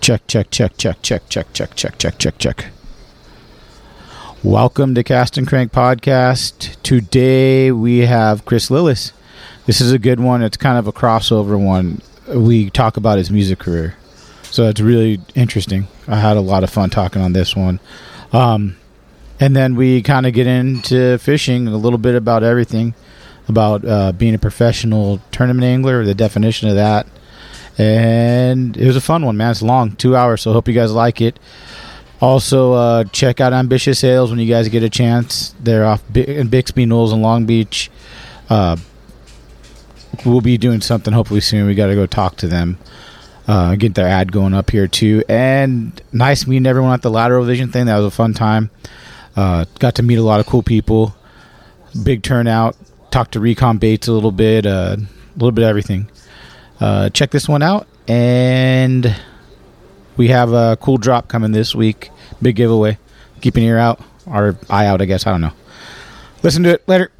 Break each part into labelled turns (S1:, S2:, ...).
S1: Check, check, check, check, check, check, check, check, check, check, check. Welcome to Cast and Crank Podcast. Today we have Chris Lillis. This is a good one. It's kind of a crossover one. We talk about his music career. So it's really interesting. I had a lot of fun talking on this one. Um, and then we kind of get into fishing a little bit about everything about uh, being a professional tournament angler, the definition of that and it was a fun one, man. It's long, two hours, so hope you guys like it. Also, uh, check out Ambitious Sales when you guys get a chance. They're off Bi- in Bixby, Knowles, and Long Beach. Uh, we'll be doing something hopefully soon. We got to go talk to them, uh, get their ad going up here too. And nice meeting everyone at the Lateral Vision thing. That was a fun time. Uh, got to meet a lot of cool people. Big turnout. Talked to Recon Bates a little bit. Uh, a little bit of everything uh, check this one out. And we have a cool drop coming this week. Big giveaway. Keep an ear out or eye out, I guess. I don't know. Listen to it later.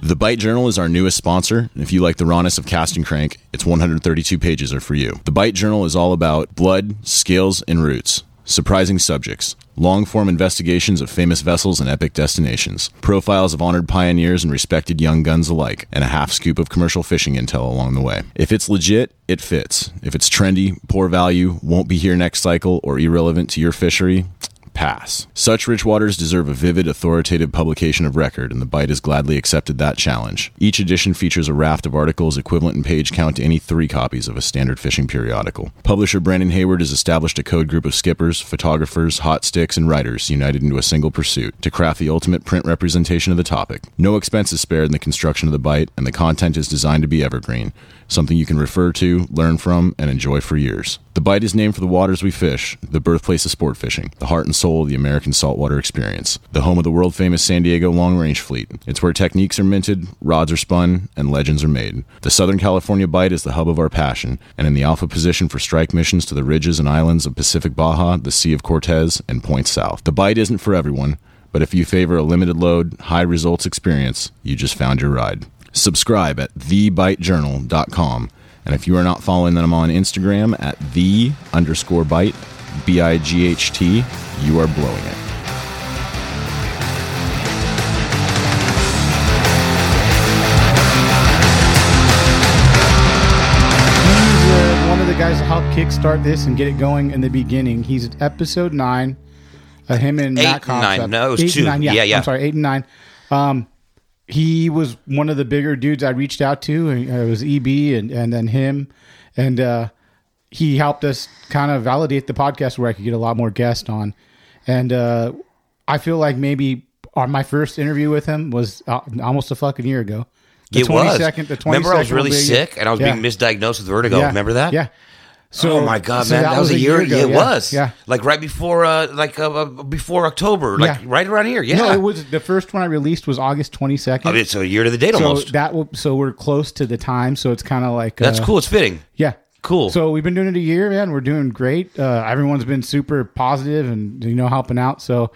S2: The Bite Journal is our newest sponsor, and if you like the rawness of Cast and Crank, its 132 pages are for you. The Bite Journal is all about blood, scales, and roots, surprising subjects, long form investigations of famous vessels and epic destinations, profiles of honored pioneers and respected young guns alike, and a half scoop of commercial fishing intel along the way. If it's legit, it fits. If it's trendy, poor value, won't be here next cycle, or irrelevant to your fishery, pass. Such rich waters deserve a vivid, authoritative publication of record, and the Bite has gladly accepted that challenge. Each edition features a raft of articles equivalent in page count to any three copies of a standard fishing periodical. Publisher Brandon Hayward has established a code group of skippers, photographers, hot sticks, and writers united into a single pursuit to craft the ultimate print representation of the topic. No expense is spared in the construction of the Bite, and the content is designed to be evergreen, something you can refer to, learn from, and enjoy for years. The Bight is named for the waters we fish, the birthplace of sport fishing, the heart and soul of the American saltwater experience, the home of the world famous San Diego long range fleet. It's where techniques are minted, rods are spun, and legends are made. The Southern California Bight is the hub of our passion, and in the alpha position for strike missions to the ridges and islands of Pacific Baja, the Sea of Cortez, and points south. The Bight isn't for everyone, but if you favor a limited load, high results experience, you just found your ride. Subscribe at thebitejournal.com. And if you are not following them on Instagram at the underscore bite, B I G H T, you are blowing it.
S1: He's uh, one of the guys that helped kickstart this and get it going in the beginning. He's at episode nine. Uh, him and
S3: Eight
S1: Matt
S3: and
S1: Cox
S3: nine.
S1: up-
S3: No, it was
S1: eight
S3: two.
S1: And nine. Yeah,
S3: Yeah, yeah.
S1: I'm sorry, eight and nine. Um, he was one of the bigger dudes I reached out to, and uh, it was EB and and then him, and uh, he helped us kind of validate the podcast where I could get a lot more guests on, and uh, I feel like maybe our, my first interview with him was uh, almost a fucking year ago. The
S3: it was.
S1: 22nd the 22nd
S3: Remember, I was
S1: will
S3: really
S1: be-
S3: sick and I was
S1: Yeah.
S3: being misdiagnosed with vertigo. Remember that?
S1: Yeah. So,
S3: oh my god,
S1: so
S3: man, that, was, a year.
S1: ago,
S3: yeah, it
S1: yeah,
S3: was.
S1: Yeah.
S3: Like right before, uh, like uh, uh, before October, like
S1: Yeah.
S3: right around here. Yeah.
S1: No, it was the first one I released was August twenty second.
S3: I mean, it's a year to the date
S1: so
S3: almost.
S1: that will so we're close to the time. So it's kind of like
S3: That's
S1: uh,
S3: cool. It's fitting.
S1: Yeah,
S3: Cool.
S1: So we've been doing it a year, man. We're doing great. Uh, everyone's been super positive and you know helping out. So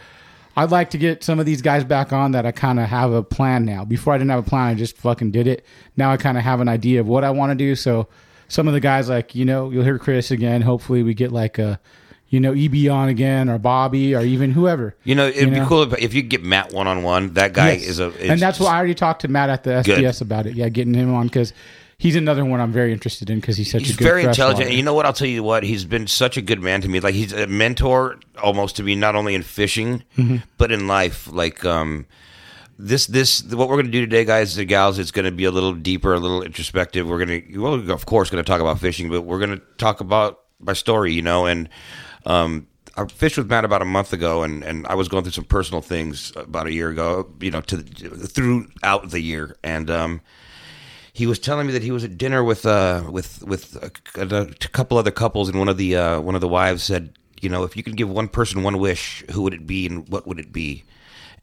S1: I'd like to get some of these guys back on that I kind of have a plan now. Before I didn't have a plan, I just fucking did it. Now I kind of have an idea of what I want to do. So some of the guys, like you know, you'll hear Chris again. Hopefully, we get like a you know EB on again or Bobby or even whoever.
S3: you know, it'd be
S1: know?
S3: cool if, if you could get Matt one on one. That guy
S1: Yes.
S3: is a, is
S1: and that's why I already talked to Matt at the
S3: Good.
S1: SBS about it. Yeah, getting him on because he's another one I'm very interested in because he's such
S3: he's
S1: a good
S3: very intelligent.
S1: freshwater.
S3: And you know what? I'll tell you what. He's been such a good man to me. Like he's a mentor almost to me, not only in fishing
S1: Mm-hmm.
S3: but in life. Like um, this, this what we're going to do today, guys and gals. It's going to be a little deeper, a little introspective. We're going to, well, of course, going to talk about fishing, but we're going to talk about my story. You know, and um. I fished with Matt about a month ago, and, and I was going through some personal things about a year ago, you know, to the, throughout the year, and um, he was telling me that he was at dinner with uh with with a, a, a couple other couples, and one of the uh, one of the wives said, you know, if you could give one person one wish, who would it be, and what would it be?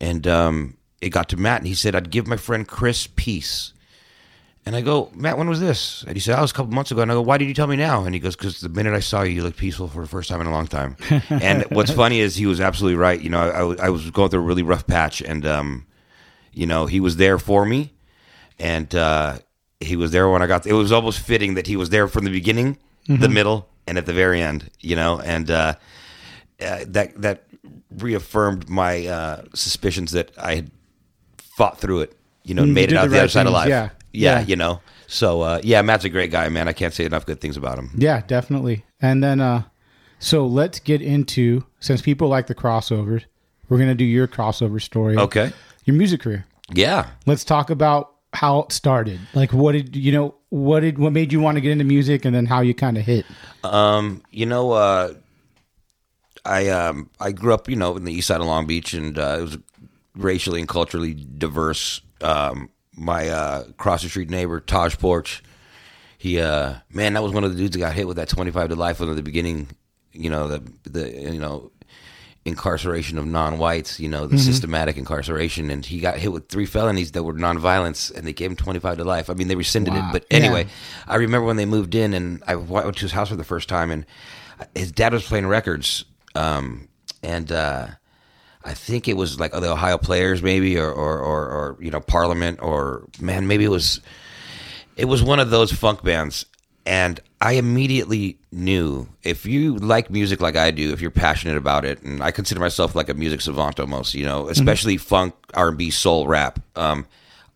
S3: And um, it got to Matt, and he said, I'd give my friend Chris peace. And I go, Matt, when was this? And he said, I was a couple months ago. And I go, why did you tell me now? And he goes, because the minute I saw you, you looked peaceful for the first time in a long time. and what's funny is he was absolutely right. You know, I- I, was- I was going through a really rough patch, and um, you know, he was there for me and uh, he was there when I got. It was almost fitting that he was there from the beginning,
S1: Mm-hmm.
S3: the middle, and at the very end. You know, and uh, uh, that that reaffirmed my uh, suspicions that I had fought through it. You know, and
S1: Mm, you
S3: made it
S1: did
S3: out
S1: the
S3: the other
S1: right
S3: side
S1: things,
S3: alive.
S1: yeah.
S3: yeah,
S1: Yeah.
S3: you know. So uh, yeah, Matt's a great guy, man. I can't say enough good things about him.
S1: Yeah, definitely. And then uh so let's get into since people like the crossovers, we're gonna do your crossover story.
S3: Okay.
S1: Your music career.
S3: Yeah,
S1: Let's talk about how it started. Like what did you know what did what made you want to get into music and then how you kinda hit.
S3: you know, uh, I um, I grew up, you know, in the east side of Long Beach, and uh, it was racially and culturally diverse. Um, my uh, cross the street neighbor, Taj Porch, he uh, man, that was one of the dudes that got hit with that twenty five to life one at the beginning. You know the the you know incarceration of non-whites. You know
S1: Mm-hmm.
S3: the systematic incarceration, and he got hit with three felonies that were non-violence, and they gave him twenty five to life. I mean, they rescinded
S1: Wow.
S3: it, but
S1: Yeah.
S3: anyway. I remember when they moved in, and I went to his house for the first time, and his dad was playing records, um, and uh, I think it was like the Ohio Players, maybe, or, or or or you know Parliament, or man, maybe it was it was one of those funk bands, and I immediately knew if you like music like I do, if you're passionate about it, and I consider myself like a music savant almost, you know, especially funk, R and B, soul, rap. Um,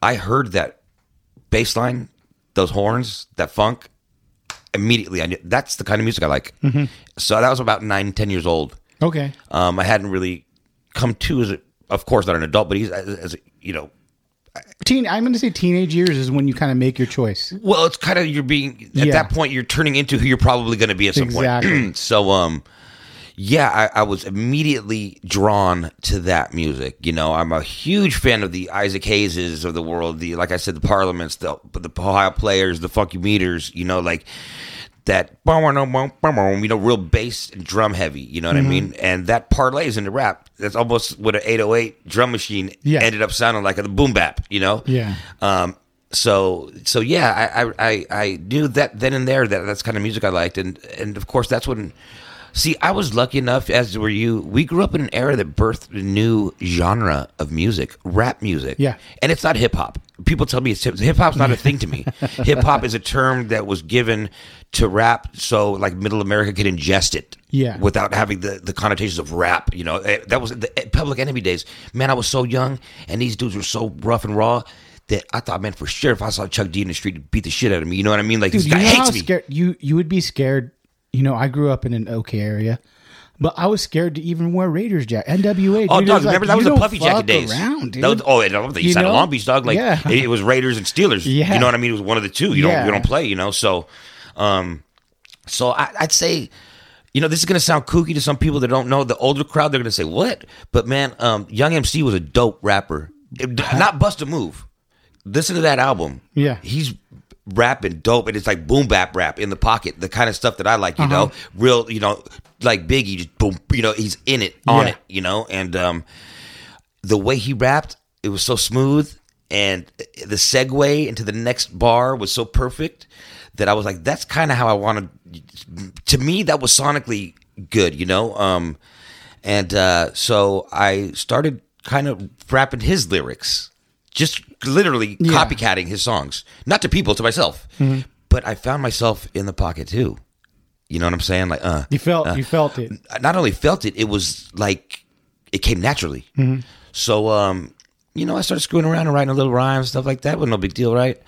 S3: I heard that bass line, those horns, that funk, immediately I knew that's the kind of music I like. So that was about nine, ten years old.
S1: Okay.
S3: Um, I hadn't really come to as, a, of course, not an adult, but he's as, as a, you know,
S1: Teen I'm gonna say teenage years is when you kinda make your choice.
S3: well, it's kind of you're being at
S1: Yeah.
S3: that point you're turning into who you're probably going to be at some
S1: Exactly.
S3: point. so, um, yeah, I, I was immediately drawn to that music. You know, I'm a huge fan of the Isaac Hayeses of the world. The like I said, the Parliaments, the the Ohio Players, the Funky Meters. You know, like that bum, bum, bum, bum, bum, you know real bass and drum heavy you know what
S1: Mm-hmm.
S3: i mean and that parlays into rap that's almost what an 808 drum machine
S1: Yeah.
S3: ended up sounding like a boom bap you know
S1: Yeah.
S3: um, so so yeah, I, I I I knew that then and there that that's the kind of music I liked, and and of course that's when. See, I was lucky enough, as were you. We grew up in an era that birthed a new genre of music, rap music.
S1: Yeah.
S3: and it's not hip hop. People tell me it's hip hip hop's not a thing to me. hip hop is a term that was given to rap, so like middle America could ingest it.
S1: Yeah.
S3: without without having the, the connotations of rap. You know, Eh, that was the eh, Public Enemy days. Man, I was so young, and these dudes were so rough and raw that I thought, man, for sure, if I saw Chuck D in the street, he'd beat the shit out of me. You know what I mean? Like
S1: Dude,
S3: this
S1: you
S3: guy
S1: know how
S3: hates me.
S1: scared you you would be scared. You know, I grew up in an okay area, but I was scared to even wear Raiders jacket. NWA.
S3: Oh,
S1: dude, it was
S3: dog,
S1: like,
S3: remember that
S1: you
S3: was the
S1: don't
S3: puffy jacket
S1: fuck
S3: days.
S1: Around, dude.
S3: That was, oh, and I don't think you
S1: You
S3: sound
S1: know?
S3: Long Beach, dog. Like
S1: Yeah.
S3: it, it was Raiders and Steelers.
S1: Yeah.
S3: You know what I mean? It was one of the two. You
S1: Yeah.
S3: don't you don't play. You know, so um, so I, I'd say. You know, this is gonna sound kooky to some people that don't know the older crowd. They're gonna say what? But man, um, Young MC was a dope rapper. It- not bust a move. Listen to that album.
S1: Uh-huh. Yeah.
S3: he's rapping dope, and it's like boom bap rap in the pocket, the kind of stuff that I like. You know, real. You know, like Biggie, just boom. You know, he's in it, on
S1: Yeah.
S3: it. You know, and um, the way he rapped, it was so smooth and the segue into the next bar was so perfect that I was like, that's kind of how I wanted. To me, that was sonically good, you know. Um, and uh, so I started kind of rapping his lyrics, just literally copycatting his songs, not to people, to myself. But I found myself in the pocket too. You know what I'm saying? Like, uh,
S1: You felt you felt it.
S3: I not only felt it, it was like it came naturally. So, um, you know, I started screwing around and writing a little rhyme, stuff like that. Was no big deal, right?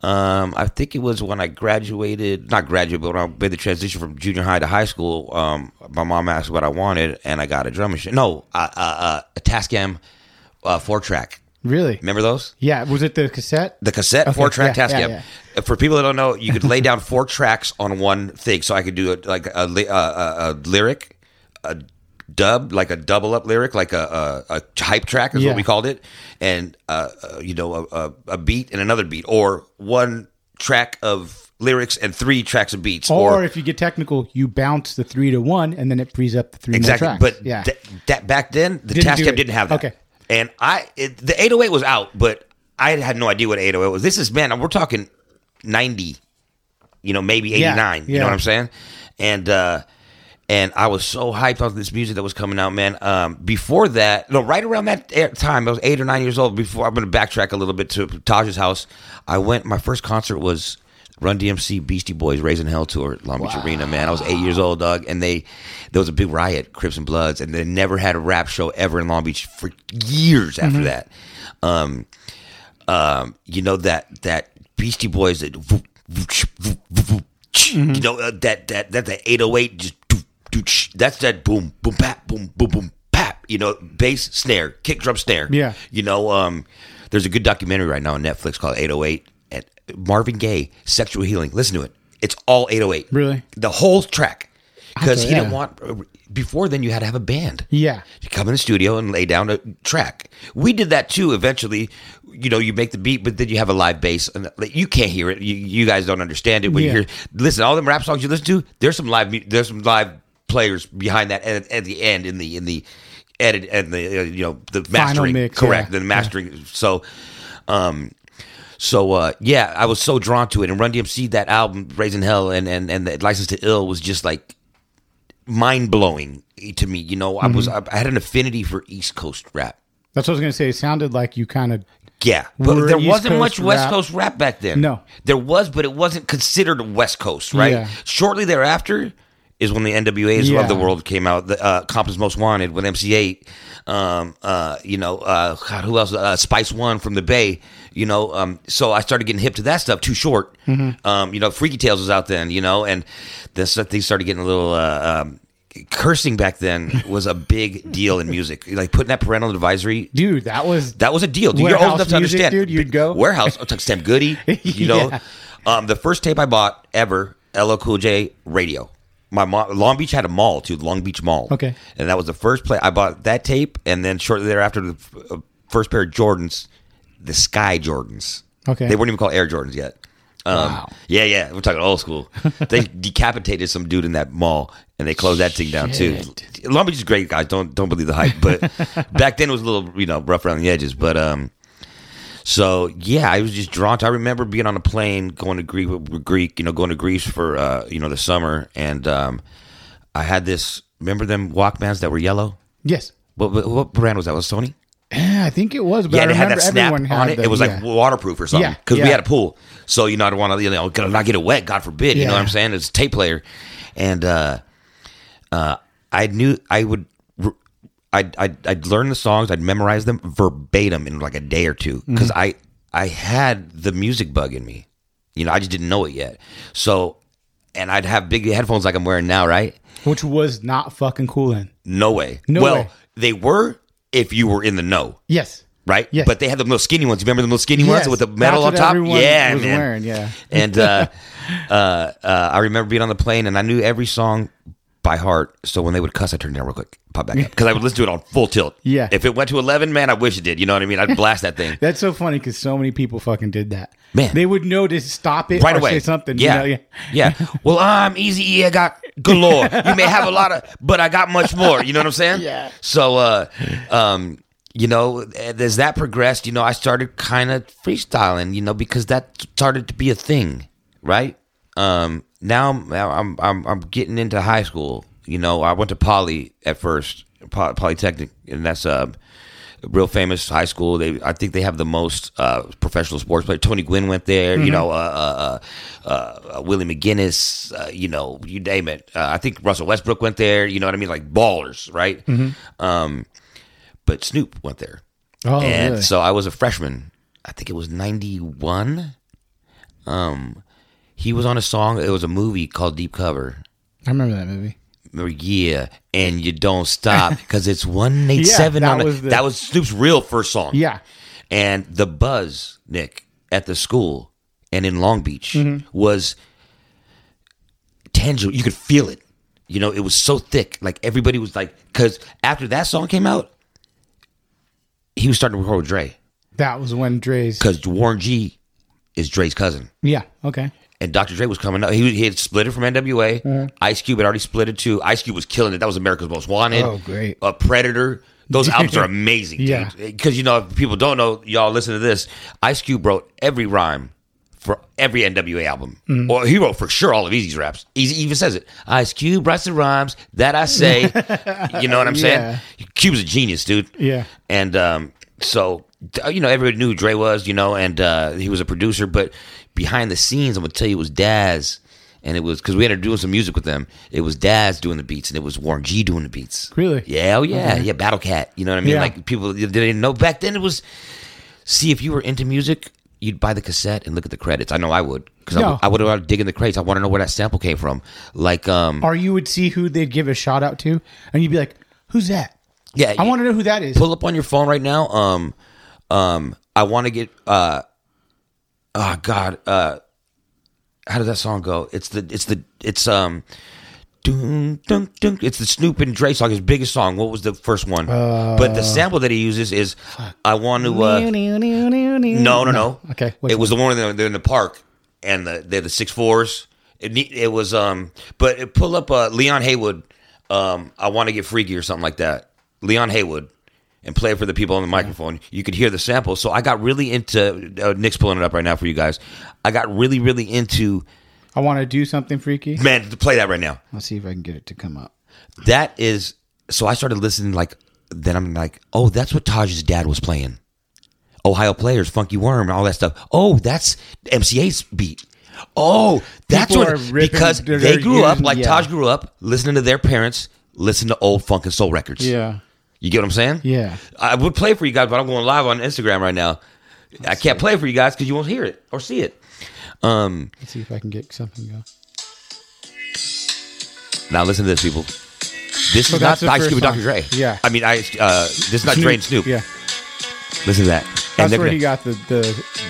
S3: Um, I think it was when I graduated, not graduated, but when I made the transition from junior high to high school. Um, my mom asked what I wanted, and I got a drum machine. No, uh, uh, uh, a Tascam uh, four track.
S1: Really?
S3: Remember those?
S1: Yeah. Was it the cassette?
S3: the cassette
S1: Okay,
S3: four track
S1: yeah,
S3: task
S1: yeah,
S3: app. For people that don't know, you could lay down four tracks on one thing. So I could do a, like a, li- a, a, a lyric, a dub, like a double up lyric, like a, a, a hype track is
S1: Yeah.
S3: what we called it, and uh, uh, you know a, a, a beat and another beat, or one track of lyrics and three tracks of beats,
S1: Or, if you get technical, you bounce the three to one, and then it frees up the three
S3: exactly.
S1: more tracks.
S3: But
S1: yeah,
S3: th- that back then, the
S1: Didn't
S3: task
S1: do
S3: app
S1: it.
S3: didn't have that.
S1: Okay.
S3: And I, it, the 808 was out, but I had no idea what 808 was. This is man, we're talking 90, you know, maybe 89.
S1: Yeah,
S3: You
S1: yeah.
S3: know what I'm saying? And uh, and I was so hyped on this music that was coming out, man. Um, before that, no, right around that air- time, I was eight or nine years old. Before I'm going to backtrack a little bit to Taj's house. I went. My first concert was Run DMC, Beastie Boys, Raising Hell tour, at Long Beach Arena. Man, I was eight years old, dog, and they there was a big riot, Crips and Bloods, and they never had a rap show ever in Long Beach for years
S1: Mm-hmm.
S3: after that. Um, um, you know that that Beastie Boys that voop, voop, voop, voop, voop,
S1: Mm-hmm.
S3: you know uh, that that that the 808 just doo, doo, ch- that's that boom boom pap boom boom boom pap you know bass snare kick drum snare
S1: Yeah.
S3: you know um there's a good documentary right now on Netflix called 808 and Marvin Gaye sexual healing listen to it it's all 808
S1: Really?
S3: the whole track because
S1: to,
S3: he didn't
S1: yeah.
S3: want uh, before then you had to have a band
S1: yeah,
S3: you come in the studio and lay down a track. We did that too. Eventually, you know, you make the beat, but then you have a live bass, and like, you can't hear it. You, you guys don't understand it when
S1: Yeah.
S3: you hear. Listen, all them rap songs you listen to, there's some live, mu- there's some live players behind that at, at the end in the in the edit and the uh, you know the mastering,
S1: mix,
S3: correct?
S1: yeah.
S3: The mastering. So, um, so uh, yeah, I was so drawn to it. And Run DMC, that album, Raising Hell, and and and the License to Ill was just like mind blowing to me. You know, I
S1: Mm-hmm.
S3: was I, I had an affinity for East Coast rap.
S1: that's what I was gonna say. It sounded like you kind of
S3: Yeah, but
S1: Were
S3: there
S1: East
S3: wasn't
S1: Coast
S3: much West
S1: rap-
S3: Coast rap back then.
S1: No.
S3: there was, but it wasn't considered West Coast. Right.
S1: Yeah.
S3: Shortly thereafter is when the NWA's
S1: Yeah.
S3: Love the World came out. The uh, Compton's Most Wanted with MC8. Um, uh, you know, uh, God, who else? Uh, Spice One from the Bay. You know, um, so I started getting hip to that stuff. Too short.
S1: Mm-hmm.
S3: Um, you know, Freaky Tales was out then. You know, and this things started getting a little. Uh, um, cursing back then was a big deal in music. Like putting that parental advisory
S1: dude. That was
S3: that was a deal. Dude, you're old
S1: Warehouse
S3: enough to
S1: music,
S3: understand.
S1: dude, you'd go.
S3: warehouse. I took Sam Goody. You know,
S1: Yeah.
S3: um, the first tape I bought ever, LL Cool J radio. My mom, Long Beach had a mall too, Long Beach Mall.
S1: Okay.
S3: and that was the first play I bought that tape, and then shortly thereafter, the f- uh, first pair of Jordans, the Sky Jordans.
S1: Okay.
S3: they weren't even called Air Jordans yet. Um, Yeah, yeah, we're talking old school. they decapitated some dude in that mall, and they closed that thing down too. Long Beach is great, guys. Don't don't believe the hype, but back then it was a little you know rough around the edges. But um, so yeah, I was just drawn to. I remember being on a plane going to Greek, Greek, you know, going to Greece for uh, you know the summer, and um, I had this. Remember them Walkmans that were yellow?
S1: yes.
S3: What, what, what brand was that? Was it Sony?
S1: Yeah, I think it was. But
S3: yeah,
S1: I
S3: and it had
S1: remember
S3: that snap
S1: everyone had
S3: on it.
S1: the-
S3: it was
S1: yeah.
S3: like waterproof or something
S1: Yeah,
S3: because
S1: yeah.
S3: we had a pool, so you know I don't want to you know gonna not get it wet. God forbid, you know what I'm
S1: Yeah.
S3: saying? It's a tape player, and uh, uh, I knew I would. r- I'd, I'd, I'd learn the songs, I'd memorize them verbatim in like a day or two
S1: Mm-hmm.
S3: because I I had the music bug in me, you know I just didn't know it yet. So, and I'd have big headphones like I'm wearing now, right?
S1: which was not fucking cool. Then
S3: No way.
S1: No
S3: well,
S1: way.
S3: they were if you were in the know
S1: yes,
S3: right?
S1: Yes.
S3: But they had the little skinny ones. Remember the little skinny
S1: Yes,
S3: ones with the
S1: that's
S3: metal on
S1: what
S3: top?
S1: everyone
S3: yeah,
S1: was
S3: man.
S1: wearing, yeah.
S3: And uh, uh, uh, I remember being on the plane and I knew every song by heart. So when they would cuss, I turned it down real quick, pop back up because I would listen to it on full tilt.
S1: Yeah.
S3: If it went to eleven, man, I wish it did. You know what I mean? I'd blast that thing.
S1: that's so funny because so many people fucking did that.
S3: Man.
S1: they would know to stop it
S3: right
S1: or
S3: away.
S1: say something. you
S3: Yeah.
S1: know,
S3: yeah. Well, I'm easy. E, I got galore. you may have a lot of, but I got much more. You know what I'm saying?
S1: Yeah.
S3: So, uh, um, you know, as that progressed, you know, I started kind of freestyling, you know, because that started to be a thing, right? Um, now I'm I'm I'm, I'm getting into high school. You know, I went to Poly at first, Poly- Polytechnic, and that's uh, a real famous high school. They, I think they have the most uh, professional sports players. Tony Gwynn went there.
S1: Mm-hmm.
S3: You know, uh, uh, uh, uh, Willie McGinnis. Uh, you know, you name it. Uh, I think Russell Westbrook went there. You know what I mean? Like ballers, right? Um, but Snoop went there.
S1: Mm-hmm. Oh,
S3: and
S1: really?
S3: so I was a freshman. I think it was 91. Um, he was on a song. It was a movie called Deep Cover.
S1: I remember that movie.
S3: Remember, Yeah, and you don't stop because it's 187.
S1: Yeah,
S3: on
S1: that
S3: a-
S1: was the-
S3: that was Snoop's real first song.
S1: Yeah.
S3: And the buzz, Nick, at the school and in Long Beach
S1: Mm-hmm.
S3: was tangible. You could feel it. You know, it was so thick. Like everybody was like, because after that song came out, he was starting to record with Dre
S1: That was when Dre's.
S3: because Warren G is Dre's cousin.
S1: Yeah. Okay.
S3: And Dr. Dre was coming up. He, he had split it from NWA.
S1: Mm-hmm.
S3: Ice Cube had already split it too. Ice Cube was killing it. That was America's Most Wanted.
S1: Oh, great.
S3: A Predator. Those albums are amazing,
S1: Yeah.
S3: Because, you know, if people don't know, y'all listen to this. Ice Cube wrote every rhyme for every NWA album.
S1: Mm-hmm.
S3: Well, he wrote for sure all of Easy's raps. Easy even says it. Ice Cube writes the rhymes that I say. you know what I'm saying? Cube's a genius, dude.
S1: Yeah.
S3: And um, so, th- you know, everybody knew who Dre was, you know, and uh, he was a producer. But behind the scenes, I'm going to tell you, it was Daz. And it was because we ended up doing some music with them. It was Daz doing the beats, and it was Warren G doing the beats.
S1: Really?
S3: Yeah, oh yeah, yeah. Battle Cat. You know what I mean?
S1: Yeah.
S3: Like people they didn't know back then. It was see if you were into music, you'd buy the cassette and look at the credits. I know I would because
S1: No.
S3: I, would have digging the crates. I want to know where that sample came from. Like, um,
S1: Or you would see who they'd give a shout out to, and you'd be like, "Who's that?
S3: yeah,
S1: I want to know who that is."
S3: pull up on your phone right now. Um, um, I want to get. Uh, oh God. Uh, how does that song go? It's the. It's the. It's um. Dun, dun, dun. It's the Snoop and Dre song, his biggest song. What was the first one? but the sample that he uses is, "I want to." Uh, no, no, no.
S1: Okay, which
S3: It was the one where they're in the park and the they're the six fours. It, ne- it was um, but it pull up uh, Leon Haywood. Um, I want to get freaky or something like that. Leon Haywood. And play it for the people on the microphone. You could hear the sample. So I got really into uh, Nick's pulling it up right now for you guys. I got really, really into
S1: I want to do something freaky.
S3: man. Play that right now.
S1: Let's see if I can get it to come up.
S3: That is so I started listening like then I'm like, oh, that's what Taj's dad was playing. Ohio players, Funky Worm, and all that stuff. Oh, that's MCA's beat. Oh, that's
S1: People are
S3: what
S1: ripping-
S3: because
S1: they're-
S3: they
S1: they're
S3: grew up
S1: using-
S3: like
S1: yeah.
S3: Taj grew up listening to their parents listen to old funk and soul records.
S1: Yeah.
S3: You get what I'm saying?
S1: Yeah.
S3: I would play for you guys, but I'm going live on Instagram right now. I can't play for you guys because you won't hear it or see it. Um,
S1: Let's see if I can get something going.
S3: Now listen to this, people. This is
S1: that's
S3: not
S1: the
S3: Ice
S1: first
S3: Cube and Dr.
S1: song.
S3: Dre.
S1: Yeah.
S3: I mean, I, uh, this is not Dre and Snoop.
S1: Yeah.
S3: Listen to that.
S1: That's
S3: they're
S1: where he
S3: gonna-
S1: got the the.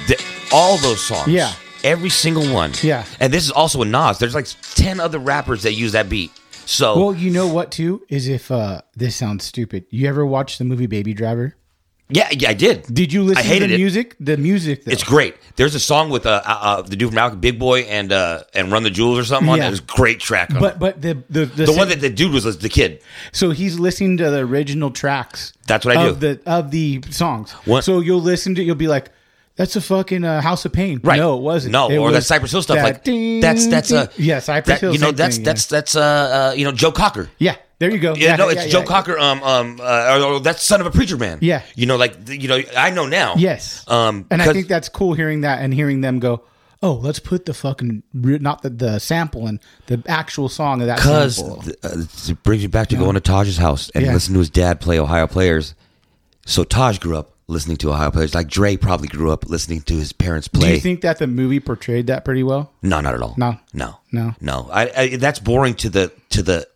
S3: th- all those songs.
S1: Yeah.
S3: Every single one.
S1: Yeah.
S3: And this is also a Nas. There's like 10 other rappers that use that beat. So,
S1: Well, you know what too is if uh this sounds stupid. You ever watch the movie Baby Driver?
S3: yeah, yeah, I did.
S1: Did you listen
S3: I hated
S1: to the
S3: it.
S1: music? The music. Though.
S3: It's great. There's a song with uh, uh, uh, the dude from Alec Big Boy and uh, and Run the Jewels or something on
S1: Yeah.
S3: that. It's a great track. on
S1: But
S3: it.
S1: but the the
S3: the one that the dude was, was the kid.
S1: so he's listening to the original tracks.
S3: That's what I
S1: of
S3: do.
S1: The of the songs.
S3: What-
S1: So you'll listen to you'll be like, "That's a fucking uh, House of Pain."
S3: Right.
S1: No, it wasn't.
S3: No,
S1: It
S3: or that
S1: was
S3: Cypress Hill stuff.
S1: that
S3: like
S1: ding,
S3: that's that's
S1: ding.
S3: a
S1: yeah Cypress
S3: that-
S1: Hill.
S3: You know
S1: same
S3: that's
S1: thing,
S3: that's that's uh, uh you know Joe Cocker.
S1: yeah. yeah. There you go.
S3: Yeah, no, it's
S1: yeah,
S3: Joe
S1: yeah.
S3: Cocker. Um, um, uh, or, or that's son of a preacher man.
S1: Yeah.
S3: you know, like you know, I know now.
S1: Yes.
S3: Um,
S1: and I
S3: 'cause-
S1: think that's cool hearing that and hearing them go, "Oh, let's put the fucking re- not the, the sample and the actual song of that
S3: Because
S1: sample."
S3: uh, it brings you back to going to Taj's house and
S1: Yeah.
S3: listen to his dad play Ohio players. So Taj grew up listening to Ohio players, like Dre probably grew up listening to his parents play.
S1: Do you think that the movie portrayed that pretty well?
S3: no, not at all.
S1: No.
S3: no,
S1: No.
S3: no. I, I that's boring to the to the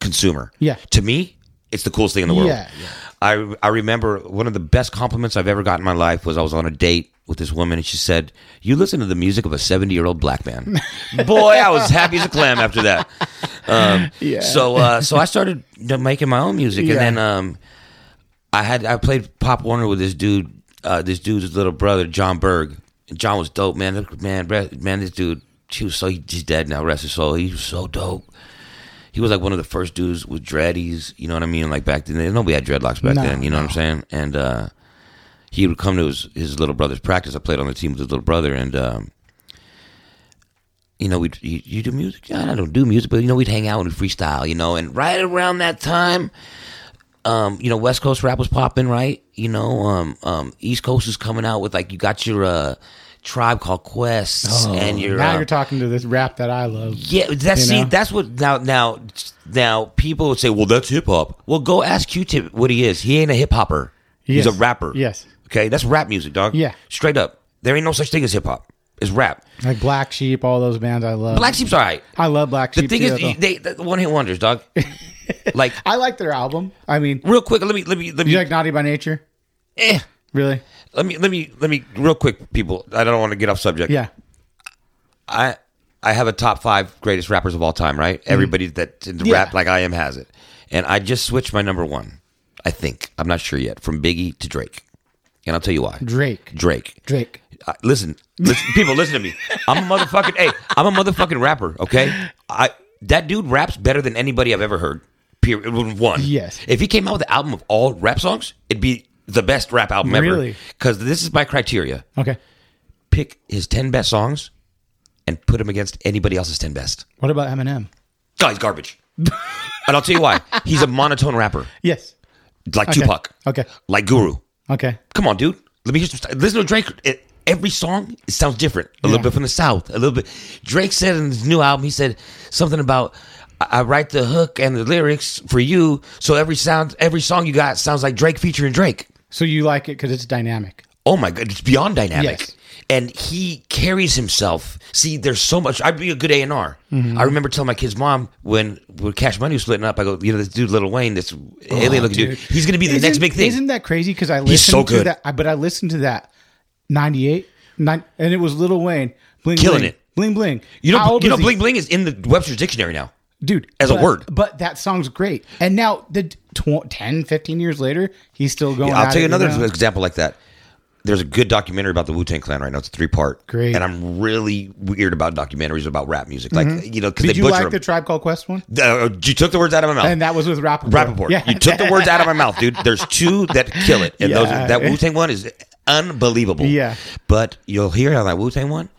S3: consumer.
S1: Yeah.
S3: to me, it's the coolest thing in the world.
S1: Yeah, yeah.
S3: I I remember one of the best compliments I've ever gotten in my life was I was on a date with this woman and she said, "You listen to the music of a seventy year old black man." Boy, I was happy as a clam after that. Um,
S1: Yeah.
S3: So uh, so I started you know, making my own music
S1: Yeah.
S3: and then um, I had I played Pop Warner with this dude, uh, this dude's little brother John Berg. And John was dope, man. Look, Man, rest, man, this dude, he was so he's dead now. Rest his soul. He was so dope he was like one of the first dudes with dreadies. You know what I mean? Like back then, nobody had dreadlocks back
S1: No,
S3: then. You know what I'm saying? And uh, he would come to his, his little brother's practice. I played on the team with his little brother, and um, you know, we you, you do music. Yeah, I don't do music, but you know, we'd hang out and we'd freestyle. You know, and right around that time, um, you know, West Coast rap was popping, right? You know, um, um, East Coast was coming out with like you got your uh, tribe called Quest and your
S1: Oh, now
S3: uh,
S1: you're talking to this rap that I love.
S3: yeah, that's
S1: You
S3: see,
S1: know?
S3: that's what now now now people would say, well, that's hip hop. Well, go ask Q-Tip what he is. He ain't a hip hopper. He's a
S1: Yes.
S3: rapper.
S1: Yes.
S3: Okay, that's rap music, dog.
S1: Yeah.
S3: straight up. There ain't no such thing as hip hop. It's rap.
S1: Like Black Sheep, all those bands I love.
S3: Black Sheep's all right.
S1: I love Oh. Black
S3: The
S1: Sheep.
S3: thing
S1: too,
S3: is,
S1: though.
S3: they, they one hit wonders, dog. like
S1: I like their album. I mean,
S3: real quick, let me let me let me
S1: you like Naughty by Nature?
S3: eh,
S1: Really?
S3: let me let me let me real quick, people. I don't want to get off subject.
S1: Yeah.
S3: I I have a top five greatest rappers of all time, right? Everybody that in the
S1: Mm-hmm. Yeah.
S3: rap like I am has it, and I just switched my number one. I think I'm not sure yet from Biggie to Drake, and I'll tell you why.
S1: Drake.
S3: Drake.
S1: Drake.
S3: I- listen, listen people, listen to me. I'm a motherfucking hey, I'm a motherfucking rapper. Okay, I that dude raps better than anybody I've ever heard. Period. One.
S1: Yes.
S3: If he came out with an album of all rap songs, it'd be the best rap album ever.
S1: Really?
S3: Because this is my criteria
S1: Okay.
S3: pick his 10 best songs and put him against anybody else's 10 best.
S1: What about Eminem?
S3: God, he's garbage. and I'll tell you why. He's a monotone rapper,
S1: Yes.
S3: like
S1: Okay.
S3: Tupac,
S1: Okay.
S3: like Guru.
S1: Okay.
S3: Come on, dude. Let me hear some. st- Listen to Drake. It, every song it sounds different. A little
S1: Yeah.
S3: bit from the South, a little bit. Drake said in his new album, he said something about. I I write the hook and the lyrics for you, so every sound, every song you got sounds like Drake featuring Drake.
S1: So you like it because it's dynamic.
S3: Oh my god, it's beyond dynamic.
S1: Yes.
S3: And he carries himself. See, there's so much. I'd be a good A and R.
S1: Mm-hmm.
S3: I remember telling my kid's mom when when Cash Money was splitting up. I go, you know, this dude Little Wayne, this alien looking dude, he's gonna be the
S1: Oh, Isn't-
S3: next big thing.
S1: Isn't that crazy? Because I listened
S3: He's so
S1: to
S3: good.
S1: that. I- But I listened to that 98, nine, and it was Lil Wayne. Bling,
S3: Killing
S1: bling,
S3: it.
S1: Bling, bling.
S3: you
S1: How
S3: know,
S1: old
S3: you know,
S1: was he?
S3: bling bling is in the Webster's dictionary now.
S1: Dude.
S3: as a
S1: but-
S3: word.
S1: But that song's great. And now, the tw- 10, 15 years later, he's still going.
S3: I'll
S1: at
S3: tell you
S1: it,
S3: another
S1: Oh, know?
S3: example like that. There's a good documentary about the Wu Tang Clan right now. It's a three part.
S1: Great.
S3: And I'm really weird about documentaries about rap music, like you know, because they
S1: Mm-hmm. Did you
S3: butcher
S1: like the
S3: them.
S1: Tribe Called Quest one?
S3: Uh, you took the words out of my mouth.
S1: And that was with Rappaport.
S3: Rappaport.
S1: Yeah.
S3: You took the words out of my mouth, dude. There's two that kill it. And those
S1: Yeah.
S3: that Wu Tang one is unbelievable.
S1: Yeah.
S3: But you'll hear on that Wu Tang one,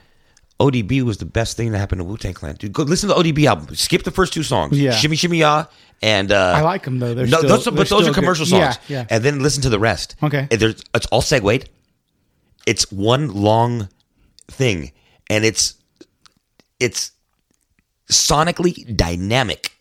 S3: ODB was the best thing that happened to Wu Tang Clan. Dude, go listen to the ODB album. Skip the first two songs.
S1: Yeah.
S3: Shimmy Shimmy Ya and uh,
S1: I like 'em, though. They're still-
S3: those,
S1: they're
S3: but those
S1: still
S3: are commercial
S1: good. Yeah,
S3: songs.
S1: yeah.
S3: And then listen to the rest.
S1: Okay.
S3: And there's it's all segued. It's one long thing. And it's it's sonically dynamic.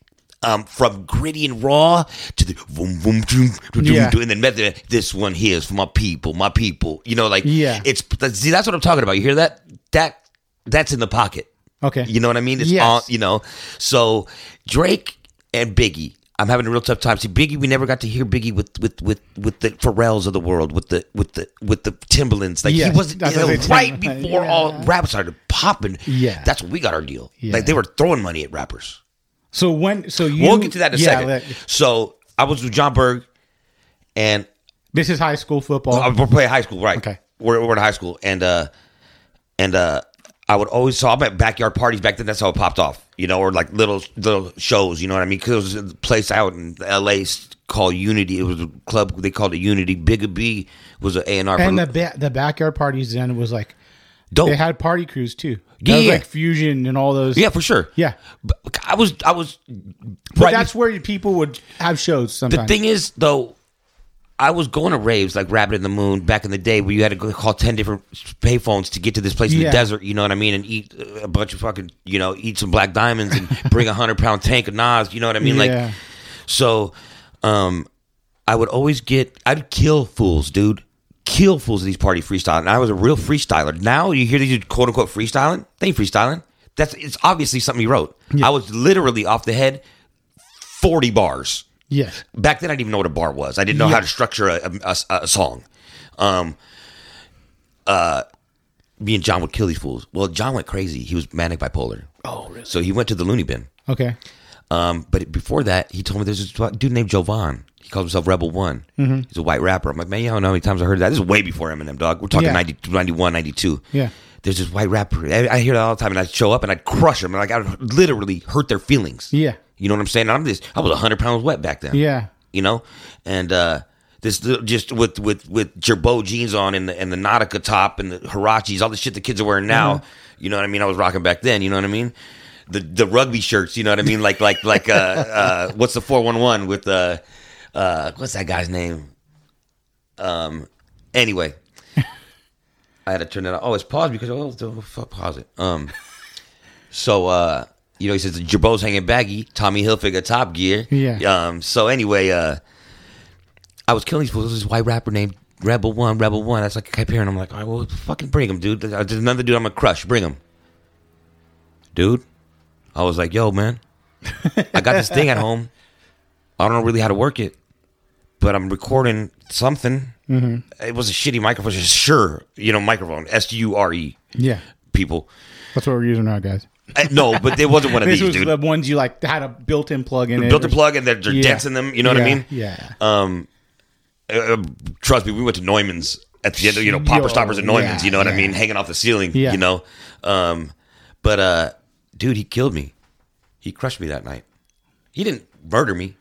S3: Um, from gritty and raw to the boom, boom, doom, doom, doom,
S1: Yeah.
S3: doom, and then method, this one here is for my people, my people. You know, like
S1: Yeah.
S3: it's see that's what I'm talking about. You hear that? That that's in the pocket.
S1: Okay.
S3: You know what I mean? It's
S1: Yes.
S3: on. You know, so Drake and Biggie. I'm having a real tough time. See, Biggie, we never got to hear Biggie with with with with the Pharrells of the world, with the with the with the Timberlands. Like
S1: Yes,
S3: he wasn't
S1: that's
S3: you know,
S1: what they-
S3: right before all rap started popping.
S1: Yeah.
S3: that's when we got our deal.
S1: Yeah.
S3: Like they were throwing money at rappers
S1: So when, so you.
S3: we'll get to that in a
S1: yeah,
S3: second.
S1: that-
S3: so I was with John Berg, and
S1: this is high school football.
S3: I was Uh, playing high school, right?
S1: Oh. Okay.
S3: we're, we're in high school, and uh, and uh, I would always so I'm at backyard parties back then. That's how it popped off, you know, or like little little shows, you know what I mean? Because it was a place out in L.A. called Unity. It was a club they called it Unity. Big B was an A and R.
S1: and the ba- the backyard parties then was like
S3: dope.
S1: they had party crews too. That was
S3: Oh. Yeah.
S1: like fusion and all those.
S3: yeah, for sure.
S1: Yeah.
S3: but I was I was.
S1: but that's where people would have shows
S3: The
S1: sometimes.
S3: thing is, though, I was going to raves like Rabbit in the Moon back in the day, where you had to go call ten different payphones to get to this place in
S1: Yeah.
S3: the desert. You know what I mean? And eat uh, a bunch of fucking, you know, eat some black diamonds and bring a hundred pound tank of Nas. You know what I mean?
S1: Yeah.
S3: Like, so, um, I would always get, I'd kill fools, dude. Kill fools at these party freestyle, and I was a real freestyler. Now you hear these dudes quote unquote freestyling, they ain't freestyling. That's it's obviously something he wrote. I was literally off the head, forty bars
S1: yes.
S3: back then I didn't even know what a bar was. I didn't know how to structure a, a- a- a song. Um, uh, me and John would kill these fools. Well, John went crazy. He was manic bipolar. Oh, really? So he went to the loony bin.
S1: Okay.
S3: Um, but before that, he told me there's this dude named Jovan. He calls himself Rebel One.
S1: Mm-hmm.
S3: He's a white rapper. I'm like, man, you don't know how many times I heard that. This is way before Eminem, dog. We're talking
S1: Yeah.
S3: 90, 91, 92.
S1: Yeah.
S3: There's this white rapper. I, I hear that all the time, and I'd show up and I'd crush him. And like, I'd literally hurt their feelings.
S1: Yeah.
S3: You know what I'm saying? I'm just I was hundred pounds wet back then.
S1: Yeah.
S3: You know, and uh, this little- just with with with Gerbo jeans on and the and the Nautica top and the Hirachis, all the shit the kids are wearing now. You know what I mean? I was rocking back then. You know what I mean? The the rugby shirts. You know what I mean? Like like like uh, uh what's the four one one with uh uh what's that guy's name? Um. Anyway. I had to turn that off. Oh, it's paused because oh, the- fuck, pause it. Um, so uh, you know, he says Jabot's hanging baggy, Tommy Hilfiger top gear.
S1: Yeah.
S3: Um. So anyway, uh, I was killing these fools. There was This white rapper named Rebel One, Rebel One. That's like I kept hearing. I'm like, all right, well, fucking bring him, dude. There's another dude I'm gonna crush. Bring him, dude. I was like, yo, man, I got this thing at home. I don't know really how to work it, but I'm recording something. It was a shitty microphone. Just sure, you know, microphone. S U R E.
S1: Yeah.
S3: People.
S1: That's what we're using now, guys.
S3: Uh, no, but it wasn't one of
S1: This
S3: these,
S1: was
S3: dude.
S1: the ones you like had a built-in plug in. it.
S3: Built a plug and they're, they're
S1: Yeah.
S3: densing them. You know what I
S1: Yeah,
S3: mean?
S1: Yeah.
S3: Um, uh, trust me, we went to Neumann's at the end of you know popper
S1: Yo,
S3: stoppers at Neumann's.
S1: yeah,
S3: you know what I
S1: yeah.
S3: mean? Hanging off the ceiling.
S1: Yeah.
S3: You know, um, but uh, dude, he killed me. He crushed me that night. He didn't murder me,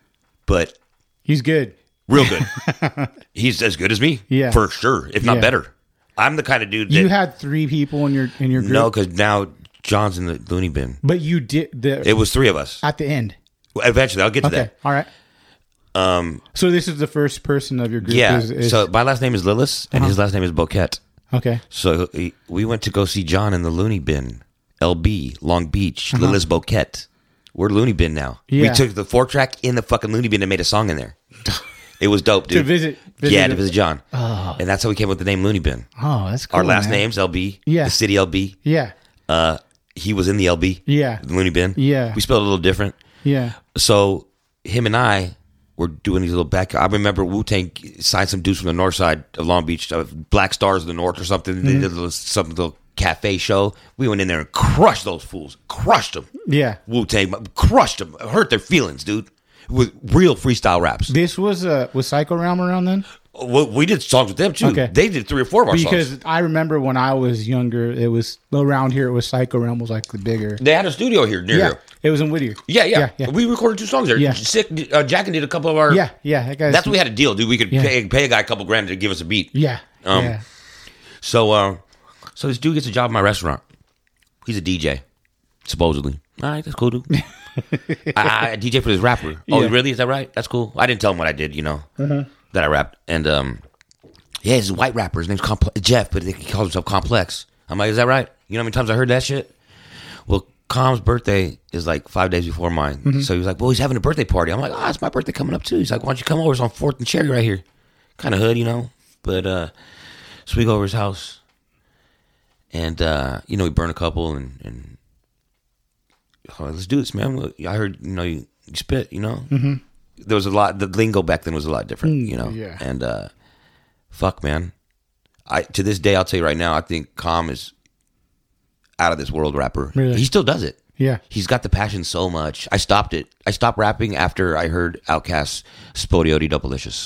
S3: but
S1: He's good.
S3: real good. He's as good as me,
S1: Yeah.
S3: for sure, if not
S1: Yeah.
S3: better. I'm the kind of dude that
S1: You had three people in your in your group.
S3: no, because now John's in the loony bin.
S1: but you did the
S3: It was three of us.
S1: at the end.
S3: Eventually, I'll get to
S1: Okay.
S3: that.
S1: All right. Um. So this is the first person of your group.
S3: Yeah.
S1: is- is-
S3: so my last name is Lillis, and
S1: Uh-huh.
S3: his last name is Boquette.
S1: okay.
S3: So he, we went to go see John in the Looney Bin, LB, Long Beach, Lillis Boquette. We're Looney Bin now. We
S1: Uh-huh. Yeah.
S3: took the four track in the fucking Looney Bin and made a song in there. It was dope, dude.
S1: To visit- visit
S3: yeah, to
S1: it.
S3: visit John. And that's how we came up with the name Looney Bin.
S1: Oh, that's cool.
S3: Our last
S1: man.
S3: names, LB.
S1: Yeah.
S3: The city, LB.
S1: Yeah.
S3: Uh, he was in the LB.
S1: Yeah.
S3: The Looney Bin.
S1: Yeah.
S3: We spelled it a little different.
S1: Yeah.
S3: So him and I were doing these little back. I remember Wu Tang signed some dudes from the north side of Long Beach, uh, Black Stars of the North or something. They
S1: Mm-hmm.
S3: did a little, some little cafe show. We went in there and crushed those fools, crushed them.
S1: Yeah.
S3: Wu Tang crushed them, hurt their feelings, dude. With real freestyle raps,
S1: This was uh was Psycho Realm around then
S3: we we did songs with them too.
S1: Okay.
S3: They did three or four of our songs.
S1: because I remember when I was younger, it was around here. It was Psycho Realm was like the bigger.
S3: They had a studio here near.
S1: Yeah,
S3: here.
S1: it was in Whittier.
S3: Yeah, yeah,
S1: yeah, yeah.
S3: We recorded two songs there.
S1: Yeah.
S3: Sick. Uh, Jack and did a couple of our.
S1: yeah, yeah that guy's,
S3: That's what we had a deal, dude. We could
S1: Yeah.
S3: pay, pay a guy a couple grand to give us a beat.
S1: Yeah,
S3: Um,
S1: yeah,
S3: So, uh, so this dude gets a job at my restaurant. He's a DJ, supposedly. All right, that's cool, dude. I, I DJ for this rapper. Oh,
S1: Yeah.
S3: really? Is that right? That's cool. I didn't tell him what I did, you know, that I rapped. And um, yeah, he's a white rapper. His name's Comple- Jeff, but he calls himself Complex. I'm like, is that right? You know how many times I heard that shit? Well, Com's birthday is like five days before mine. So he was like, well, he's having a birthday party. I'm like, ah, it's my birthday coming up too. He's like, why don't you come over? It's on 4th and Cherry right here. Kind of hood, you know? But uh, so we go over his house, and uh, you know we burn a couple, and and oh, let's do this, man. Look, I heard you know you, you spit, you know. Mm-hmm. There was a lot. The lingo back then was a lot different, you know.
S1: yeah.
S3: And uh, fuck, man. I to this day, I'll tell you right now, I think Calm is out of this world rapper.
S1: Really?
S3: He still does it.
S1: yeah.
S3: He's got the passion so much. I stopped it. I stopped rapping after I heard Outkast's Spodiody Doublelicious.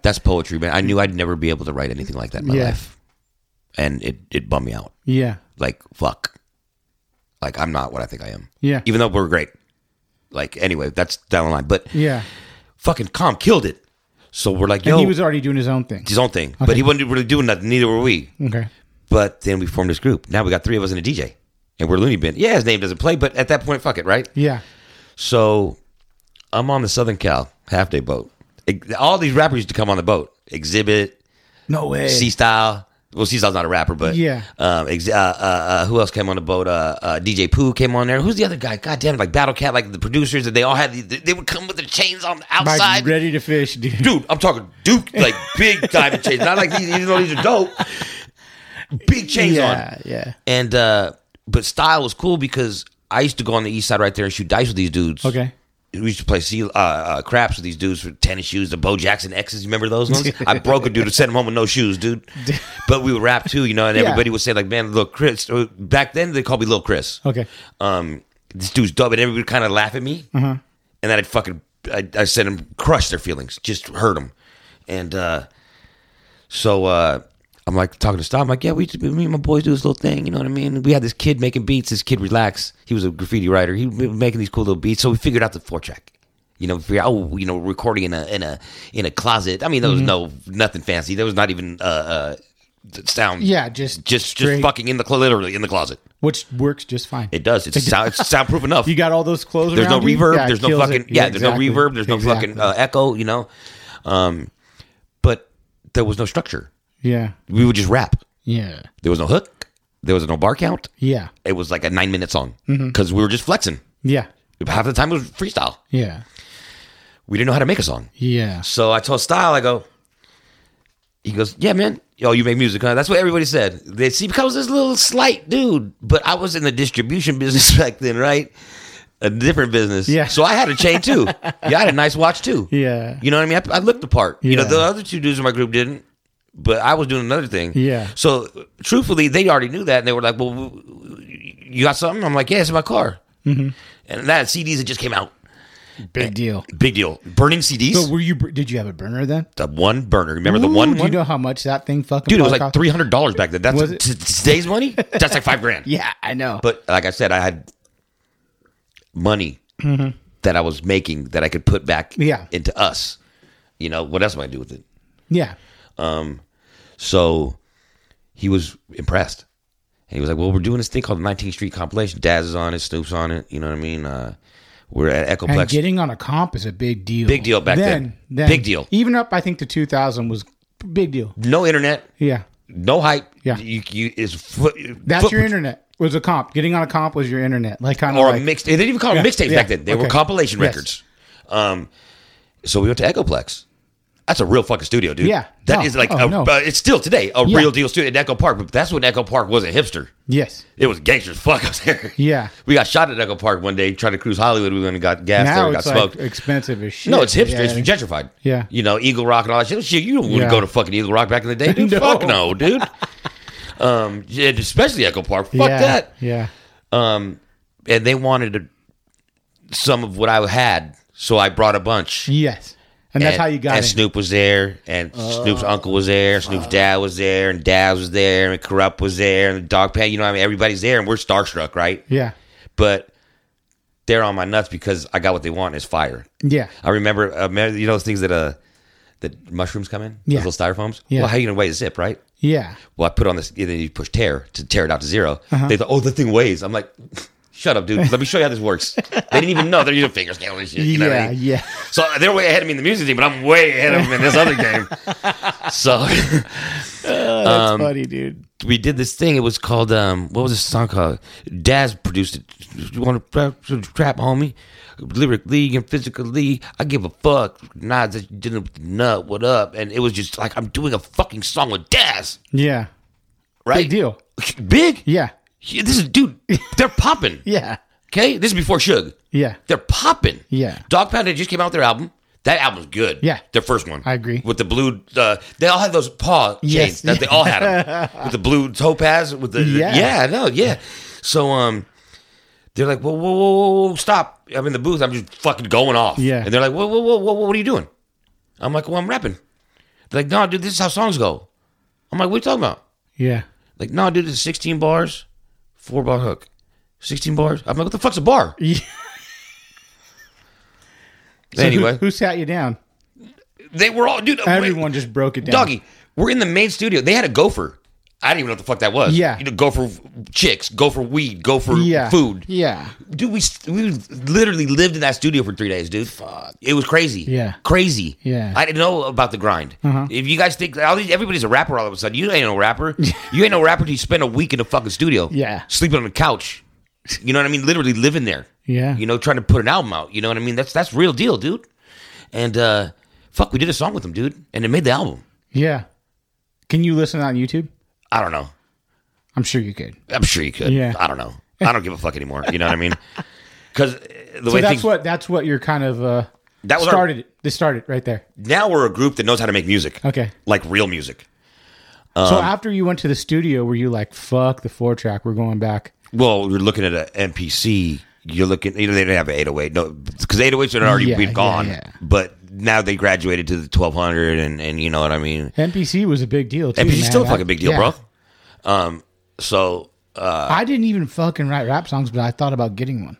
S3: That's poetry, man. I knew I'd never be able to write anything like that in my
S1: Yeah.
S3: life. And it, it bummed me out.
S1: yeah.
S3: Like, fuck. Like, I'm not what I think I am.
S1: Yeah.
S3: Even though we're great. Like, anyway, that's down the line. But
S1: Yeah.
S3: fucking Calm killed it. So we're like,
S1: And
S3: yo,
S1: he was already doing his own thing.
S3: his own thing. But he wasn't really doing nothing. Neither were we.
S1: Okay.
S3: But then we formed this group. Now we got three of us and a DJ. And we're Looney Bin. Yeah, his name doesn't play, but at that point, fuck it, right?
S1: Yeah.
S3: So I'm on the Southern Cal half day boat. Ex- All these rappers used to come on the boat. Exhibit,
S1: No way.
S3: C Style. Well, C Style's not a rapper, but
S1: Yeah.
S3: Um, ex- uh, uh, uh, who else came on the boat? Uh, uh, DJ Pooh came on there. Who's the other guy? God damn it! Like Battle Cat, like the producers, and they all had. The, they would come with their chains on the
S1: Like,
S3: outside.
S1: ready to fish, dude.
S3: Dude, I'm talking Duke, like big diamond chains. Not like these, even though these are dope. Big chains on.
S1: yeah, yeah.
S3: And uh but style was cool because I used to go on the east side right there and shoot dice with these dudes.
S1: Okay.
S3: We used to play sea, uh, uh, craps with these dudes for tennis shoes, the Bo Jackson X's. You remember those ones? I broke a dude and sent him home with no shoes, dude. But we would rap too, you know, and
S1: Yeah.
S3: everybody would say like, "Man, little Chris." Or back then they called me Little Chris.
S1: Okay. Mm-hmm.
S3: Um, this dude's dope, and everybody would kind of laugh at me, and then I'd fucking I, I sent him crush their feelings, just hurt them, and uh, so uh, I'm like talking to Stop. I'm like, yeah, we, me and my boys do this little thing. You know what I mean? We had this kid making beats. This kid, relax. He was a graffiti writer. He was making these cool little beats. So we figured out the four track. You know, figure out, oh, you know, recording in a in a in a closet. I mean, there
S1: Mm-hmm.
S3: was no nothing fancy. There was not even uh, uh th- sound.
S1: Yeah, just
S3: just
S1: straight-
S3: just fucking in the clo- literally in the closet.
S1: which works just fine.
S3: It does. It's, sound, it's soundproof enough.
S1: You got all those clothes.
S3: There's no
S1: around you?
S3: reverb.
S1: Yeah, it
S3: there's no
S1: kills it.
S3: fucking yeah. there's no
S1: exactly.
S3: reverb. There's no fucking
S1: Exactly.
S3: uh, echo. You know, um, but there was no structure.
S1: yeah,
S3: We would just rap.
S1: yeah,
S3: There was no hook. There was no bar count.
S1: yeah,
S3: It was like a nine minute song because we were just flexing.
S1: yeah,
S3: Half the time it was freestyle.
S1: yeah,
S3: We didn't know how to make a song.
S1: yeah.
S3: So I told Style, I go. He goes, yeah, man. Oh, you make music, huh? That's what everybody said. They see because this little slight dude, but I was in the distribution business back then, right? A different business.
S1: Yeah.
S3: So I had a chain too. yeah, I had a nice watch too.
S1: Yeah.
S3: You know what I mean? I, I looked the part. You know,
S1: Yeah.
S3: the other two dudes in my group didn't, but I was doing another thing.
S1: Yeah.
S3: So truthfully, they already knew that, and they were like, "Well, w- you got something?" I'm like, "Yeah, it's in my car."
S1: Mm-hmm.
S3: And that CDs that just came out,
S1: Big deal.
S3: big deal. Burning CDs.
S1: So were you? Did you have a burner then?
S3: The one burner. Remember the one?
S1: Ooh, Do you
S3: one?
S1: know how much that thing fucking?
S3: Dude, it was
S1: cost?
S3: like three hundred dollars back then. That's
S1: Was it?
S3: t- today's money. That's like five grand.
S1: Yeah, I know.
S3: But like I said, I had money that I was making that I could put back
S1: Mm-hmm. Yeah.
S3: into us. You know what else am I gonna do with it?
S1: yeah,
S3: So he was impressed, and he was like, "Well, we're doing this thing called the 19th Street compilation. Daz is on it, Snoop's on it. You know what I mean? Uh, we're at
S1: and
S3: Echoplex.
S1: getting on a comp is a big deal.
S3: Big deal back then. Big deal.
S1: Even up, I think to two thousand was big deal.
S3: no internet,
S1: Yeah,
S3: no hype.
S1: Yeah.
S3: you, you is foot,
S1: that's
S3: foot-
S1: your internet. Was a comp. Getting on a comp was your internet. Like kind of
S3: or
S1: like,
S3: a mix. They didn't even call them
S1: Yeah,
S3: mixtapes
S1: yeah,
S3: back then. They were
S1: okay.
S3: compilation
S1: Yes.
S3: records. Um, so we went to Echoplex. That's a real fucking studio, dude.
S1: Yeah.
S3: that is
S1: No.
S3: like
S1: Oh,
S3: a,
S1: no.
S3: uh, it's still today a
S1: Yeah.
S3: real deal studio in Echo Park. But that's when Echo Park was a hipster.
S1: Yes.
S3: It was gangsters fuck up there.
S1: Yeah.
S3: we got shot at Echo Park one day trying to cruise Hollywood. We went and got gas there
S1: now
S3: and got
S1: it's like
S3: smoked.
S1: expensive as shit.
S3: no, it's hipster.
S1: Yeah.
S3: It's gentrified.
S1: Yeah.
S3: you know Eagle Rock and all that shit. Shit, You don't want
S1: Yeah.
S3: to go to fucking Eagle Rock back in the day, dude.
S1: No.
S3: Fuck no, dude. um, yeah, especially Echo Park. Fuck
S1: yeah.
S3: that
S1: Yeah.
S3: um, and they wanted a, some of what I had, so I brought a bunch.
S1: Yes. And that's how you got Oh.
S3: And
S1: it.
S3: Snoop was there, and Snoop's uncle was there, Snoop's dad was there, and Daz was there, and Corrupt was there, and the Dog Pan. You know, what I mean, everybody's there, and we're starstruck, right?
S1: Yeah.
S3: But they're on my nuts because I got what they want is fire.
S1: Yeah.
S3: I remember, uh, remember- you know, those things that uh, that mushrooms come in,
S1: Yeah.
S3: those little styrofoams.
S1: Yeah.
S3: Well, how you gonna weigh a zip, right?
S1: Yeah.
S3: well, I put on this, and then you push tear to tear it out to 0
S1: Uh-huh.
S3: They thought, oh, the thing weighs. I'm like, shut up, dude. Let me show you how this works. they didn't even know they're using finger scale and shit. You know what I
S1: Yeah.
S3: mean?
S1: Yeah.
S3: So they're way ahead of me in the music team, but I'm way ahead of them in this other game. So Um,
S1: That's funny, dude.
S3: we did this thing. It was called um, what was this song called? Daz produced it. You want to trap, homie? Lyrically and physically, I give a fuck. Nods that you didn't with the nut. What up? And it was just like I'm doing a fucking song with Daz,
S1: Yeah.
S3: right?
S1: Big deal.
S3: Big.
S1: Yeah.
S3: Yeah, this is dude. They're popping.
S1: Yeah.
S3: Okay, this is before Suge.
S1: Yeah.
S3: They're popping.
S1: Yeah.
S3: Dog Pound had just came out with their album. That album's good.
S1: Yeah.
S3: their first one.
S1: I agree.
S3: With the blue, uh, they all had those paw chains.
S1: Yes.
S3: That they all had 'em. with the blue topaz. With the
S1: Yeah.
S3: yeah, no, yeah. So um, they're like, whoa, whoa, whoa, whoa, whoa, stop! I'm in the booth. I'm just fucking going off.
S1: Yeah.
S3: And they're like, whoa, whoa, whoa, whoa, whoa, what are you doing? I'm like, well, I'm rapping. They're like, no, dude, this is how songs go. I'm like, what are you talking about?
S1: Yeah.
S3: Like, no, dude, it's 16 bars, four bar hook. 16 bars? I'm like, what the fuck's a bar?
S1: Yeah. So who-
S3: anyway,
S1: who, sat you down?
S3: they were all, dude,
S1: Everyone just broke it down.
S3: Doggy, we're in the main studio. They had a gopher. I didn't even know what the fuck that was.
S1: Yeah.
S3: You know, gopher chicks, gopher weed, gopher
S1: Yeah.
S3: food.
S1: Yeah.
S3: Dude, we, we literally lived in that studio for three days, dude. Fuck. It was crazy.
S1: Yeah.
S3: Crazy.
S1: Yeah. Uh-huh.
S3: I didn't know about the grind. If you guys think all these, everybody's a rapper all of a sudden, you ain't no rapper. you ain't no rapper till you spend a week in a fucking studio.
S1: Yeah.
S3: Sleeping on the couch. You know what I mean? Literally living there.
S1: Yeah.
S3: You know, trying to put an album out. You know what I mean? That's that's real deal, dude. And uh fuck, we did a song with them, dude. And it made the album.
S1: Yeah. Can you listen on YouTube?
S3: I don't know.
S1: I'm sure you could.
S3: I'm sure you could.
S1: Yeah.
S3: I don't know. I don't give a fuck anymore. You know what I mean? Because the
S1: So
S3: way
S1: that's
S3: things
S1: what that's what you're kind of uh
S3: That was our-
S1: started it. They started right there.
S3: now we're a group that knows how to make music.
S1: Okay.
S3: Like real music.
S1: so
S3: Um,
S1: after you went to the studio, were you like, fuck the four track, we're going back?
S3: Well, you're looking at a oh NPC. You're looking. You know, they didn't have an 808. No, because 808s had oh already
S1: Yeah,
S3: been
S1: yeah,
S3: gone.
S1: yeah.
S3: But now they graduated to the 1200 and, and you know what I mean.
S1: NPC was a big deal. Too,
S3: And he's
S1: man.
S3: still a
S1: I-
S3: fucking big deal,
S1: yeah.
S3: bro. Um, so
S1: I didn't even fucking write rap songs, but I thought about getting one.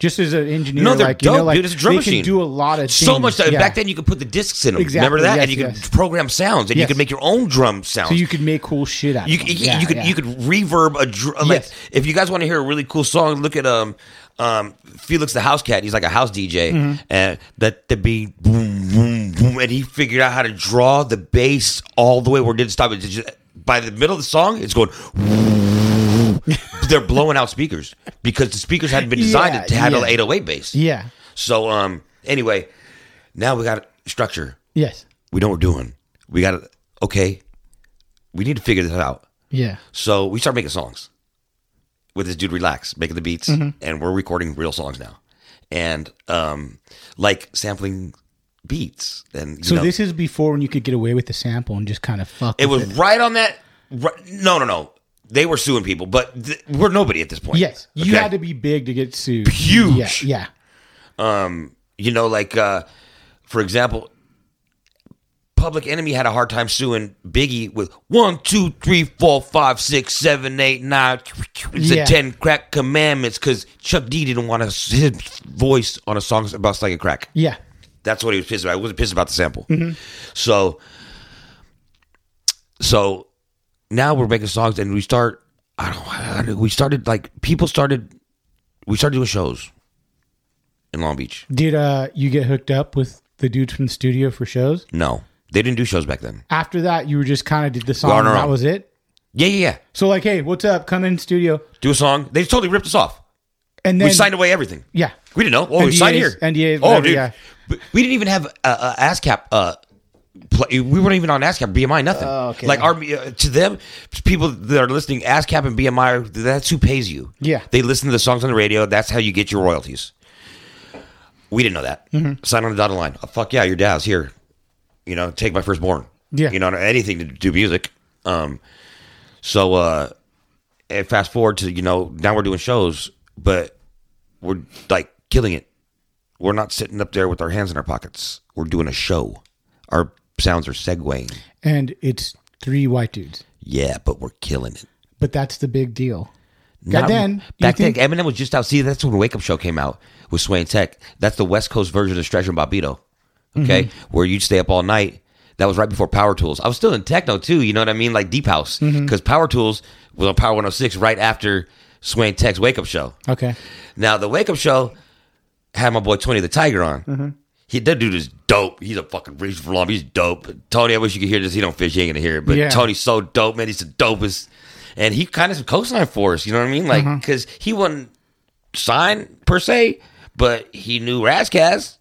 S1: Just as an engineer,
S3: no, they're
S1: like,
S3: dope,
S1: you know, like
S3: dude. It's a drum
S1: they can
S3: machine.
S1: do a lot of
S3: so
S1: things.
S3: much. Stuff.
S1: Yeah.
S3: Back then, you could put the discs in them.
S1: Exactly,
S3: Remember that?
S1: yes,
S3: and you could
S1: yes.
S3: program sounds, and
S1: Yes.
S3: you could make your own drum sounds.
S1: so you could make cool shit out.
S3: You,
S1: of
S3: you,
S1: them. Yeah,
S3: you could
S1: yeah.
S3: you could reverb a dr- like
S1: Yes.
S3: if you guys want to hear a really cool song, look at um um Felix the House Cat. He's like a house DJ,
S1: Mm-hmm.
S3: and that the beat boom boom boom, and he figured out how to draw the bass all the way where it didn't stop. It just, by the middle of the song, it's going. They're blowing out speakers because the speakers hadn't been designed
S1: Yeah,
S3: to handle
S1: yeah.
S3: 808 bass.
S1: Yeah.
S3: So um anyway, now we got structure.
S1: Yes.
S3: We know what we're doing. We got to okay. We need to figure this out.
S1: Yeah.
S3: So we started making songs with this dude Relax, making the beats,
S1: Mm-hmm.
S3: and we're recording real songs now. And um like sampling beats and you
S1: So
S3: know,
S1: this is before when you could get away with the sample and just kind of fuck.
S3: it
S1: with
S3: was right on that right, no no no. They were suing people, but th- we're nobody at this point.
S1: Yes, you
S3: Okay?
S1: had to be big to get sued.
S3: Huge.
S1: Yeah, yeah.
S3: you know like uh for example public enemy had a hard time suing biggie with one two three four five six seven eight nine it's
S1: Yeah.
S3: the ten crack commandments because chuck d didn't want his voice on a song about slinging crack
S1: yeah.
S3: that's what he was pissed about. He wasn't pissed about the sample. So, so now we're making songs, and we start. I don't. I don't- we started like people started. We started doing shows in Long Beach.
S1: Did uh, you get hooked up with the dudes from the studio for shows?
S3: No, they didn't do shows back then.
S1: After that, you were just kind of did the song.
S3: on
S1: and
S3: our
S1: that
S3: own.
S1: was it.
S3: Yeah, yeah, yeah.
S1: So like, hey, what's up? Come in studio,
S3: Do a song. They totally ripped us off.
S1: and then
S3: we signed away everything.
S1: Yeah.
S3: We didn't know. Oh, we
S1: NDAs,
S3: signed here.
S1: NDAs,
S3: oh,
S1: whatever,
S3: dude.
S1: yeah.
S3: But We didn't even have a, a ASCAP. Uh, play. We weren't even on ASCAP, BMI, nothing.
S1: Oh, okay.
S3: Like our uh, to them, people that are listening, ASCAP and BMI, that's who pays you.
S1: Yeah.
S3: They listen to the songs on the radio. That's how you get your royalties. We didn't know that. Sign on the dotted line. Oh, fuck yeah, your dad's here. You know, take my firstborn.
S1: Yeah.
S3: You know, anything to do music. Um, so uh, and fast forward to you know now we're doing shows, but we're like killing it. We're not sitting up there with our hands in our pockets. We're doing a show. Our sounds are segueing.
S1: and it's three white dudes.
S3: Yeah, but we're killing it.
S1: But that's the big deal.
S3: Not-
S1: Back then, do you
S3: back then,
S1: think-
S3: Eminem was just out. See, that's when Wake Up Show came out with Swain Tech. That's the West Coast version of Stretch and Bobbito. Okay,
S1: Mm-hmm.
S3: where you'd stay up all night. That was right before Power Tools. I was still in techno too. You know what I mean, like deep house,
S1: Mm-hmm.
S3: because Power Tools was on Power 106 right after Swain Tech's Wake Up Show.
S1: Okay.
S3: Now the Wake Up Show had my boy Tony the Tiger on.
S1: Mm-hmm.
S3: He that dude is dope. He's a fucking he's from Long Beach. He's dope. Tony, I wish you could hear this. He don't fish. He ain't gonna hear it. But
S1: Yeah.
S3: Tony's so dope, man. He's the dopest. And he kind of co-signed for us. You know what I mean?
S1: Mm-hmm.
S3: Like because he wasn't signed per se, but he knew Razzcast.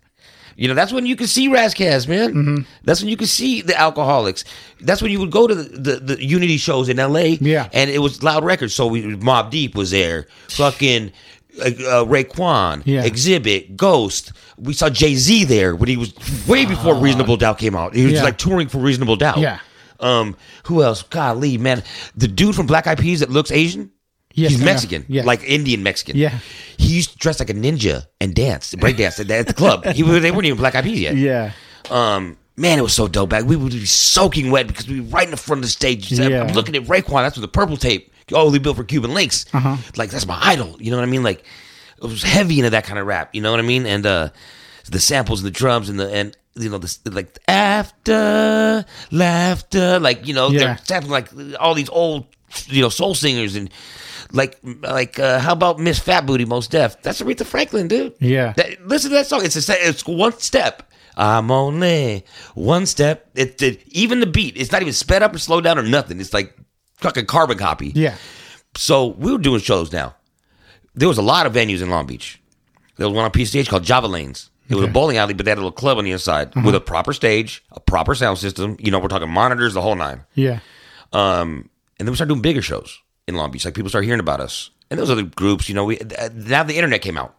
S3: You know, that's when you could see Razzcast, man.
S1: Mm-hmm.
S3: That's when you could see the alcoholics. That's when you would go to the, the, the Unity shows in L.A.
S1: Yeah.
S3: and it was loud records. So we Mob Deep was there, fucking uh, uh, Raekwon,
S1: Yeah.
S3: Exhibit, Ghost. We saw Jay Z there when he was way before Reasonable Doubt came out. He was
S1: Ah. Yeah.
S3: like touring for Reasonable Doubt.
S1: Yeah.
S3: Um, who else? Golly, man, the dude from Black Eyed Peas that looks Asian.
S1: Yes, I
S3: he's
S1: know.
S3: Mexican,
S1: Yes.
S3: like Indian Mexican.
S1: Yeah.
S3: he used to dress like a ninja and dance, break dance at the, at the club. He, was- they weren't even Black Eyed Peas yet.
S1: Yeah.
S3: Um, man, it was so dope back. We would be soaking wet because we were right in the front of the stage.
S1: Yeah.
S3: I'm looking at Raekwon. That's with the purple tape. Oh, they built for Cuban Links.
S1: Uh-huh.
S3: Like that's my idol. You know what I mean? Like it was heavy into that kind of rap. You know what I mean? And uh, the samples and the drums and the and you know this like after laughter. Like you know
S1: Yeah.
S3: they're sampling like all these old you know soul singers and. Like, like, uh, how about Miss Fat Booty Most Deaf? That's Aretha Franklin, dude.
S1: Yeah.
S3: That- listen to that song. It's a, se- it's one step. I'm only one step. It, it- even the beat. It's not even sped up or slowed down or nothing. It's like fucking carbon copy.
S1: Yeah.
S3: So we were doing shows now. There was a lot of venues in Long Beach. There was one on PCH called Java Lanes. It was a bowling alley, but they had a little club on the inside with a proper stage, a proper sound system. You know, we're talking monitors, the whole nine.
S1: Yeah.
S3: Um, and then we started doing bigger shows in Long Beach. Like people started hearing about us, and those other groups. You know, we uh, now the internet came out,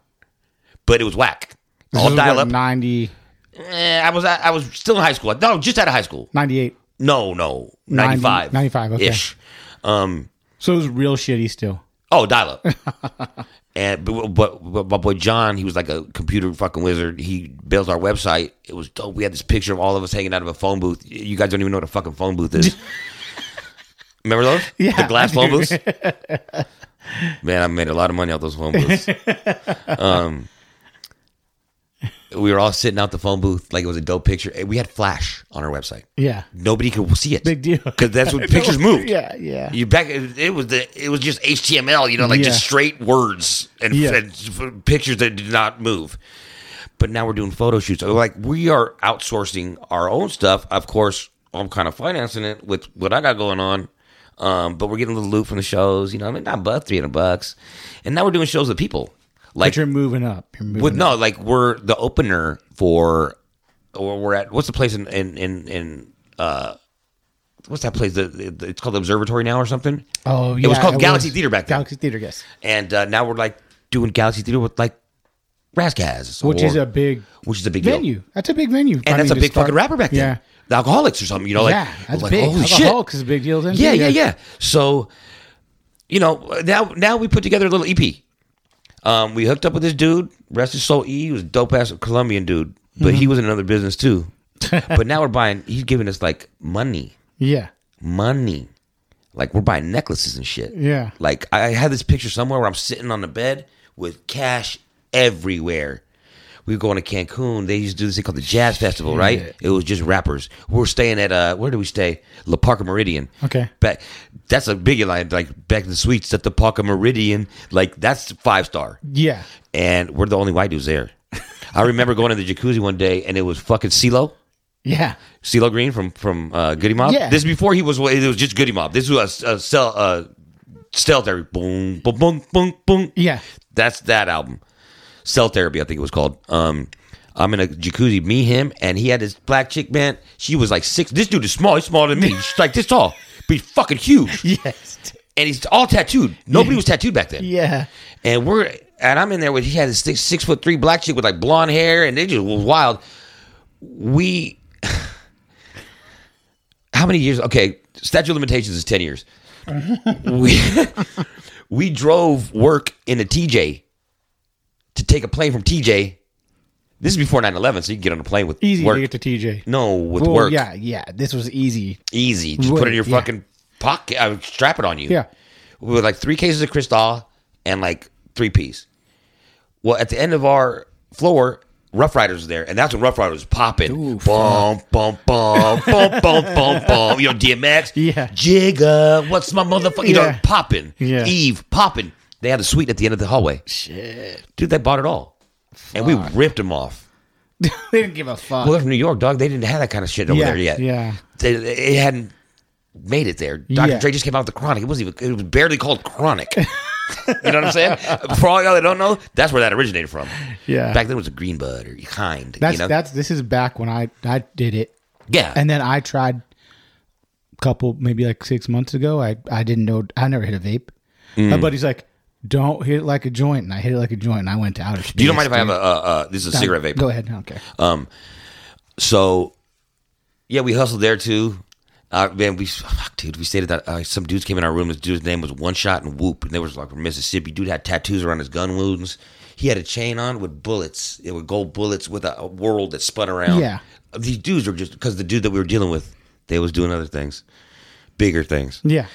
S3: but it was whack.
S1: This
S3: All
S1: was,
S3: dial
S1: like,
S3: up.
S1: 90,
S3: Eh, I was I, I was still in high school. No, just out of high school.
S1: 98.
S3: No, no,
S1: Ninety-
S3: ninety five.
S1: 95, okay.
S3: Ish. Um,
S1: So it was real shitty still.
S3: Oh, dial up. and but, but, but my boy John, he was like a computer fucking wizard. He built our website. It was dope. We had this picture of all of us hanging out of a phone booth. You guys don't even know what a fucking phone booth is. Remember those?
S1: Yeah,
S3: the glass
S1: I
S3: phone
S1: do.
S3: booths. Man, I made a lot of money off those phone booths. um, we were all sitting out the phone booth like it was a dope picture. We had flash on our website.
S1: Yeah.
S3: Nobody could see it.
S1: Big deal.
S3: because that's when pictures moved.
S1: Yeah, yeah.
S3: You back it it was the it was just HTML, you know, like just
S1: Yeah.
S3: straight words and,
S1: Yeah.
S3: and f- pictures that did not move. But now we're doing photo shoots. Like we are outsourcing our own stuff. Of course, I'm kind of financing it with what I got going on. Um, but we're getting a little loot from the shows, you know. I mean, not but three hundred bucks, and now we're doing shows with people. Like
S1: But you're moving up. You're moving
S3: with
S1: up.
S3: no, like we're the opener for, or we're at what's the place in in in, in uh, what's that place? The, the it's called the Observatory now or something.
S1: Oh, yeah.
S3: it was called Galaxy Theater back then,
S1: Galaxy Theater, yes.
S3: and uh, now we're like doing Galaxy Theater with like Raskaz,
S1: Which
S3: or-
S1: is a big
S3: which is a big deal.
S1: venue. That's a big venue. I
S3: and that's
S1: mean, to
S3: a big
S1: start-
S3: fucking rapper back then.
S1: Yeah.
S3: The Alcoholics or something, you know, like
S1: yeah, that's
S3: like,
S1: big.
S3: holy shit.
S1: Alcoholics is a big deal then.
S3: Yeah,
S1: too.
S3: yeah, yeah. So, you know, now now we put together a little EP. Um, we hooked up with this dude, rest his soul. E, he was a dope ass Colombian dude, but
S1: Mm-hmm.
S3: he was in another business too. but now we're buying. He's giving us like money,
S1: Yeah.
S3: money. Like we're buying necklaces and shit.
S1: Yeah.
S3: Like I I had this picture somewhere where I'm sitting on the bed with cash everywhere. We were going to Cancun. They used to do this thing called the Jazz Festival, right? It was just rappers. We were staying at uh, where did we stay? La Parca Meridian.
S1: Okay.
S3: Back, that's a big line. Like back in the suites at the Parca Meridian. Like that's five star
S1: Yeah.
S3: and we're the only white dudes there. I remember going to the jacuzzi one day, and it was fucking CeeLo.
S1: Yeah.
S3: CeeLo Green from from uh, Goody Mob.
S1: Yeah.
S3: This is before he was it was just Goody Mob. This was a, a cell uh, cell therapy. Boom, boom, boom, boom, boom.
S1: Yeah.
S3: That's that album. Cell therapy, I think it was called. Um, I'm in a jacuzzi, me, him, and he had this black chick, man. She was like six. This dude is small. He's smaller than me. She's like this tall, but he's fucking huge.
S1: Yes.
S3: And he's all tattooed. Nobody was tattooed back then
S1: Yeah.
S3: and we're and I'm in there with he had this six, six foot three black chick with like blonde hair, and it just was wild. We, how many years? Okay, statute of limitations is ten years. we we drove work in a TJ to take a plane from TJ. This is before 9-11, so you can get on a plane with
S1: Easy
S3: work.
S1: to get to TJ.
S3: no, with
S1: Well,
S3: work,
S1: Yeah. Yeah. This was easy.
S3: easy. Just put it in your
S1: Yeah.
S3: fucking pocket. I would strap it on you.
S1: Yeah.
S3: We were like three cases of Cristal and like three piece. Well, at the end of our floor, Rough Riders was there, and that's when Rough Riders was popping. Bum, bum, bum, bum, bum, bum, bum. You know, DMX,
S1: Yeah.
S3: Jigga, what's my motherfucker? You know,
S1: Yeah.
S3: popping.
S1: Yeah.
S3: Eve, popping. They had a suite at the end of the hallway. Shit. Dude, they bought it all. And we ripped them off.
S1: they didn't give a fuck.
S3: Well, they're from New York, dog. They didn't have that kind of shit over
S1: Yeah,
S3: there yet.
S1: yeah.
S3: They, it hadn't made it there. Dr.
S1: Yeah.
S3: Dre just came out with the Chronic. It wasn't even. It was barely called Chronic. you know what I'm saying? For all y'all that don't know, that's where that originated from.
S1: Yeah.
S3: Back then it was a green bud or kind.
S1: that's
S3: you know?
S1: that's this is back when I I did it,
S3: yeah.
S1: and then I tried a couple maybe like six months ago. I I didn't know I never hit a vape.
S3: Mm.
S1: My buddy's like, don't hit it like a joint, and I hit it like a joint, and I went to outer space.
S3: Do you don't mind if I have a? Uh, uh, this is a cigarette vape. Uh,
S1: Go ahead. Okay.
S3: So, yeah, we hustled there too. Uh, man, we fuck, dude. We stayed at that. Uh, some dudes came in our room. This dude's name was One Shot and Whoop, and they was like from Mississippi. Dude had tattoos around his gun wounds. He had a chain on with bullets. It would gold bullets with a, a world that spun around.
S1: Yeah.
S3: these dudes were just because the dude that we were dealing with, they was doing other things, bigger things,
S1: yeah.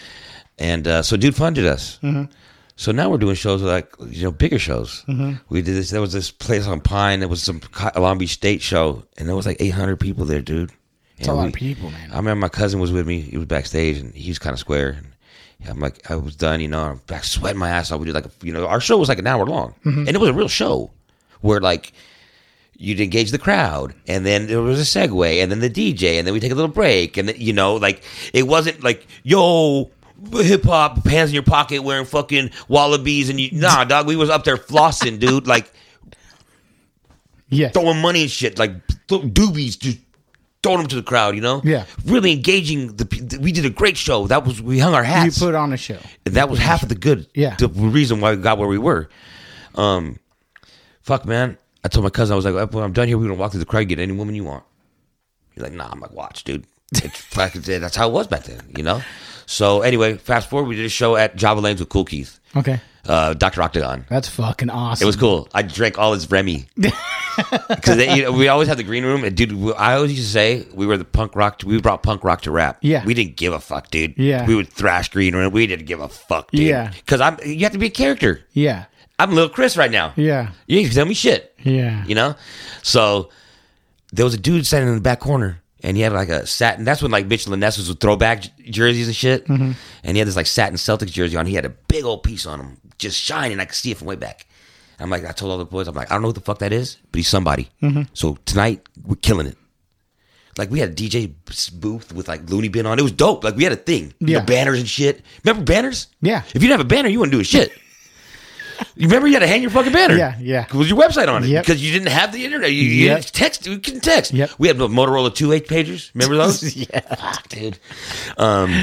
S3: and uh, so dude funded us.
S1: Mm-hmm.
S3: So now we're doing shows like you know bigger shows.
S1: Mm-hmm.
S3: We did this. There was this place on Pine. There was some Co- Long Beach State show, and there was like 800 people there, dude.
S1: It's a lot of people, man.
S3: I remember my cousin was with me. He was backstage, and he was kind of square. And I'm like, I was done, you know. I'm back sweating my ass off. We did like, a, you know, our show was like an hour long,
S1: Mm-hmm.
S3: and it was a real show where like you'd engage the crowd, and then there was a segue, and then the DJ, and then we take a little break, and then, you know, like it wasn't like yo. Hip hop, hands in your pocket, wearing fucking wallabies, and you nah, dog. We was up there flossing, dude. Like
S1: Yes.
S3: throwing money and shit, like th- doobies, just throwing them to the crowd. You know,
S1: Yeah.
S3: really engaging. The pe- we did a great show. That was we hung our
S1: You
S3: hats.
S1: put on a show.
S3: And that was half of the good.
S1: Yeah.
S3: the reason why we got where we were. Um, fuck, man. I told my cousin I was like, when I'm done here, we're gonna walk through the crowd, get any woman you want. He's like, Nah, I'm like, watch, dude. It's back then, that's how it was back then, you know? So anyway, fast forward, we did a show at Java Lanes with Cool Keith,
S1: Okay.
S3: uh, Dr. Octagon.
S1: That's fucking awesome.
S3: It was cool. I drank all his Remy because you know, we always had the green room. And dude, we- I always used to say we were the punk rock. we brought punk rock to rap.
S1: Yeah.
S3: we didn't give a fuck, dude.
S1: Yeah.
S3: we would thrash green room. We didn't give a fuck, dude.
S1: Yeah.
S3: because I'm. You have to be a character.
S1: Yeah.
S3: I'm little Chris right now.
S1: Yeah.
S3: You ain't tell me shit.
S1: Yeah.
S3: You know? So there was a dude standing in the back corner and he had like a satin. That's when like Mitchell and Ness was with throwback j- jerseys and shit.
S1: Mm-hmm.
S3: And he had this like satin Celtics jersey on. He had a big old piece on him, just shining. I could see it from way back. I'm like, I told all the boys, I'm like, I don't know what the fuck that is, but he's somebody.
S1: Mm-hmm.
S3: So tonight, we're killing it. Like we had a DJ booth with like Looney Bin on. It was dope. Like we had a thing. You know,
S1: Yeah.
S3: banners and shit. Remember banners?
S1: Yeah.
S3: If you didn't have a banner, you wouldn't do a shit. you remember you had to hang your fucking banner.
S1: Yeah, yeah.
S3: With your website on it
S1: Yep.
S3: because you didn't have the internet. You, you
S1: Yep.
S3: didn't text. You couldn't text.
S1: Yep.
S3: We had the Motorola two eight pagers. Remember those? yeah, dude. Um,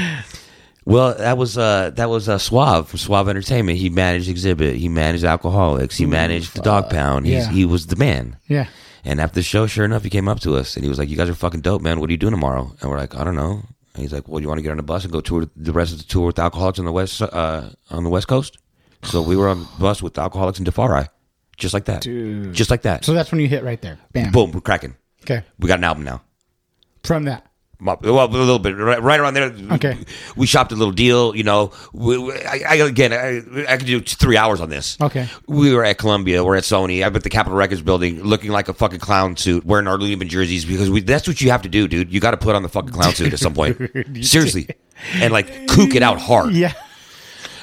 S3: well, that was uh, that was uh, Suave from Suave Entertainment. He managed Exhibit. He managed Alcoholics. He managed the Dog Pound. He's,
S1: Mm, Yeah.
S3: He was the man.
S1: Yeah.
S3: And after the show, sure enough, he came up to us and he was like, "You guys are fucking dope, man. What are you doing tomorrow?" And we're like, "I don't know." And he's like, "Well, you want to get on a bus and go tour the rest of the tour with alcoholics on the west uh, on the west coast?" So we were on the bus with alcoholics and Defari, just like that,
S1: Dude.
S3: just like that.
S1: So that's when you hit right there. Bam.
S3: Boom, we're cracking.
S1: Okay.
S3: We got an album now.
S1: From that.
S3: Well, a little bit, right, right around there.
S1: Okay.
S3: we shopped a little deal. You know, we, we- I, I again, I, I could do t- three hours on this.
S1: Okay.
S3: we were at Columbia, we're at Sony, I'm at the Capitol Records building, looking like a fucking clown suit, wearing our Looney Bin jerseys because we, that's what you have to do, dude. You got to put on the fucking clown suit at some point, seriously, and like kook it out hard.
S1: Yeah.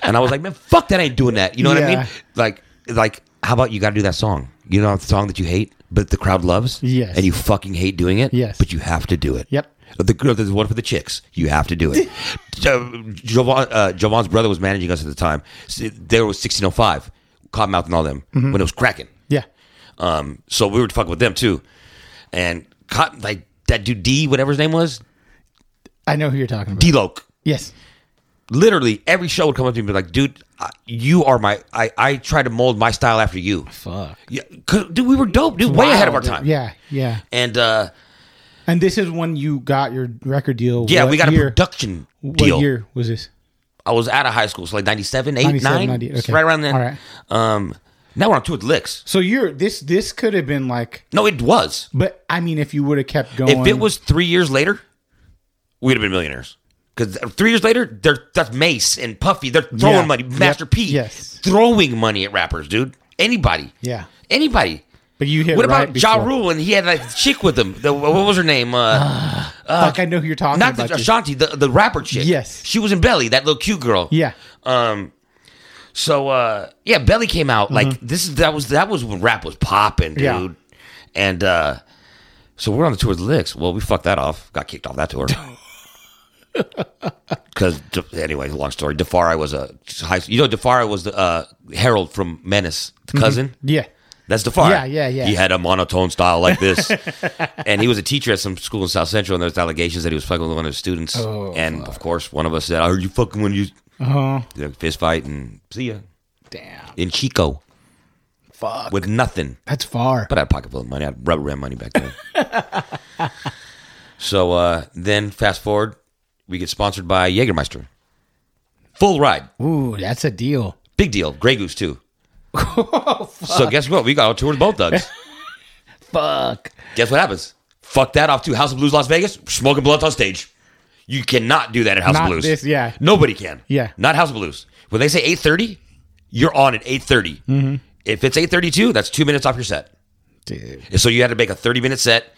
S3: And I was like, man, fuck that, I ain't doing that. You know what I
S1: Yeah.
S3: mean? Like, like, how about you got to do that song? You know, the song that you hate, but the crowd loves.
S1: Yes.
S3: and you fucking hate doing it.
S1: Yes.
S3: but you have to do it.
S1: Yep.
S3: The girl, there's one for the chicks. You have to do it. Jo- Jovan, uh, Jovan's brother was managing us at the time. So there was 1605, Cottonmouth and all them
S1: Mm-hmm.
S3: when it was cracking.
S1: Yeah.
S3: Um, so we were fucking with them too, and Cotton like that dude D, whatever his name was,
S1: I know who you're talking about.
S3: D Loke.
S1: yes.
S3: Literally every show would come up to me and be like, "Dude, I, you are my. I I try to mold my style after you.
S1: Fuck.
S3: Yeah, 'cause, dude, we were dope, dude, way ahead of our time.
S1: Yeah. Yeah.
S3: and uh,
S1: And this is when you got your record deal.
S3: yeah,
S1: What
S3: we got a
S1: year-
S3: production
S1: What
S3: deal.
S1: year was this?
S3: I was out of high school, so like 97, 8,
S1: 97,
S3: 9,
S1: 98, okay.
S3: right around there.
S1: All right.
S3: Um, now we're on tour with Licks.
S1: So you're this. This could have been like,
S3: No, it was.
S1: but I mean, if you would have kept going,
S3: If it was three years later, we'd have been millionaires. Because three years later, they're, that's Mace and Puffy. They're throwing
S1: Yeah.
S3: money.
S1: Yep.
S3: Master P.
S1: Yes.
S3: Throwing money at rappers, dude. Anybody.
S1: Yeah.
S3: Anybody.
S1: but you hit.
S3: What
S1: right
S3: about Ja
S1: before.
S3: Rule and he had that chick with him? The, what was her name? Uh,
S1: Fuck, I know who you're Ah, talking
S3: not
S1: about.
S3: the,
S1: dude.
S3: Ashanti, the, the rapper chick.
S1: Yes.
S3: She was in Belly, that little cute girl.
S1: yeah.
S3: Um, so uh, yeah, Belly came out like this is that was that was when rap was popping, dude.
S1: Mm-hmm. Yeah.
S3: And uh, so we're on the tour with Licks. Well, we fucked that off. Got kicked off that tour. Because anyway, long story. Defari was a high. You know, Defari was the uh, Harold from Menace, the
S1: Mm-hmm.
S3: cousin.
S1: Yeah.
S3: That's Defari.
S1: Yeah, yeah, yeah.
S3: He had a monotone style like this, and he was a teacher at some school in South Central. And there was allegations that he was fucking with one of his students. and of course, one of us said, "I heard you fucking when you
S1: Oh.
S3: you know, fist fight and see ya
S1: Damn.
S3: in Chico
S1: Fuck.
S3: with nothing.
S1: That's far.
S3: But I had a pocket full of money. I had rubber band money back then. so uh, then fast forward, we get sponsored by Jägermeister. Full ride.
S1: Ooh, that's a deal.
S3: Big deal. Grey Goose too.
S1: Oh,
S3: So guess what? We got on tour with both thugs.
S1: Fuck.
S3: guess what happens? Fuck that off too. House of Blues Las Vegas, smoking blunt on stage. You cannot do that at House
S1: Not
S3: of Blues.
S1: this- yeah.
S3: Nobody can.
S1: Yeah.
S3: Not House of Blues. When they say 8.30, you're on at 8.30.
S1: Mm-hmm.
S3: If it's 8.32, that's two minutes off your set.
S1: Dude.
S3: And so you had to make a 30 minute set.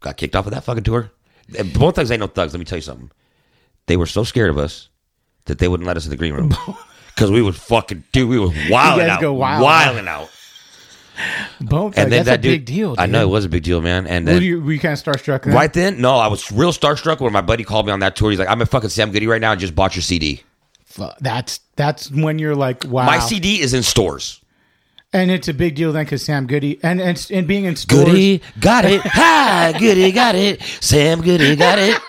S3: Got kicked off of that fucking tour. And Bone Thugs ain't no thugs. Let me tell you something. They were so scared of us that they wouldn't let us in the green room because we would fucking dude, we was wilding
S1: guys
S3: out,
S1: go wild.
S3: wilding out.
S1: Bone
S3: And
S1: thug,
S3: then
S1: that's
S3: that
S1: a
S3: dude,
S1: big deal. Dude.
S3: I know it was a big deal, man. And
S1: Were
S3: then
S1: you, were you kind of starstruck? Then?
S3: right then, no, I was real starstruck when my buddy called me on that tour. He's like, "I'm at fucking Sam Goody right now. and just bought your CD.
S1: Fuck. That's that's when you're like, wow.
S3: My CD is in stores.
S1: And it's a big deal then because Sam Goody and, and and being in stores.
S3: Goody got it. Hi, Goody got it. Sam Goody got it.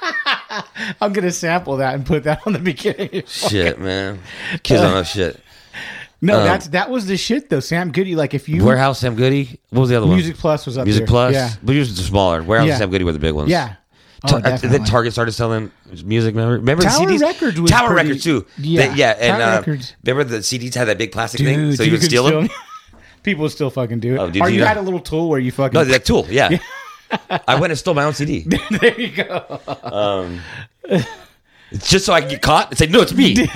S1: I'm gonna sample that and put that on the beginning.
S3: shit, man. Kids don't know shit.
S1: no, that's that was the shit though. Sam Goody, like if you
S3: Um, Warehouse Sam Goody. What was the other one?
S1: Music Plus was up
S3: Music
S1: there.
S3: Plus.
S1: Yeah.
S3: But yours was the smaller. Warehouse
S1: Yeah.
S3: and Sam Goody were uh, the big ones.
S1: Yeah. Oh,
S3: Ta-
S1: definitely.
S3: then Target started selling music. Remember, remember
S1: Tower
S3: the CDs?
S1: Records was
S3: Tower
S1: pretty-
S3: Records too.
S1: Yeah,
S3: They- yeah. And
S1: Tower
S3: uh,
S1: Records.
S3: remember the CDs had that big plastic
S1: Dude,
S3: thing, so you, could
S1: could
S3: steal them.
S1: People still fucking do it.
S3: Oh, dude,
S1: or
S3: you
S1: you,
S3: know-
S1: had a little tool where you fucking.
S3: No, that tool. Yeah. I went and stole my own CD
S1: there you go.
S3: just so I could get caught and say, "No, it's me."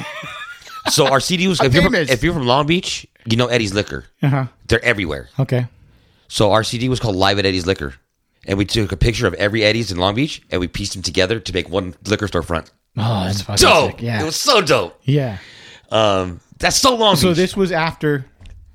S3: so our CD was. If you're, from,
S1: famous.
S3: if you're from Long Beach, you know Eddie's Liquor.
S1: Uh-huh.
S3: They're everywhere.
S1: Okay.
S3: So our CD was called Live at Eddie's Liquor, and we took a picture of every Eddie's in Long Beach and we pieced them together to make one liquor store front.
S1: Oh, that's fucking
S3: Dope.
S1: sick. Yeah.
S3: It was so dope.
S1: yeah.
S3: Um, that's so long.
S1: So
S3: Beach.
S1: this was after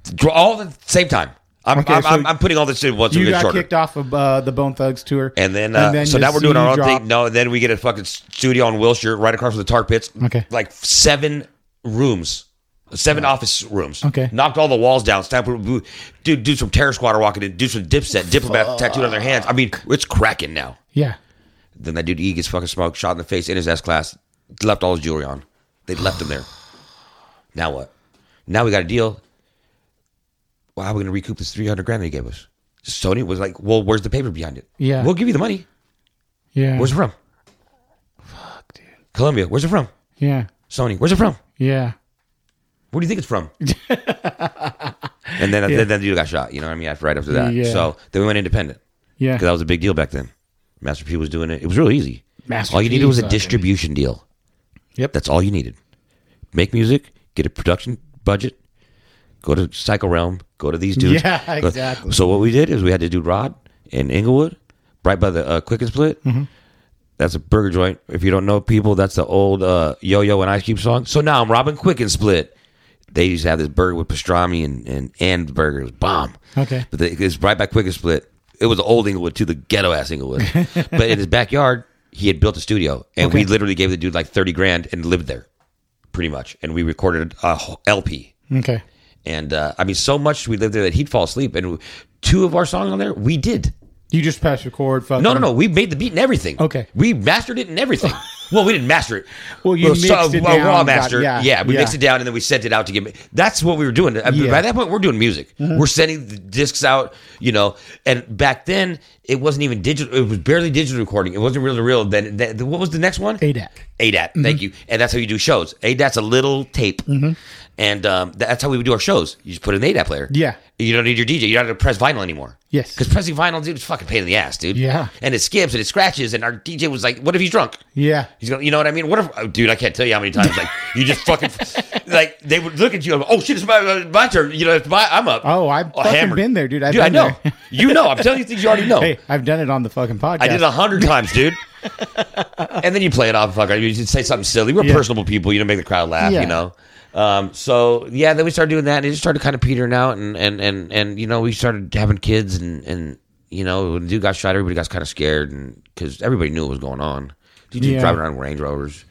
S3: Dr- all at the same time. I'm,
S1: Okay,
S3: I'm,
S1: so
S3: I'm, I'm putting all this in once we
S1: you
S3: get
S1: got
S3: shorter.
S1: kicked off of uh, the Bone Thugs tour,
S3: and then, uh, so
S1: your
S3: now we're doing our own
S1: CD
S3: thing. No, and then we get a fucking studio on Wilshire, right across from the tar pits.
S1: Okay.
S3: like seven rooms, seven office rooms.
S1: Okay.
S3: knocked all the walls down. Stamped, dude, dudes from Terror Squad are walking in. Dudes from Dipset, Diplomat tattooed on their hands. I mean, it's cracking now.
S1: Yeah.
S3: Then that dude E gets fucking smoked, shot in the face in his S class, left all his jewelry on. They left him there. Now what? Now we got a deal. Well, how are we going to recoup this 300 grand they gave us? Sony was like, well, where's the paper behind it?
S1: Yeah.
S3: We'll give you the money.
S1: Yeah.
S3: Where's it from? Fuck, dude. Columbia, where's it from?
S1: yeah.
S3: Sony, where's it from?
S1: Yeah.
S3: Where do you think it's from? and then, then, then the dude got shot. You know what I mean? After, right after that.
S1: Yeah.
S3: So then we went independent
S1: Yeah.
S3: because that was a big deal back then. Master P was doing it. It was really easy.
S1: Master
S3: all you
S1: P
S3: needed was a
S1: fucking-
S3: distribution deal.
S1: Yep.
S3: That's all you needed. Make music, get a production budget, go to Cycle Realm, go to these dudes.
S1: Yeah,
S3: Go-
S1: exactly.
S3: So what we did is we had to do Rod in Inglewood, right by the uh, Quick and Split.
S1: Mm-hmm.
S3: That's a burger joint. If you don't know people, that's the old uh, Yo Yo and Ice Cube song. So now I'm robbing Quick and Split. They used to have this burger with pastrami and and, and the burger. It was bomb.
S1: Okay.
S3: But they, it's right by Quick and Split. It was the old Inglewood too, the ghetto ass Inglewood. but in his backyard, he had built a studio, and we
S1: Okay.
S3: literally gave the dude like thirty grand and lived there, pretty much. And we recorded a whole LP,
S1: Okay.
S3: and uh, I mean, so much we lived there that he'd fall asleep. And two of our songs on there, we did.
S1: You just press record. Fucking,
S3: No, no, no. We made the beat and everything.
S1: Okay.
S3: We mastered it and everything. well, we didn't master it.
S1: Well, you mixed it
S3: well,
S1: down,
S3: Raw
S1: got-
S3: mastered.
S1: yeah,
S3: yeah, we
S1: yeah.
S3: mixed it down and then we sent it out to get. That's what we were doing. Uh,
S1: Yeah. Mm-hmm.
S3: By that point, we're doing music. We're sending the discs out, you know. And back then, it wasn't even digital. It was barely digital recording. It wasn't real to real. Then, then what was the next one?
S1: ADAC.
S3: ADAT.
S1: Mm-hmm.
S3: Thank you. And that's how you do shows. ADAT's a little tape. And um, that's how we would do our shows. You just put an ADAT player.
S1: Yeah.
S3: You don't need your DJ. You don't have to press vinyl anymore.
S1: Yes.
S3: Because pressing vinyl, dude, is fucking pain in the ass, dude.
S1: Yeah.
S3: And it skips and it scratches. And our DJ was like, "What if he's drunk?"
S1: Yeah.
S3: He's going, you know what I mean? What if, oh, dude? I can't tell you how many times like you just fucking like they would look at you. and, Oh shit, it's my, my turn. You know, it's my, I'm up.
S1: Oh, I've
S3: Oh,
S1: fucking
S3: hammered.
S1: been there, dude. I've
S3: dude, I
S1: been
S3: know.
S1: there.
S3: you know. I'm telling you things you already know.
S1: Hey, I've done it on the fucking podcast.
S3: I did it a hundred times, dude. and then you play it off, fucker. You just say something silly. We're
S1: Yeah.
S3: personable people. You don't make the crowd laugh,
S1: Yeah.
S3: you know. Um, so yeah, then we started doing that, and it just started kind of petering out, and and and and you know, we started having kids, and and you know, when the dude got shot, everybody got kind of scared, and because everybody knew what was going on. Dude, just
S1: Yeah.
S3: driving around Range Rovers.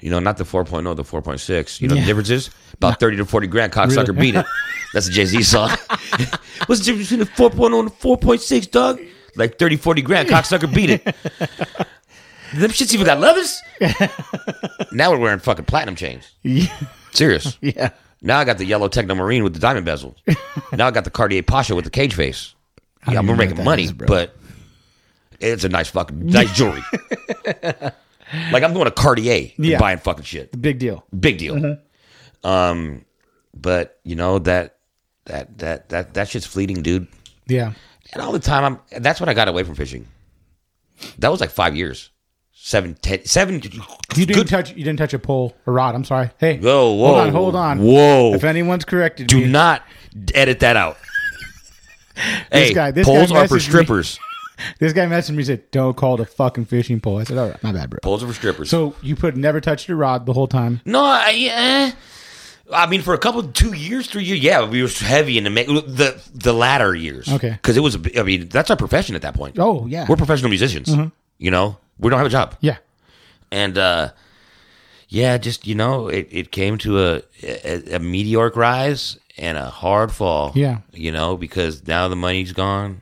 S3: You know, not the 4.0, the 4.6. You know, the difference is about 30 to 40 grand. Cocksucker beat it. That's a Jay Z song. What's the difference between the 4.0 and the 4.6, dog? Like 30, 40 grand. Cocksucker beat it. Them shits even got leathers. now we're wearing fucking platinum chains. Serious.
S1: Yeah.
S3: Now I got the yellow Techno Marine with the diamond bezel. now I got the Cartier Pasha with the cage face. Yeah, I'm
S1: even know what
S3: making
S1: that
S3: money,
S1: is, bro.
S3: but it's a nice fucking nice jewelry. like I'm going to Cartier and
S1: Yeah. Mm-hmm.
S3: buying fucking shit.
S1: Big deal.
S3: Big deal. Um, but you know that that that that that shit's fleeting, dude.
S1: Yeah.
S3: And all the time, I'm. That's when I got away from fishing. That was like five years, seven, ten, seven.
S1: You didn't
S3: good-
S1: touch. You didn't touch a pole or rod. I'm sorry. Hey.
S3: Whoa, whoa,
S1: Hold on. Hold on.
S3: whoa.
S1: If anyone's corrected,
S3: Do
S1: me,
S3: not edit that out. hey,
S1: guy- this
S3: poles
S1: guy
S3: are
S1: messaged
S3: for
S1: me.
S3: strippers.
S1: This guy messaged me said, "Don't call it a fucking fishing pole." I said, "All right, my bad, bro."
S3: Poles are for strippers.
S1: So you put never touched your rod the whole time.
S3: no, I, eh. I mean, for a couple, two years, three years, yeah, we were heavy in the ma- the the latter years.
S1: Okay.
S3: because it was. a bi- I mean, that's our profession at that point.
S1: Oh yeah. Mm-hmm.
S3: we're professional musicians. You know, we don't have a job.
S1: yeah.
S3: and uh yeah just you know it, it came to a, a a meteoric rise and a hard fall
S1: Yeah.
S3: you know because now the money's gone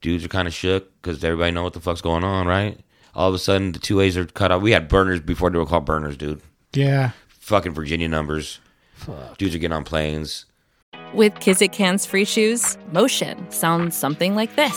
S3: dudes are kind of shook because everybody know what the fuck's going on right all of a sudden the two a's are cut off we had burners before they were called burners dude
S1: Yeah.
S3: fucking virginia numbers dudes are getting on planes
S4: With Kizikans free shoes, motion sounds something like this.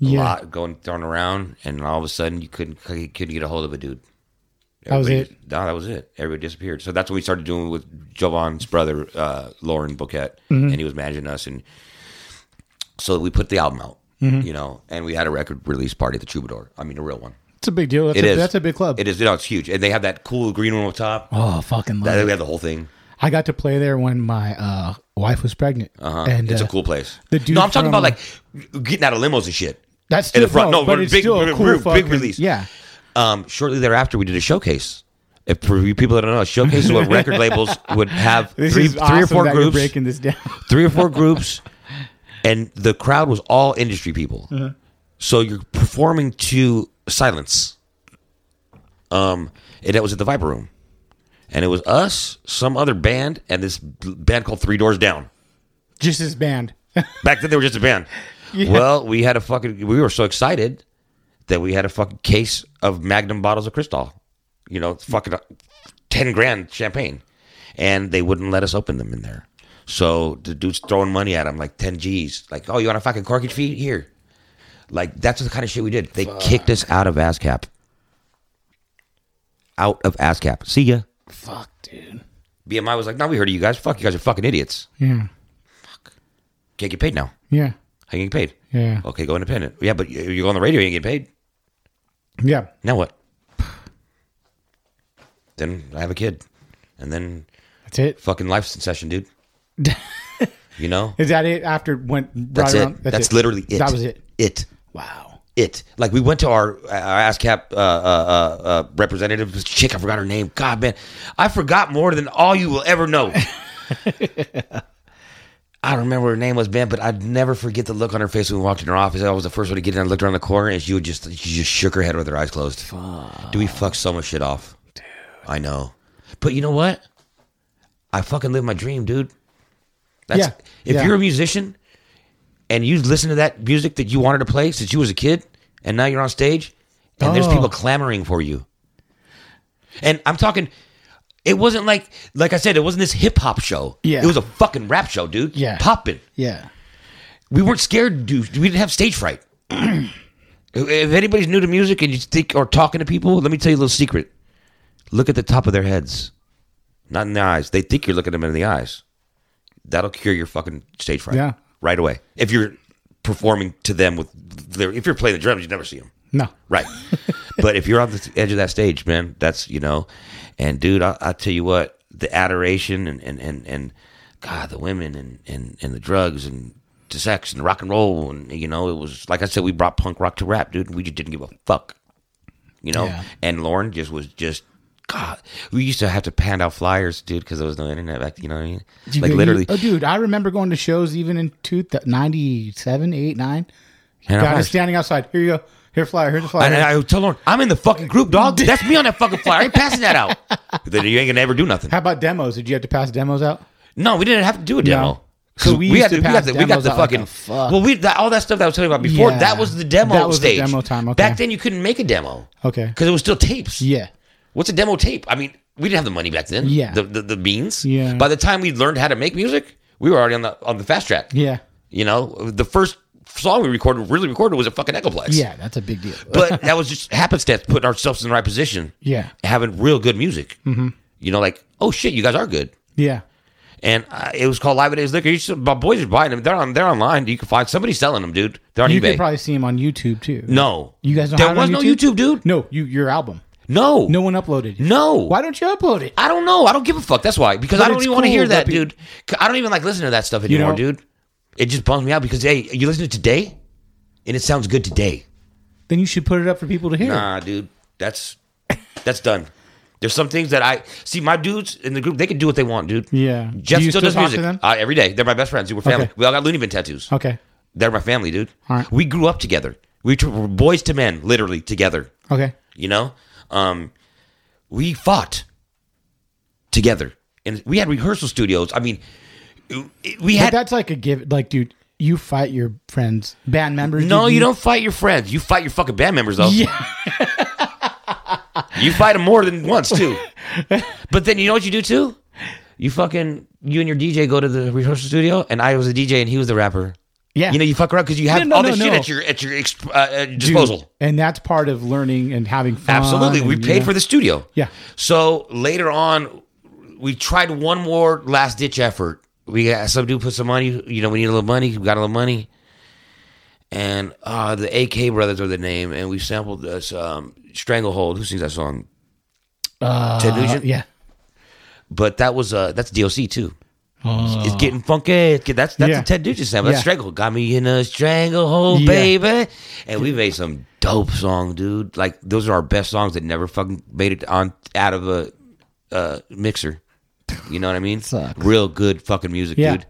S1: Yeah.
S3: lot going thrown around, and all of a sudden you couldn't couldn't get a hold of a dude.
S1: That was
S3: Everybody- No, that was it. Everybody disappeared. So that's what we started doing with Jovan's brother, uh, Lauren Bouquet,
S1: Mm-hmm.
S3: and he was managing us. And so we put the album out,
S1: Mm-hmm.
S3: you know, and we had a record release party at the Troubadour. I mean, a real one.
S1: It's a big deal. That's
S3: It
S1: a,
S3: is.
S1: That's a big club.
S3: It is. You know, it's huge, and they have that cool green one on top.
S1: Oh, I fucking love
S3: That,
S1: it.
S3: we have the whole thing.
S1: I got to play there when my uh, wife was pregnant, uh-huh. and
S3: It's
S1: uh,
S3: a cool place.
S1: the dude
S3: no, I'm talking
S1: from-
S3: about like getting out of limos and shit.
S1: That's
S3: in
S1: still,
S3: the front. No,
S1: but
S3: we're
S1: it's
S3: big-
S1: still
S3: we're-
S1: a cool
S3: we're big
S1: fucking-
S3: release.
S1: Yeah,
S3: Um, shortly thereafter, we did a showcase. If for you people that don't know, a showcase is what record labels would have
S1: this
S3: three,
S1: is
S3: three
S1: awesome
S3: or four
S1: that You're
S3: groups,
S1: breaking this down.
S3: three or four groups, and the crowd was all industry people.
S1: Uh-huh.
S3: So you're performing to silence. Um, and that was at the Viper Room, and it was us, some other band, and this b- band called Three Doors Down.
S1: Just this band.
S3: Back then, they were just a band. Well, we had a fucking. We were so excited that we had a fucking case of Magnum bottles of Cristal. You know, fucking uh, ten grand champagne, and they wouldn't let us open them in there. So the dude's throwing money at him, like ten G's. Like, oh, you want a fucking corkage fee here? Like that's the kind of shit we did. They kicked us out of ASCAP. Out of ASCAP. See ya.
S1: Fuck, dude.
S3: BMI was like, no, we heard of you guys. Fuck, you guys are fucking idiots.
S1: Yeah,
S3: Can't get paid now.
S1: yeah,
S3: How you get paid?
S1: yeah,
S3: Okay, go independent. Yeah, but you you go on the radio, you ain't get paid.
S1: yeah.
S3: Now what? Then I have a kid, and then
S1: That's it.
S3: fucking life session, dude. you know,
S1: Is that it? After went right
S3: that's
S1: around.
S3: it. That's, literally it.
S1: That was it.
S3: It.
S1: Wow.
S3: It. Like we went to our our ASCAP uh, uh, uh, uh, representative this chick. I forgot her name. God, man, I forgot more than all you will ever know. I don't remember what her name was, man, but I'd never forget the look on her face when we walked in her office. I was the first one to get in. I looked around the corner, and she would just she just shook her head with her eyes closed. Do we fuck so much shit off? Dude. I know, but you know what? I fucking live my dream, dude. That's
S1: Yeah,
S3: if
S1: yeah.
S3: you're a musician and you listen to that music that you wanted to play since you was a kid, and now you're on stage, and there's
S1: Oh.
S3: people clamoring for you. And I'm talking, it wasn't like like I said, it wasn't this hip hop show.
S1: Yeah.
S3: it was a fucking rap show, dude.
S1: Yeah.
S3: popping.
S1: Yeah.
S3: We weren't scared, dude. We didn't have stage fright. if if anybody's new to music and you think or talking to people, let me tell you a little secret. Look at the top of their heads, not in their eyes. They think you're looking them in the eyes. That'll cure your fucking stage fright.
S1: Yeah.
S3: right away. If you're performing to them with, their, if you're playing the drums, you never see them.
S1: No.
S3: Right. but if you're on the edge of that stage, man, that's, you know, and dude, I, I tell you what, the adoration and, and, and, and God, the women and, and, and the drugs and the sex and rock and roll. And, you know, it was, like I said, we brought punk rock to rap, dude. We just didn't give a fuck, you know?
S1: Yeah.
S3: And Lauren just was just, God, we used to have to hand out flyers, dude, because there was no internet back. You know what I mean?
S1: You-
S3: like
S1: you-
S3: literally,
S1: oh, dude, I remember going to shows even in two th- 97, 8, 9.
S3: hand out
S1: Guys
S3: flyers.
S1: standing outside. Here you go. Here, flyer. Here's the flyer.
S3: And I would tell Lauren, I'm in the fucking group, dog. That's me on that fucking flyer. I ain't passing that out. then you ain't gonna ever do nothing.
S1: How about demos? Did you have to pass demos out?
S3: No, we didn't have to do a demo.
S1: No. So we used to pass demos out like a fuck.
S3: well, we that, all that stuff that I was telling you about before.
S1: Yeah.
S3: That was the demo
S1: That was the
S3: stage.
S1: demo time, okay.
S3: Back then, you couldn't make a demo
S1: Okay.
S3: because it was still tapes.
S1: Yeah.
S3: What's a demo tape? I mean, we didn't have the money back then.
S1: Yeah.
S3: The the, the means.
S1: Yeah.
S3: By the time we learned how to make music, we were already on the on the fast track.
S1: Yeah.
S3: You know, the first song we recorded, really recorded, was a fucking Echoplex.
S1: Yeah. That's a big deal.
S3: but that was just happenstance putting ourselves in the right position.
S1: Yeah.
S3: having real good music. Mm-hmm. You know, like oh shit, you guys are good.
S1: yeah.
S3: And uh, it was called Live at Days Liquor. You should, my boys are buying them. They're on. They're online. You can find somebody selling them, dude. They're on
S1: You
S3: eBay.
S1: could probably see him on YouTube too.
S3: no,
S1: You guys don't
S3: There
S1: have it
S3: was
S1: on
S3: no YouTube, dude.
S1: No, you your album.
S3: No.
S1: No one uploaded. it.
S3: No.
S1: Why don't you upload it?
S3: I don't know. I don't give a fuck. That's why. Because
S1: But
S3: I don't
S1: it's
S3: even want to
S1: cool
S3: hear
S1: that
S3: that,
S1: pe-
S3: dude. C- I don't even like listening to that stuff anymore,
S1: know-
S3: dude. It just bums me out because hey, you listen to it today, and it sounds good today.
S1: Then you should put it up for people to hear.
S3: Nah, dude. That's that's done. There's some things that I see. My dudes in the group, they can do what they want, dude.
S1: Yeah.
S3: Jeff
S1: Do you still
S3: still, does
S1: talk
S3: music
S1: to them?
S3: Uh, every day. They're my best friends. Dude, We're family.
S1: Okay.
S3: We all got Looney Bin tattoos.
S1: Okay.
S3: They're my family, dude.
S1: All right.
S3: We grew up together. We tr- were boys to men, literally together.
S1: Okay.
S3: You know, um, we fought together, and we had rehearsal studios. I mean, it- we
S1: But
S3: had
S1: that's like a give. Like, dude, you fight your friends, band members.
S3: no.
S1: dude,
S3: You don't fight your friends. You fight your fucking band members, though.
S1: Yeah.
S3: You fight them more than once too. but then you know what you do too? You fucking you and your DJ go to the rehearsal studio, and I was a DJ and he was the rapper.
S1: Yeah.
S3: You know, you fuck around because you have
S1: No, no,
S3: all
S1: no,
S3: this
S1: no.
S3: shit at your at your exp- uh, uh,
S1: Dude,
S3: disposal.
S1: and that's part of learning and having fun.
S3: Absolutely, we
S1: and, you
S3: paid
S1: know.
S3: for the studio.
S1: Yeah.
S3: So later on, we tried one more last ditch effort. We got some dude put some money. You know, we need a little money. We got a little money. And uh, the AK brothers are the name, and we sampled this um, Stranglehold. Who sings that song? Uh, Ted Nugent.
S1: Yeah.
S3: But that was uh, that's DOC too. It's getting funky. It's get- that's that's
S1: Oh. Yeah.
S3: a Ted Nugent sample. That's
S1: Yeah.
S3: Stranglehold. Got me in a stranglehold,
S1: Yeah.
S3: baby. And we made some dope song, dude. Like those are our best songs that never fucking made it on out of a uh, mixer. You know what I mean?
S1: Sucks.
S3: Real good fucking music,
S1: Yeah.
S3: dude.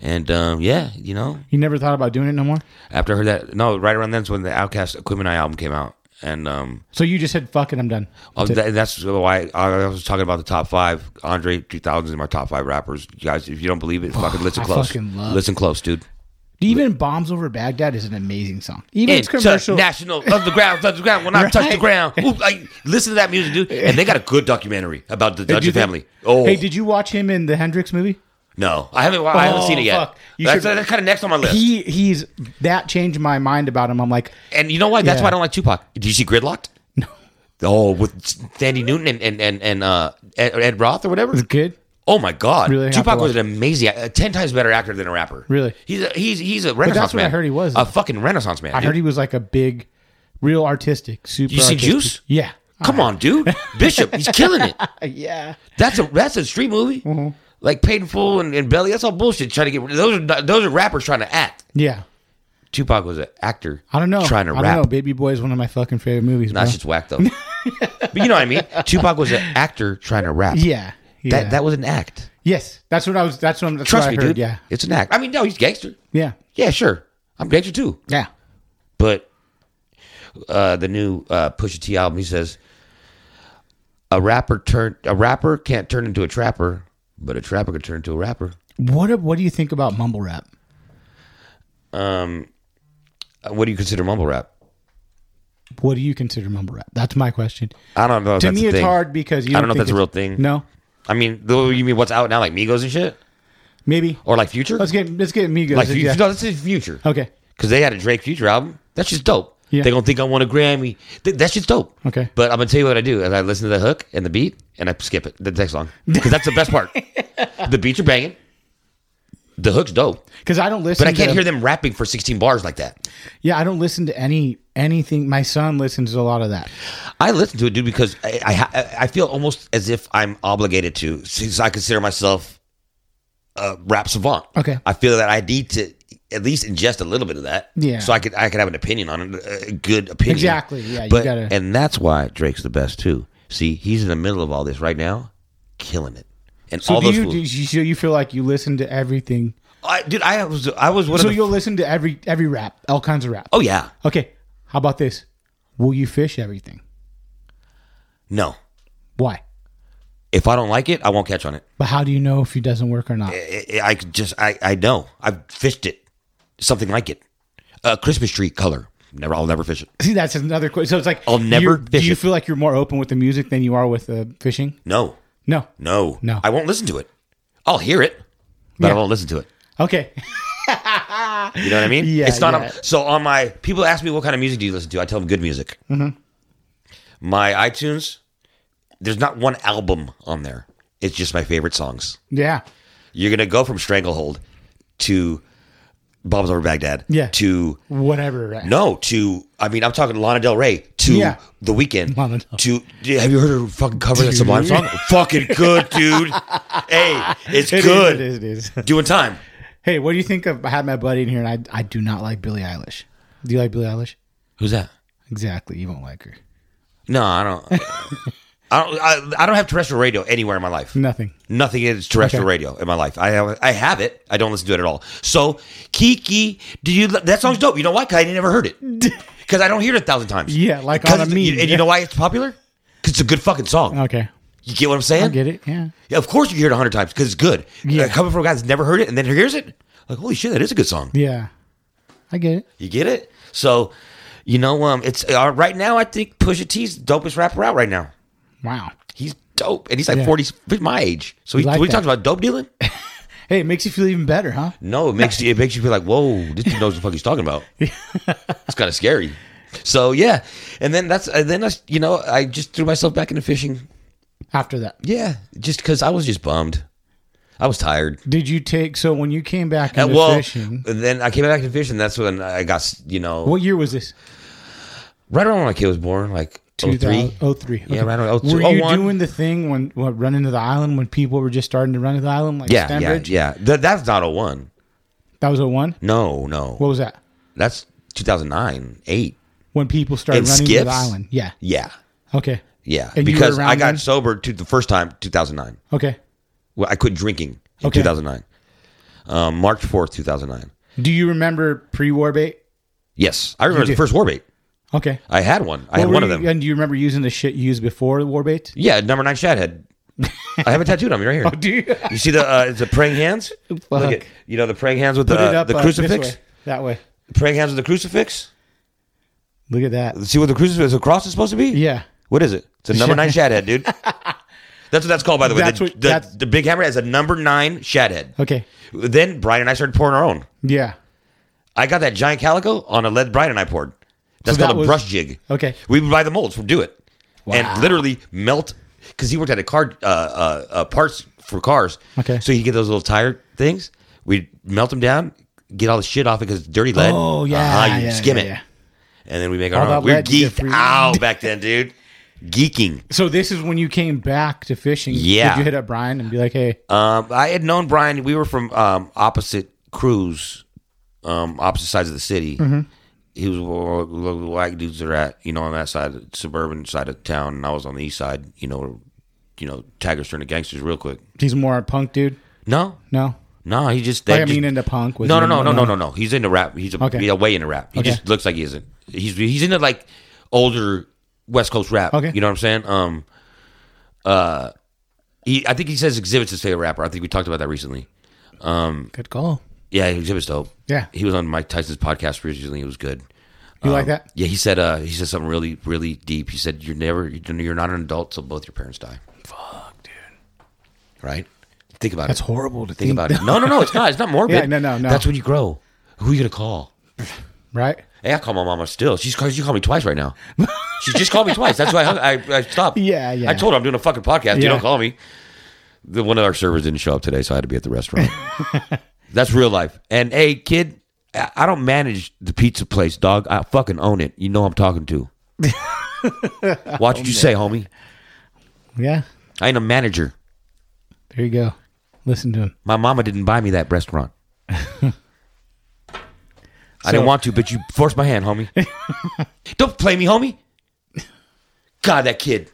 S3: And um, yeah, you know,
S1: You never thought about doing it no more.
S3: after I heard that, no, right around then's when the Outcast Equipment Eye album came out, and um,
S1: So you just said, "Fuck it, I'm done."
S3: Oh,
S1: That's it.
S3: that, that's why I, I was talking about the top five. Andre 3000 is my top five rappers. You guys, if you don't believe it, fucking listen
S1: I
S3: close.
S1: fucking love
S3: listen close, dude.
S1: Even "Bombs Over Baghdad" is an amazing song. Even its commercial.
S3: National of the ground, touch the ground. When I touch
S1: Right.
S3: the ground, Ooh, like, listen to that music, dude. And they got a good documentary about the
S1: Hey,
S3: Dudgeon
S1: did you-
S3: family. Oh,
S1: Hey, did you watch him in the Hendrix movie?
S3: no, I haven't. I haven't
S1: Oh,
S3: seen it yet.
S1: fuck. You
S3: That's,
S1: should-
S3: that's kind of next on my list.
S1: He he's that changed my mind about him. I'm like,
S3: and you know why? That's
S1: Yeah.
S3: why I don't like Tupac. Did you see Gridlocked? No. Oh, with Sandy Newton and and and, and uh, Ed, Ed Roth or whatever.
S1: it's good.
S3: Oh my God!
S1: Really have
S3: Tupac
S1: to
S3: was
S1: watch
S3: an amazing, uh, ten times better actor than a rapper.
S1: Really?
S3: he's a, he's he's a renaissance
S1: what I
S3: man.
S1: heard he was.
S3: a fucking renaissance man.
S1: I
S3: dude.
S1: heard he was like a big, real artistic, super.
S3: You see
S1: artistic-
S3: Juice?
S1: Yeah.
S3: Come on, dude, Bishop, he's killing it.
S1: Yeah.
S3: That's a that's a street movie.
S1: Mm-hmm.
S3: Like painful and, and belly. That's all bullshit. Trying to get those are not- those are rappers trying to act.
S1: Yeah.
S3: Tupac was an actor.
S1: I don't know.
S3: Trying to
S1: I
S3: rap.
S1: Don't know. Baby Boy is one of my fucking favorite movies.
S3: Nah,
S1: bro.
S3: that shit's whack though. but you know what I mean. Tupac was an actor trying to rap.
S1: yeah. Yeah.
S3: That that was an act.
S1: yes. That's what I was. That's what. I'm, that's
S3: Trust
S1: what
S3: me,
S1: I heard.
S3: dude.
S1: Yeah.
S3: it's an act. I mean, no, he's gangster.
S1: Yeah.
S3: Yeah, sure. I'm gangster too.
S1: Yeah.
S3: But uh, the new uh, Pusha T album, he says, "A rapper turn a rapper can't turn into a trapper, but a trapper can turn into a rapper."
S1: What ab- What do you think about mumble rap?
S3: Um, uh, what do you consider mumble rap?
S1: What do you consider mumble rap? That's my question.
S3: I don't know. If
S1: to
S3: Oh, that's
S1: me,
S3: a
S1: it's
S3: thing.
S1: hard because you.
S3: I
S1: Don't
S3: don't know if
S1: think
S3: that's a
S1: it's-
S3: real thing.
S1: No.
S3: I mean, though, you mean what's out now, like Migos and shit,
S1: Maybe.
S3: or like Future?
S1: Let's get Let's get Migos.
S3: Oh. like
S1: yeah.
S3: Future? No, this is Future.
S1: Okay.
S3: because they had a Drake Future album. That's just dope.
S1: Yeah.
S3: They gonna think I won a Grammy. Th- that shit's dope.
S1: Okay.
S3: But I'm gonna tell you what I do: is I listen to the hook and the beat, and I skip it the next song because that's the best part. the beats are banging. The hook's dope,
S1: Because I don't listen.
S3: but I
S1: to
S3: can't
S1: them.
S3: hear them rapping for 16 bars like that.
S1: Yeah, I don't listen to any anything. My son listens to a lot of that.
S3: I listen to it, dude, because I I, ha- I feel almost as if I'm obligated to, since I consider myself a rap savant.
S1: Okay.
S3: I feel that I need to at least ingest a little bit of that.
S1: Yeah.
S3: So I could I could have an opinion on it, a good opinion.
S1: Exactly, yeah, you
S3: But,
S1: gotta-
S3: And that's why Drake's the best too. See, he's in the middle of all this right now, killing it. And
S1: So
S3: all
S1: do
S3: those
S1: you,
S3: fools.
S1: do you so you feel like you listen to everything?
S3: I, dude, I was I was one
S1: So
S3: of
S1: you'll
S3: the.
S1: listen to every every rap, all kinds of rap.
S3: Oh yeah.
S1: Okay, how about this? Will you fish everything?
S3: No.
S1: Why?
S3: If I don't like it, I won't catch on it.
S1: But how do you know if it doesn't work or not?
S3: I- I, I could just I I know I've fished it, something like it, a Christmas tree color. Never, I'll never fish it.
S1: See, that's another question. So it's like
S3: I'll never
S1: you're-
S3: fish
S1: Do you
S3: it.
S1: feel like you're more open with the music than you are with uh, fishing?
S3: No,
S1: No.
S3: no,
S1: No.
S3: I won't listen to it. I'll hear it, but I
S1: Yeah.
S3: won't listen to it.
S1: Okay.
S3: You know what I mean?
S1: Yeah,
S3: It's not. on-
S1: yeah.
S3: so on my people ask me what kind of music do you listen to. I tell them good music.
S1: Mm-hmm.
S3: My iTunes, there's not one album on there. It's just my favorite songs.
S1: yeah.
S3: You're gonna go from Stranglehold to Bob's Over Baghdad.
S1: Yeah.
S3: To
S1: Whatever. Right?
S3: no to I mean I'm talking Lana Del Rey to
S1: Yeah.
S3: The Weeknd
S1: Lana Del-
S3: to dude, have you heard her fucking cover that Sublime song? fucking good, dude. hey, it's
S1: It is,
S3: good.
S1: it is, it is.
S3: Doing time.
S1: hey, what do you think of? I had my buddy in here, and I I do not like Billie Eilish. Do you like Billie Eilish?
S3: Who's that?
S1: Exactly. You won't like her.
S3: No, I don't. I don't. I, I don't have terrestrial radio anywhere in my life.
S1: Nothing.
S3: Nothing is terrestrial
S1: Okay.
S3: radio in my life. I have, I have it. I don't listen to it at all. So, Kiki, do you? That song's dope. You know why? 'Cause I never heard it because I don't hear it a thousand times.
S1: Yeah, like
S3: 'Cause
S1: on a
S3: it's-
S1: meme.
S3: you- And you know why it's popular? 'Cause it's a good fucking song.
S1: Okay.
S3: You get what I'm saying?
S1: I get it. Yeah.
S3: Yeah, of course you hear it a hundred times because it's good.
S1: Yeah.
S3: Uh, coming from a guy that's never heard it and then hears it, like holy shit, that is a good song.
S1: Yeah. I get it.
S3: You get it? So, you know, um, it's uh, right now. I think Pusha T's dopest rapper out right now.
S1: Wow.
S3: He's dope, and he's like
S1: Yeah.
S3: forty, he's my age. So he,
S1: You like
S3: we
S1: that.
S3: talked about dope dealing.
S1: Hey, it makes you feel even better, huh?
S3: No, it makes you, it makes you feel like, whoa, this dude knows what the fuck he's talking about. it's kind of scary. So yeah, and then that's and then I, you know I just threw myself back into fishing.
S1: After that,
S3: Yeah, just because I was just bummed. I was tired.
S1: did you take? So when you came back
S3: And
S1: into
S3: Uh, well,
S1: fishing,
S3: and then I came back to fishing. That's when I got you know
S1: what year was this?
S3: right around when my kid was born, like 03.
S1: 03.
S3: oh, Yeah, right around oh, 02,
S1: oh, Were you
S3: 01.
S1: doing the thing when what, running to the island when people were just starting to run to the island? Like
S3: Yeah, yeah,
S1: Stanbridge?
S3: yeah. Th- that's not a one.
S1: That was 01?
S3: No, no.
S1: What was that?
S3: that's 2009, eight.
S1: When people started
S3: And
S1: running to
S3: skiffs?
S1: the island. Yeah.
S3: Yeah,
S1: Okay.
S3: yeah.
S1: And you were
S3: because I
S1: around
S3: got
S1: then?
S3: sober to the first time 2009.
S1: Okay.
S3: Well, I quit drinking in
S1: Okay.
S3: 2009. Um, March 4th, 2009.
S1: Do you remember pre war bait?
S3: Yes, I remember the
S1: do.
S3: first war bait.
S1: Okay.
S3: I had one. I
S1: What
S3: had
S1: were
S3: one of
S1: you-
S3: them.
S1: And do you remember using the shit you used before the war bait?
S3: yeah, number nine shad head. I have it tattooed on me right here.
S1: Oh, Do you put
S3: You see the uh, it's the praying hands. Look at you know the praying hands with the
S1: it up
S3: the
S1: uh, this
S3: crucifix.
S1: way, that way.
S3: praying hands with the crucifix.
S1: Look at that.
S3: See what the crucifix, the cross is supposed to be?
S1: Yeah.
S3: What is it? It's a number nine shad head, dude. That's what that's called, by the way.
S1: That's
S3: the,
S1: what-
S3: the,
S1: that's-
S3: the big hammer has a number nine shad head.
S1: Okay.
S3: Then Brian and I started pouring our own.
S1: Yeah.
S3: I got that giant calico on a lead Brian and I poured. That's
S1: So that
S3: called a
S1: was-
S3: brush jig.
S1: Okay.
S3: We would buy the molds from Do It and literally melt because he worked at a car uh, uh, uh, parts for cars.
S1: Okay.
S3: So he'd get those little tire things. We'd melt them down, get all the shit off it because it's dirty lead.
S1: Oh yeah.
S3: Uh-huh, you
S1: yeah,
S3: skim
S1: yeah,
S3: it.
S1: yeah.
S3: And then we make our
S1: All
S3: own.
S1: that
S3: We We're
S1: lead you get
S3: geeked
S1: free.
S3: out back then, dude. Geeking.
S1: So this is when you came back to fishing.
S3: Yeah.
S1: Did you hit up Brian and be like, "Hey,
S3: Um, I had known Brian. We were from um, opposite crews, um, opposite sides of the city.
S1: Mm-hmm.
S3: He was where the black dudes are at, you know, on that side, suburban side of town, and I was on the east side, you know, you know, taggers turn to gangsters real quick.
S1: he's more a punk dude."
S3: No,
S1: No.
S3: no, he just.
S1: Like,
S3: they
S1: I
S3: just-
S1: mean, into punk. Was
S3: no, no,
S1: he-
S3: no, no, no, no, no. He's into rap. He's a,
S1: Okay.
S3: he's a way into rap. He
S1: Okay.
S3: just looks like he isn't. He's he's into like older West Coast rap.
S1: Okay.
S3: You know what I'm saying? Um, uh, he I think he says Exhibit's his favorite rapper. I think we talked about that recently.
S1: Good call.
S3: Yeah, Exhibit's dope.
S1: Yeah.
S3: He was on Mike Tyson's podcast recently. It was good. Um,
S1: You like that?
S3: Yeah, he said uh, he said something really really deep. He said you're never you're not an adult till both your parents die. Fuck, dude. Right? Think about
S1: That's
S3: it.
S1: horrible to
S3: Think
S1: think,
S3: about it. No, no, no. It's not. It's not morbid.
S1: Yeah, no, no, no.
S3: That's when you grow. Who you gonna call?
S1: Right?
S3: Hey, I call my mama still. She's called. She called me twice right now. She just called me twice. That's why I, hung- I, I stopped.
S1: Yeah, yeah.
S3: I told her I'm doing a fucking podcast. You
S1: Yeah.
S3: don't call me. The one of our servers didn't show up today, so I had to be at the restaurant. That's real life. And hey, kid, I I don't manage the pizza place, dog. I fucking own it. You know who I'm talking to. Watch
S1: Oh,
S3: what you say, homie.
S1: Yeah.
S3: I ain't a manager.
S1: There you go. Listen to him.
S3: My mama didn't buy me that restaurant. I didn't
S1: So-
S3: want to, but you forced my hand, homie. Don't play me, homie. God, that kid.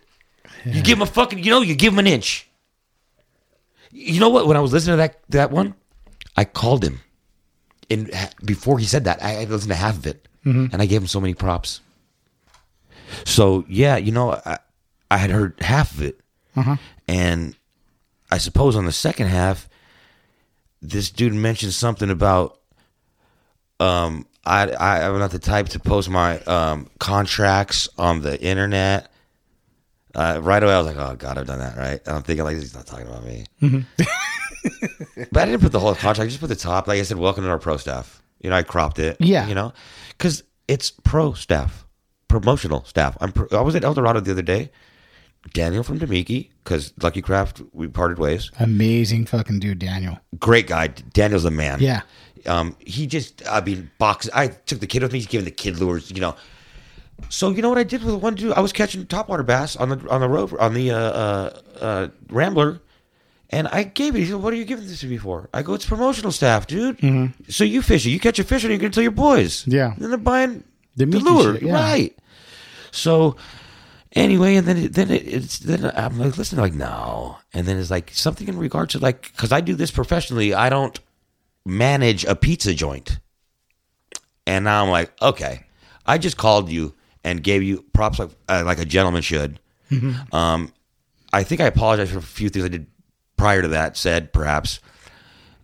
S3: You give him a fucking, you know, you give him an inch. You know what? When I was listening to that that one, I called him, and ha- before he said that, I I listened to half of it, and I gave him so many props. So yeah, you know, I, I had heard half of it, and I suppose on the second half, this dude mentioned something about um I I am not the type to post my um contracts on the internet. Uh, right away, I was like, "Oh God, I've done that." Right? And I'm thinking like, "He's not talking about me." but I didn't put the whole contract; I just put the top. Like I said, "Welcome to our pro staff." You know, I cropped it.
S1: Yeah.
S3: you know, because it's pro staff, promotional staff. I'm. Pro- I was at El Dorado the other day, Daniel from Demiki, because Lucky Craft, we parted ways.
S1: Amazing fucking dude, Daniel.
S3: Great guy. Daniel's a man.
S1: Yeah.
S3: Um, he just, I mean, box. I took the kid with me. He's giving the kid lures, you know. So you know what I did with one dude? I was catching topwater bass on the on the rover on the uh, uh, uh, Rambler, and I gave it. He said, "What are you giving this to me for?" I go, "It's promotional staff, dude." So you fish it. You catch a fish, and you're gonna tell your boys.
S1: Mm-hmm. Yeah.
S3: And they're buying
S1: The
S3: the,
S1: meat and
S3: lure,
S1: shit, yeah.
S3: right? So anyway, and then it, then it, it's then I'm like, listen, like no, and then it's like something in regards to like because I do this professionally, I don't manage a pizza joint, and now I'm like, okay, I just called you and gave you props like uh, like a gentleman should.
S1: Mm-hmm.
S3: Um, I think I apologize for a few things I did prior to that. Said perhaps,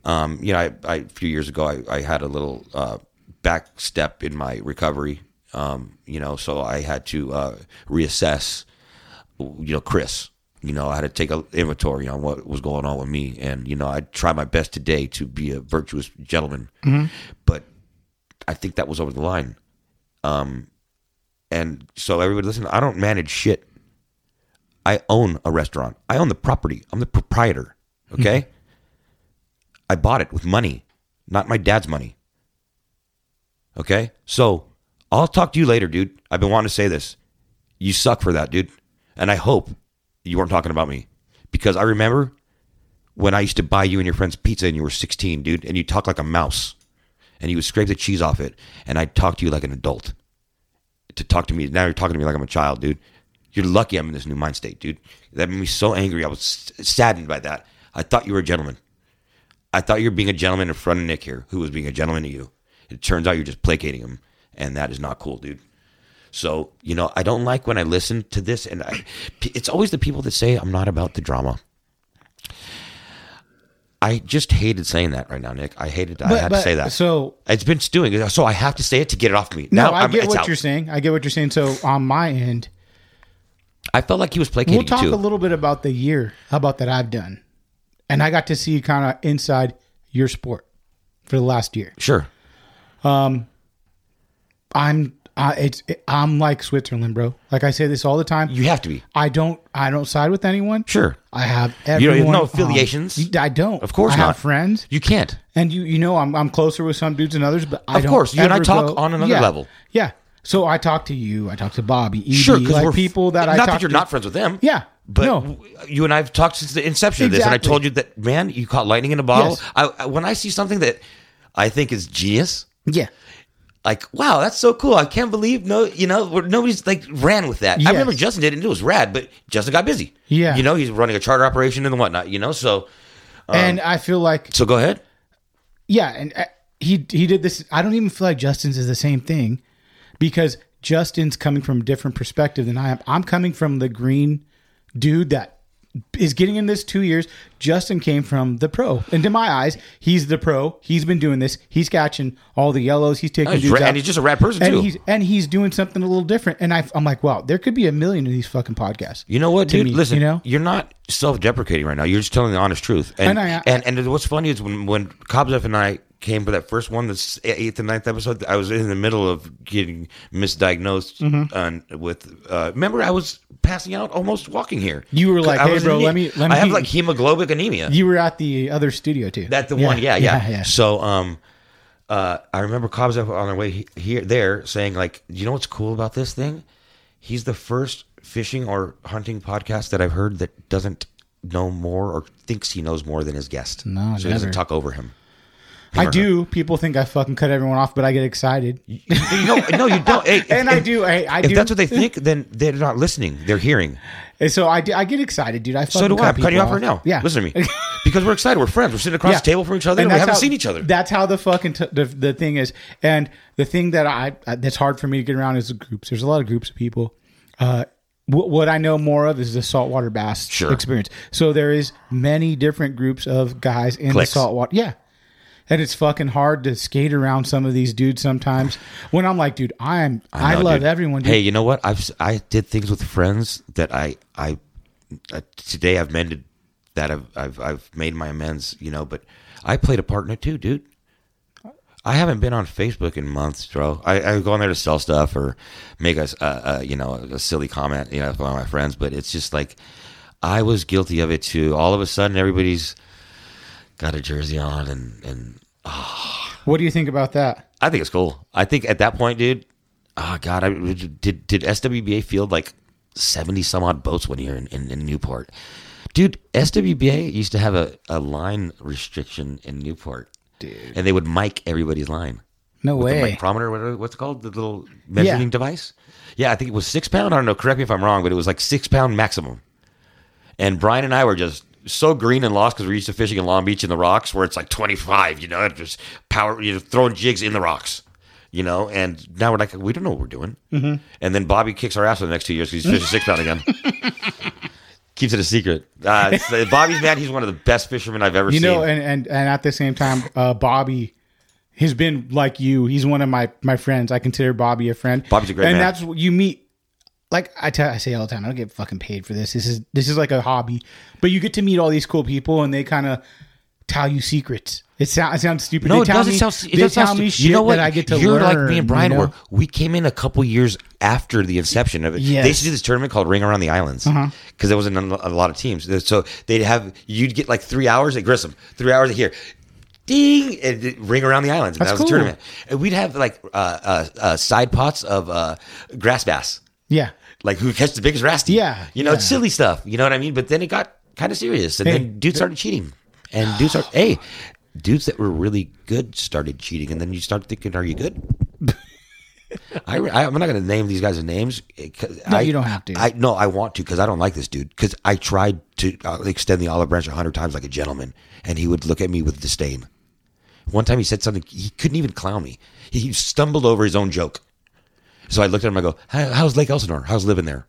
S3: um, you know, I, I a few years ago I, I had a little uh, back step in my recovery. Um, you know, so I had to uh, reassess. You know, Chris. You know, I had to take an inventory on what was going on with me, and you know, I tried my best today to be a virtuous gentleman, but I think that was over the line. Um, and so everybody, listen, I don't manage shit. I own a restaurant. I own the property. I'm the proprietor. Okay. I bought it with money, not my dad's money. Okay. So I'll talk to you later, dude. I've been wanting to say this. You suck for that, dude. And I hope you weren't talking about me because I remember when I used to buy you and your friends pizza and you were 16, dude, and you talked like a mouse and you would scrape the cheese off it. And I'd talk to you like an adult to talk to me. Now you're talking to me like I'm a child, dude. You're lucky I'm in this new mind state, dude. That made me so angry. I was saddened by that. I thought you were a gentleman. I thought you were being a gentleman in front of Nick here, who was being a gentleman to you. It turns out you're just placating him, and that is not cool, dude. So you know, I don't like when I listen to this, and I, it's always the people that say I'm not about the drama. I just hated saying that right now, Nick. I hated. I
S1: But-
S3: had
S1: but-
S3: to say that.
S1: so-
S3: it's been stewing, so I have to say it to get it off me.
S1: No,
S3: now
S1: I
S3: I'm-
S1: get
S3: it's
S1: what
S3: out.
S1: you're saying. I get what you're saying. So on my end,
S3: I felt like he was placating
S1: we'll talk
S3: you, too.
S1: a little bit about the year. How about that I've done, and I got to see kind of inside your sport for the last year.
S3: Sure.
S1: I'm I, it's I'm like Switzerland, bro. Like I say this all the time.
S3: You have to be.
S1: I don't I don't side with anyone.
S3: Sure.
S1: I have
S3: You
S1: everyone.
S3: don't have no
S1: on-
S3: affiliations?
S1: I don't.
S3: Of course
S1: I
S3: not.
S1: have friends.
S3: You can't.
S1: And you, you know, I'm, I'm closer with some dudes than others, but I
S3: Of
S1: don't
S3: course, you and I
S1: ever
S3: talk
S1: go-
S3: on another
S1: Yeah.
S3: level.
S1: Yeah. So I talk to you. I talk to Bobby. Edie,
S3: Sure, because
S1: like
S3: we're
S1: people that
S3: not
S1: I
S3: Not
S1: talk
S3: that you're
S1: to.
S3: not friends with them.
S1: Yeah,
S3: But
S1: no.
S3: w- you and I have talked since the inception of this, and I
S1: Exactly.
S3: told you that, man, you caught lightning in a bottle.
S1: Yes.
S3: I, I, when I see something that I think is genius,
S1: Yeah.
S3: like, wow, that's so cool. I can't believe no, you know, we're- nobody's like ran with that.
S1: Yes.
S3: I remember Justin did it, and it was rad, but Justin got busy.
S1: Yeah.
S3: You know, he's running a charter operation and whatnot, you know, so,
S1: and
S3: Um,
S1: I feel like,
S3: so go ahead.
S1: yeah, and uh, he he did this. I don't even feel like Justin's is the same thing because Justin's coming from a different perspective than I am. I'm coming from the green dude that is getting in this two years. Justin came from the pro, and to my eyes, he's the pro. He's been doing this. He's catching all the yellows. He's taking
S3: And he's,
S1: dudes
S3: ra-
S1: out.
S3: and he's just a rad person,
S1: and
S3: too.
S1: he's and he's doing something a little different. And I, I'm like, wow, there could be a million of these fucking podcasts.
S3: You know what,
S1: to
S3: dude?
S1: me,
S3: Listen,
S1: you know,
S3: you're not self-deprecating right now. You're just telling the honest truth.
S1: And
S3: And
S1: I-
S3: and, and what's funny is when when Kobzev and I came for that first one, this eighth and ninth episode, I was in the middle of getting misdiagnosed
S1: Mm-hmm.
S3: on, with. Uh, remember, I was passing out, almost walking here.
S1: You were like,
S3: I
S1: "Hey,
S3: was
S1: bro,
S3: anemic.
S1: let me- let
S3: I have
S1: me-
S3: like hemoglobin anemia.
S1: you were at the other studio too.
S3: That's the one. Yeah, yeah.
S1: yeah, yeah.
S3: So, um, uh, I remember Cobb's up on our way he- here, there, saying like, "You know what's cool about this thing? He's the first fishing or hunting podcast that I've heard that doesn't know more or thinks he knows more than his guest.
S1: No,
S3: so he doesn't
S1: never.
S3: talk over him.
S1: I do. People think I fucking cut everyone off, but I get excited.
S3: You know, no, you don't. Hey, if-
S1: And I
S3: if-
S1: do. I, I
S3: if
S1: do.
S3: that's what they think, then they're not listening. They're hearing.
S1: And so I, do, I get excited, dude. I fucking
S3: So do
S1: cut
S3: I. I'm cutting you
S1: people
S3: off right now.
S1: Yeah.
S3: Listen to me. Because we're excited. We're friends. We're sitting across
S1: Yeah.
S3: the table from each other and, we
S1: that's
S3: haven't
S1: how-
S3: seen each other.
S1: That's how the fucking t- the, the thing is. And the thing that I I- that's hard for me to get around is the groups. There's a lot of groups of people. Uh, wh- what I know more of is the saltwater bass
S3: Sure.
S1: experience. So there is many different groups of guys in
S3: Cliques.
S1: the saltwater. Yeah. And it's fucking hard to skate around some of these dudes sometimes. When I'm like, dude, I'm I,
S3: know,
S1: love
S3: dude.
S1: everyone. Dude.
S3: Hey, you know what? I've s- I did things with friends that I I uh, today I've mended that I've I've I've made my amends. You know, but I played a part in it too, dude. I haven't been on Facebook in months, bro. I, I go on there to sell stuff or make a, s- a- a, you know a silly comment, you know, with one of my friends. But it's just like I was guilty of it too. All of a sudden, everybody's got a jersey on, and and
S1: What do you think about that?
S3: I think it's cool. I think at that point, dude, oh god, I did did SWBA field like seventy some odd boats one year in, in, in Newport. Dude, SWBA used to have a, a line restriction in Newport. Dude. And they would mic everybody's line.
S1: No
S3: The
S1: way.
S3: micrometer, whatever, what's it called? The little measuring device? Yeah, I think it was six pound. I don't know. Correct me if I'm wrong, but it was like six pound maximum. And Brian and I were just so green and lost because we're used to fishing in Long Beach in the rocks where it's like 25, you know, it's just power, you know, throwing jigs in the rocks, you know. And now we're like, we don't know what we're doing. Mm-hmm. And then Bobby kicks our ass for the next two years because he's fishing six pound again. Keeps it a secret. Uh, it's- Bobby's man, he's one of the best fishermen I've ever
S1: You
S3: seen.
S1: know, and, and and at the same time, uh, Bobby has been like you. He's one of my my friends. I consider Bobby a friend.
S3: Bobby's a great
S1: and
S3: man.
S1: that's what you meet. Like I tell, I say all the time, I don't get fucking paid for this. This is this is like a hobby, but you get to meet all these cool people, and they kind of tell you secrets. It, sound, it sounds stupid.
S3: No,
S1: they
S3: it
S1: tell
S3: doesn't
S1: me,
S3: sound. It
S1: they
S3: doesn't
S1: tell
S3: sound
S1: me
S3: stu-
S1: shit
S3: you know what?
S1: that I get to
S3: You're
S1: learn.
S3: like me and Brian
S1: you know?
S3: were. We came in a couple years after the inception of it. They used to do this tournament called Ring Around the Islands
S1: Uh-huh.
S3: because there wasn't a a lot of teams. So they'd have you'd get like three hours at Grissom, three hours at here. Ding! And it'd ring around the islands. And
S1: That's
S3: that was
S1: cool.
S3: the tournament. And we'd have like uh, uh, uh, side pots of uh, grass bass
S1: Yeah,
S3: like who catch the biggest rasty.
S1: Yeah,
S3: You know,
S1: yeah.
S3: it's silly stuff. You know what I mean? But then it got kind of serious. And
S1: Hey,
S3: then dudes started cheating. And dudes are, hey, dudes that were really good started cheating. And then you start thinking, are you good? I, I, am not going to name these guys' names. eh, 'cause
S1: No,
S3: I,
S1: you don't have to.
S3: I no, I want to because I don't like this dude. Because I tried to uh, extend the olive branch a hundred times like a gentleman, and he would look at me with disdain. One time he said something he couldn't even clown me. He stumbled over his own joke. So I looked at him. I go, "How- "How's Lake Elsinore? How's living there?"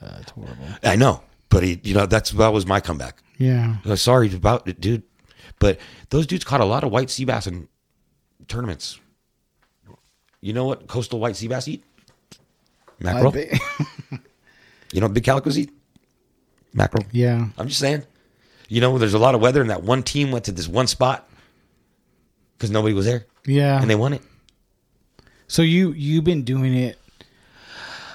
S3: That's horrible. I know, but he, you know, that's that was my comeback.
S1: yeah.
S3: I was sorry about it, dude, but those dudes caught a lot of white sea bass in tournaments. You know what coastal white sea bass eat? Mackerel.
S1: I-
S3: You know what big calicos eat? Mackerel.
S1: yeah.
S3: I'm just saying. You know, there's a lot of weather, and that one team went to this one spot because nobody was there,
S1: Yeah.
S3: and they won it.
S1: So you you've been doing it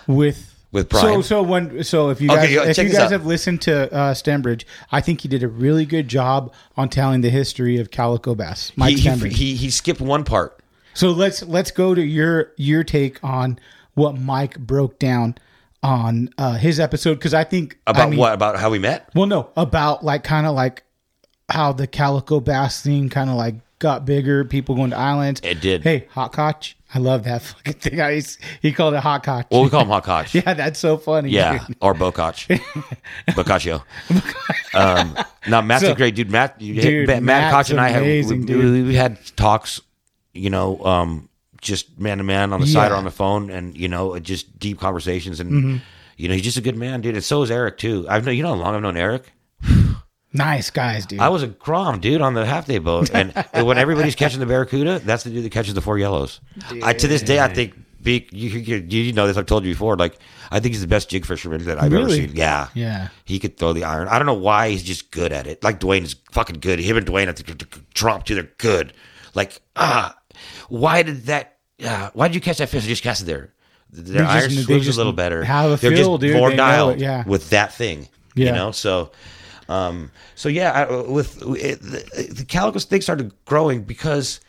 S1: with
S3: With
S1: So
S3: Brian.
S1: so when so if you guys
S3: Okay, yo,
S1: if
S3: check
S1: you
S3: this
S1: guys
S3: out.
S1: have listened to uh, Stenbridge, I think he did a really good job on telling the history of calico bass. Mike
S3: he,
S1: Stenbridge.
S3: he, he he skipped one part.
S1: so let's let's go to your your take on what Mike broke down on uh, his episode because I think I
S3: About
S1: mean-
S3: what? About how we met?
S1: Well, no, about like kind of like how the calico bass thing kind of like got bigger. People going to islands.
S3: It did.
S1: Hey, hot cotch. I love that fucking thing. I, he called it hot cotch.
S3: Well, we call him Hot Koch.
S1: Yeah, that's so funny.
S3: Yeah,
S1: dude.
S3: or Bocach. Boccaccio. um, now, Matt's
S1: So-
S3: a great dude. Matt, you-
S1: Dude,
S3: Matt,
S1: Matt's
S3: Matt Koch and I have we,
S1: amazing, dude.
S3: we, we had talks, you know, um, just man to man on the side
S1: Yeah.
S3: or
S1: Mm-hmm.
S3: on the phone, and you know, uh, just deep conversations. And you know, he's just a good man, dude. And so is Eric too. I've known you know how long I've known Eric.
S1: Nice guys, dude.
S3: I was a grom dude on the half day boat, and when everybody's catching the barracuda, that's the dude that catches the four yellows. I to this day, I think Beak, you, you you know this. I've told you before. Like I think he's the best jig fisherman that I've
S1: Really?
S3: ever seen. Yeah,
S1: Yeah.
S3: He could throw the iron. I don't know why he's just good at it. Like Dwayne is fucking good. Him and Dwayne, I think, Trump too. They're good. Like ah, why did that? Uh, why did you catch that fish? and just cast it there. Their
S1: They just-
S3: iron
S1: they
S3: swims
S1: just
S3: a little better.
S1: have a
S3: They're
S1: feel,
S3: just
S1: dude.
S3: more
S1: They know it,
S3: dialed
S1: yeah.
S3: with that thing.
S1: Yeah.
S3: You know, so um, so yeah, I, with it, the, the calico thing started growing because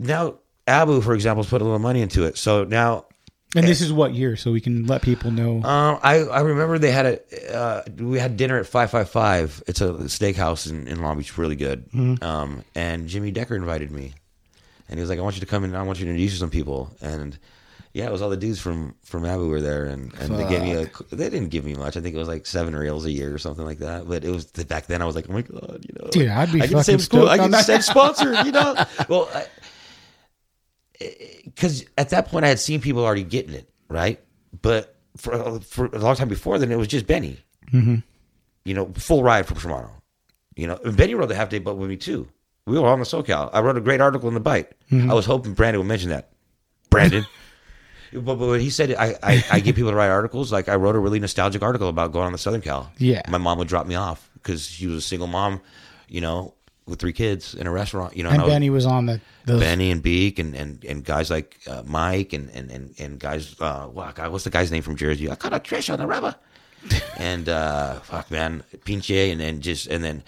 S3: now Abu, for example, has put a little money into it. So now
S1: and this is what year, so we can let people know.
S3: um, I I remember they had a uh, we had dinner at five five five. It's a steakhouse in, in Long Beach, really good.
S1: Mm-hmm.
S3: Um, and Jimmy Decker invited me, and he was like, "I want you to come in. I want you to introduce you to some people." And yeah, it was all the dudes from from Abu were there, and, and they gave me a they didn't give me much. I think it was like seven reels a year or something like that. But it was back then. I was like, "Oh my god, you know,
S1: Dude, I'd be
S3: I can
S1: fucking
S3: save school. I
S1: stoked on
S3: can
S1: that.
S3: save sponsor. You know, well." I, because at that point I had seen people already getting it right, but for for a long time before then it was just Benny, mm-hmm. you know, full ride from Shimano, you know. And Benny rode the half day boat with me too. We were on the SoCal. I wrote a great article in the Bite.
S1: Mm-hmm.
S3: I was hoping Brandon would mention that. Brandon. But, but when he said I, I, I get people to write articles, like I wrote a really nostalgic article about going on the Southern Cal.
S1: Yeah.
S3: My mom would drop me off because she was a single mom, you know, with three kids in a restaurant. You know,
S1: and
S3: I was-
S1: Benny was on the, the
S3: Benny and Beak and and, and guys like uh, Mike and and and, and guys. Uh, wow, God, what's the guy's name from Jersey? I caught a Trish on the rubber. and uh, fuck, man, Pinche, and then just and then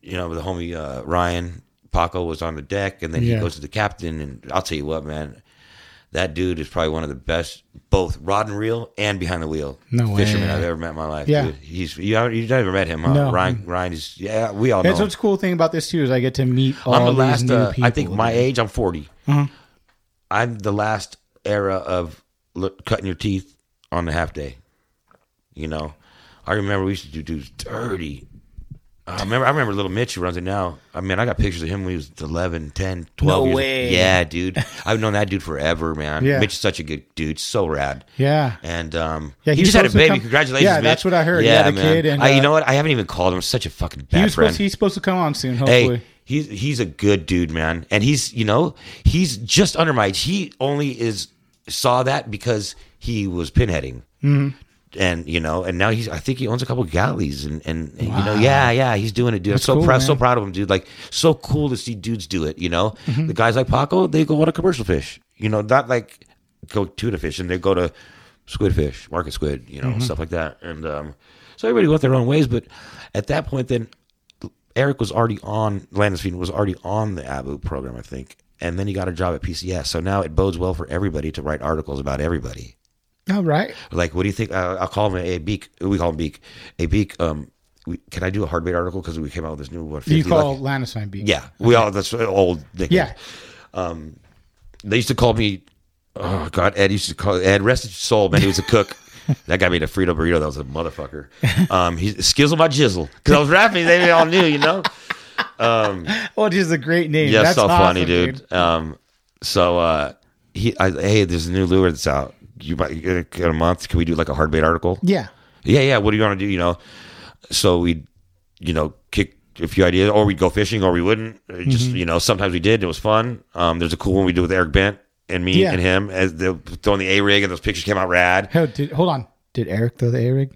S3: you know the homie uh, Ryan Paco was on the deck, and then
S1: Yeah.
S3: he goes to the captain, and I'll tell you what, man. That dude is probably one of the best, both rod and reel and behind the wheel
S1: No way.
S3: fisherman I've ever met in my life.
S1: Yeah.
S3: dude. he's you haven't- you've never met him, huh?
S1: No.
S3: Ryan Ryan is yeah, we all know.
S1: That's
S3: him.
S1: what's cool thing about this too is I get to meet all
S3: I'm the
S1: these
S3: last.
S1: new
S3: Uh,
S1: people. Mm-hmm.
S3: I think my age. I'm 40. I'm the last era of look, cutting your teeth on the half day. You know, I remember we used to do dudes dirty. I remember. I remember little Mitch who runs it now. I mean, I got pictures of him when he was 11, 10, 12
S5: No
S3: years.
S5: way.
S3: Yeah, dude. I've known that dude forever, man.
S1: Yeah.
S3: Mitch is such a good dude. So rad.
S1: Yeah.
S3: And um,
S1: Yeah,
S3: yeah,
S1: he
S3: he,
S1: was
S3: just had a
S1: supposed to
S3: baby.
S1: come-
S3: Congratulations,
S1: Yeah,
S3: Mitch.
S1: that's what I heard. He had a kid and,
S3: I,
S1: uh,
S3: you know what? I haven't even called him. I'm such a fucking bad
S1: He was
S3: friend
S1: supposed, he's supposed to come on soon, hopefully.
S3: hey, he's he's a good dude, man, and he's you know he's just under my age. He only is saw that because he was pinheading, and you know, and now he's I think he owns a couple of galleys, and and, and, you know, yeah, yeah, he's doing it, dude.
S1: That's
S3: I'm so
S1: cool,
S3: proud,
S1: man.
S3: so proud of him, dude. Like so cool to see dudes do it. You know,
S1: Mm-hmm.
S3: the guys like Paco, they go on a commercial fish. You know, not like go tuna fish, and they go to squid fish, market squid, you
S1: Mm-hmm.
S3: know, stuff like that, and um. So everybody went their own ways, but at that point, then Eric was already on Landisfield was already on the Abu program, I think, and then he got a job at PCS. So now it bodes well for everybody to write articles about everybody.
S1: All right.
S3: Like, what do you think? Uh, I'll call him a, beak. We call him beak. A beak. Um, we, can I do a hard bait article because we came out with this new one?
S1: You
S3: 50
S1: call
S3: lucky-
S1: Lannisfine B.
S3: yeah, we all that's old. nickname.
S1: Yeah.
S3: they used to call me. Oh God, Ed used to call Ed. Rest his soul, man. He was a cook. that guy made a Frito burrito. That was a motherfucker. Um, he skizzle my jizzle because I was rapping. They all knew, you know.
S1: Well, just Oh, a great name.
S3: Yeah,
S1: That's
S3: so
S1: awesome,
S3: funny, dude. Um, so uh, he, I, hey, there's a new lure that's out. You might in a, in a month. Can we do like a hard bait article?
S1: Yeah.
S3: yeah, yeah. What do you want to do? You know, so we, you know, kick a few ideas, or we'd go fishing, or we wouldn't. It Just
S1: Mm-hmm.
S3: you know, sometimes we did. It was fun. Um, there's a cool one we did with Eric Bent and me
S1: Yeah.
S3: and him as the throwing the A rig, and those pictures came out rad.
S1: Hell, did, hold on. Did Eric throw the A rig?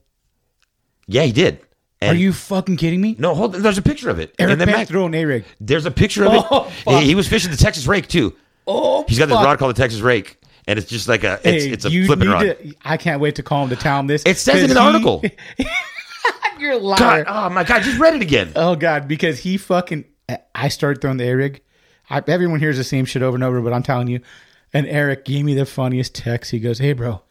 S3: Yeah, he did.
S1: Are
S3: And
S1: you fucking kidding me?
S3: No, hold. There's a picture of it.
S1: Eric
S3: and then
S1: Bent
S3: Mac-
S1: threw an A rig.
S3: There's a picture of it.
S1: Oh, fuck.
S3: he, he was fishing the Texas rake too. Oh, he's got this
S1: fuck.
S3: rod called the Texas rake, and it's just like a it's,
S1: Hey,
S3: it's a
S1: you
S3: flipping
S1: need
S3: rod.
S1: to- I can't wait to call him to tell him this.
S3: It says it
S1: 'cause
S3: in the
S1: he-
S3: article.
S1: You're a liar.
S3: God, oh my God, just read it again.
S1: Oh God, because he fucking I started throwing the A rig. I, everyone hears the same shit over and over, but I'm telling you. And Eric gave me the funniest text. He goes, "Hey, bro,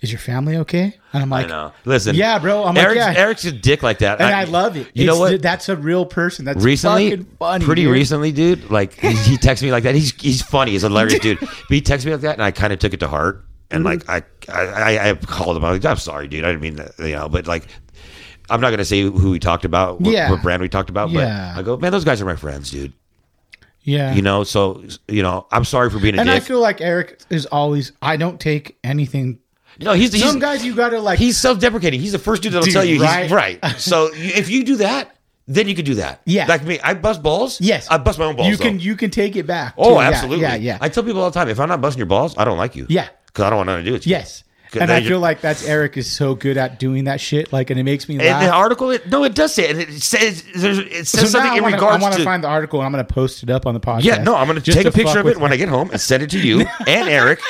S1: is your family okay?" And I'm
S3: I
S1: like,
S3: know. Listen,
S1: Yeah, bro, I'm like,
S3: Eric's,
S1: yeah.
S3: Eric's a dick like that,
S1: and I, love it.
S3: You know
S1: It's-
S3: what?
S1: That's a real person. That's
S3: recently,
S1: fucking funny.
S3: pretty
S1: dude.
S3: recently, dude. Like he, he texted me like that. He's he's funny. He's a hilarious dude. But he texted me like that, and I kind of took it to heart. And like I,
S1: Mm-hmm.
S3: I I- I called him. I was like, I'm sorry, dude. I didn't mean that, you know. But like, I'm not gonna say who we talked about, what,
S1: Yeah.
S3: what brand we talked about.
S1: Yeah.
S3: But I go, man, those guys are my friends, dude.
S1: Yeah,
S3: You know, so you know, I'm sorry for being a
S1: And I
S3: dick.
S1: feel like Eric is always. I don't take anything.
S3: no, he's he's-
S1: Some guys you gotta like.
S3: he's self-deprecating. He's the first dude that'll
S1: Dude,
S3: tell you he's
S1: right?
S3: right. So you- if you do that, then you could do that.
S1: Yeah.
S3: like me, I bust balls.
S1: yes,
S3: I bust my own balls.
S1: You can
S3: though.
S1: you can take it back. too.
S3: Oh,
S1: Yeah,
S3: absolutely.
S1: Yeah, yeah.
S3: I tell people all the time, if I'm not busting your balls, I don't like you.
S1: Yeah.
S3: because I don't want nothing to do with you.
S1: yes.
S3: 'Cause
S1: And
S3: then
S1: I
S3: you-
S1: feel like that's Eric is so good at doing that shit. Like, and it makes me
S3: In
S1: laugh.
S3: the article, it, no, it does say it. And It says there's, it says
S1: So now
S3: something
S1: I
S3: in
S1: wanna,
S3: regards
S1: I want to
S3: to.
S1: find the article and I'm going to post it up on the podcast.
S3: yeah, no, I'm going to
S1: Just
S3: take a
S1: fuck
S3: picture of
S1: with
S3: it when I get home and send it to you and Eric.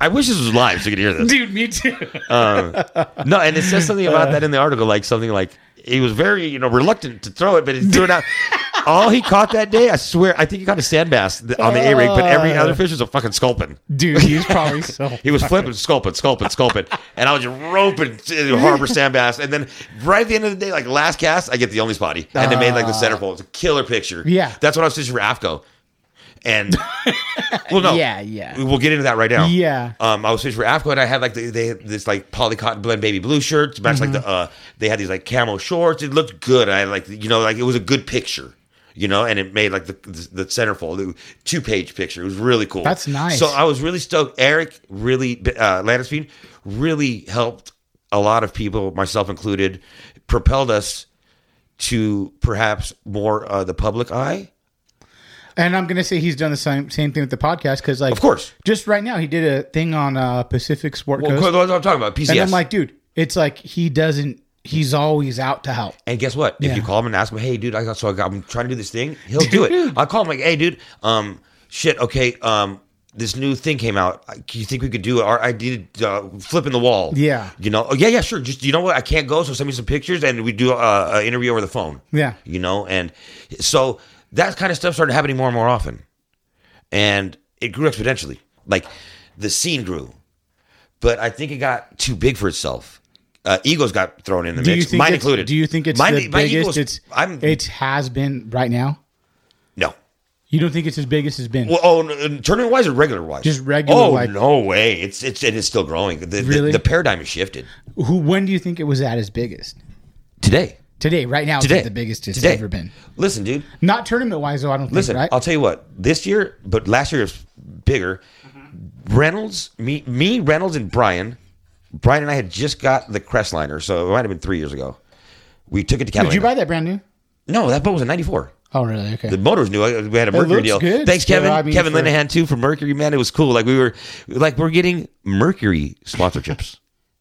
S3: I wish this was live so you could hear this. Um,
S1: Dude, me too. Uh.
S3: No, and it says something about that in the article, like something like he was very, you know, reluctant to throw it, but he threw it out. All he caught that day, I swear, I think he caught a sand bass th- on the A rig, but every
S1: Uh.
S3: other fish was a fucking sculpin.
S1: Dude, he's probably so.
S3: He was flipping, sculpin, sculpin, sculpin, and I was just roping to harbor sand bass. And then right at the end of the day, like last cast, I get the only spotty, and they made like the centerfold. It's a killer picture.
S1: Ah. Yeah.
S3: that's what I was fishing for Afco. And well, no,
S1: Yeah, yeah.
S3: we- we'll get into that right now.
S1: Yeah.
S3: Um, I was fishing for AFCO and I had like the, they had this like polycotton blend baby blue shirts, matched like the
S1: Mm-hmm.
S3: uh they had these like camo shorts. It looked good. I like you know like it was a good picture. You know, and it made like the the, the centerfold two page picture. It was really cool.
S1: That's nice.
S3: So I was really stoked. Eric really uh, Landisfeed really helped a lot of people, myself included, propelled us to perhaps more uh, the public eye.
S1: And I'm going to say he's done the same same thing with the podcast because, like,
S3: Of course.
S1: just right now he did a thing on uh, Pacific Sport
S3: Well,
S1: Coast,
S3: that's what I'm talking about. PCS.
S1: and I'm like, dude, it's like he doesn't he's always out to help.
S3: And guess what? If you
S1: Yeah.
S3: call him and ask him, hey, dude, I got so I got, I'm trying to do this thing, he'll do it. I'll call him like, hey, dude, um, shit, okay, um, this new thing came out. I- You think we could do it? Or I did uh, flipping the wall.
S1: Yeah.
S3: You know? Oh, yeah, yeah, sure. Just you know what? I can't go, so send me some pictures, and we do uh, an interview over the phone.
S1: Yeah.
S3: You know, and so that kind of stuff started happening more and more often, and it grew exponentially. Like the scene grew, but I think it got too big for itself. Uh, egos got thrown in the
S1: Do
S3: mix,
S1: you think
S3: mine
S1: it's,
S3: included.
S1: Do you think it's
S3: Mine-
S1: the
S3: my
S1: biggest?
S3: ego's-
S1: it's
S3: I'm
S1: it has been right now.
S3: no.
S1: You don't think it's as big as it's been?
S3: Well, oh, n- n- tournament wise or regular wise?
S1: Just regular,
S3: Oh
S1: like-
S3: no way! It's it's it is still growing. The, the-
S1: Really?
S3: the, paradigm has shifted
S1: Who? When do you think it was at its biggest?
S3: today.
S1: Today, right now,
S3: Today,
S1: it's the biggest it's
S3: Today.
S1: ever been.
S3: Listen, dude.
S1: Not tournament wise, though. I don't
S3: Listen,
S1: think. Right?
S3: I'll tell you what. This year, but last year is bigger.
S1: Mm-hmm.
S3: Reynolds, me, me, Reynolds, and Brian. Brian and I had just got the Crestliner, so it might have been three years ago. We took it to Catalina.
S1: Did you buy that brand new?
S3: No, that boat was a '94.
S1: Oh, really? Okay.
S3: The motor's new. I- We had a Mercury
S1: looks
S3: deal.
S1: good.
S3: Thanks,
S1: Yeah,
S3: Kevin.
S1: I mean,
S3: Kevin
S1: for-
S3: Linehan too from Mercury. Man, it was cool. Like we were, like we're getting Mercury sponsorships.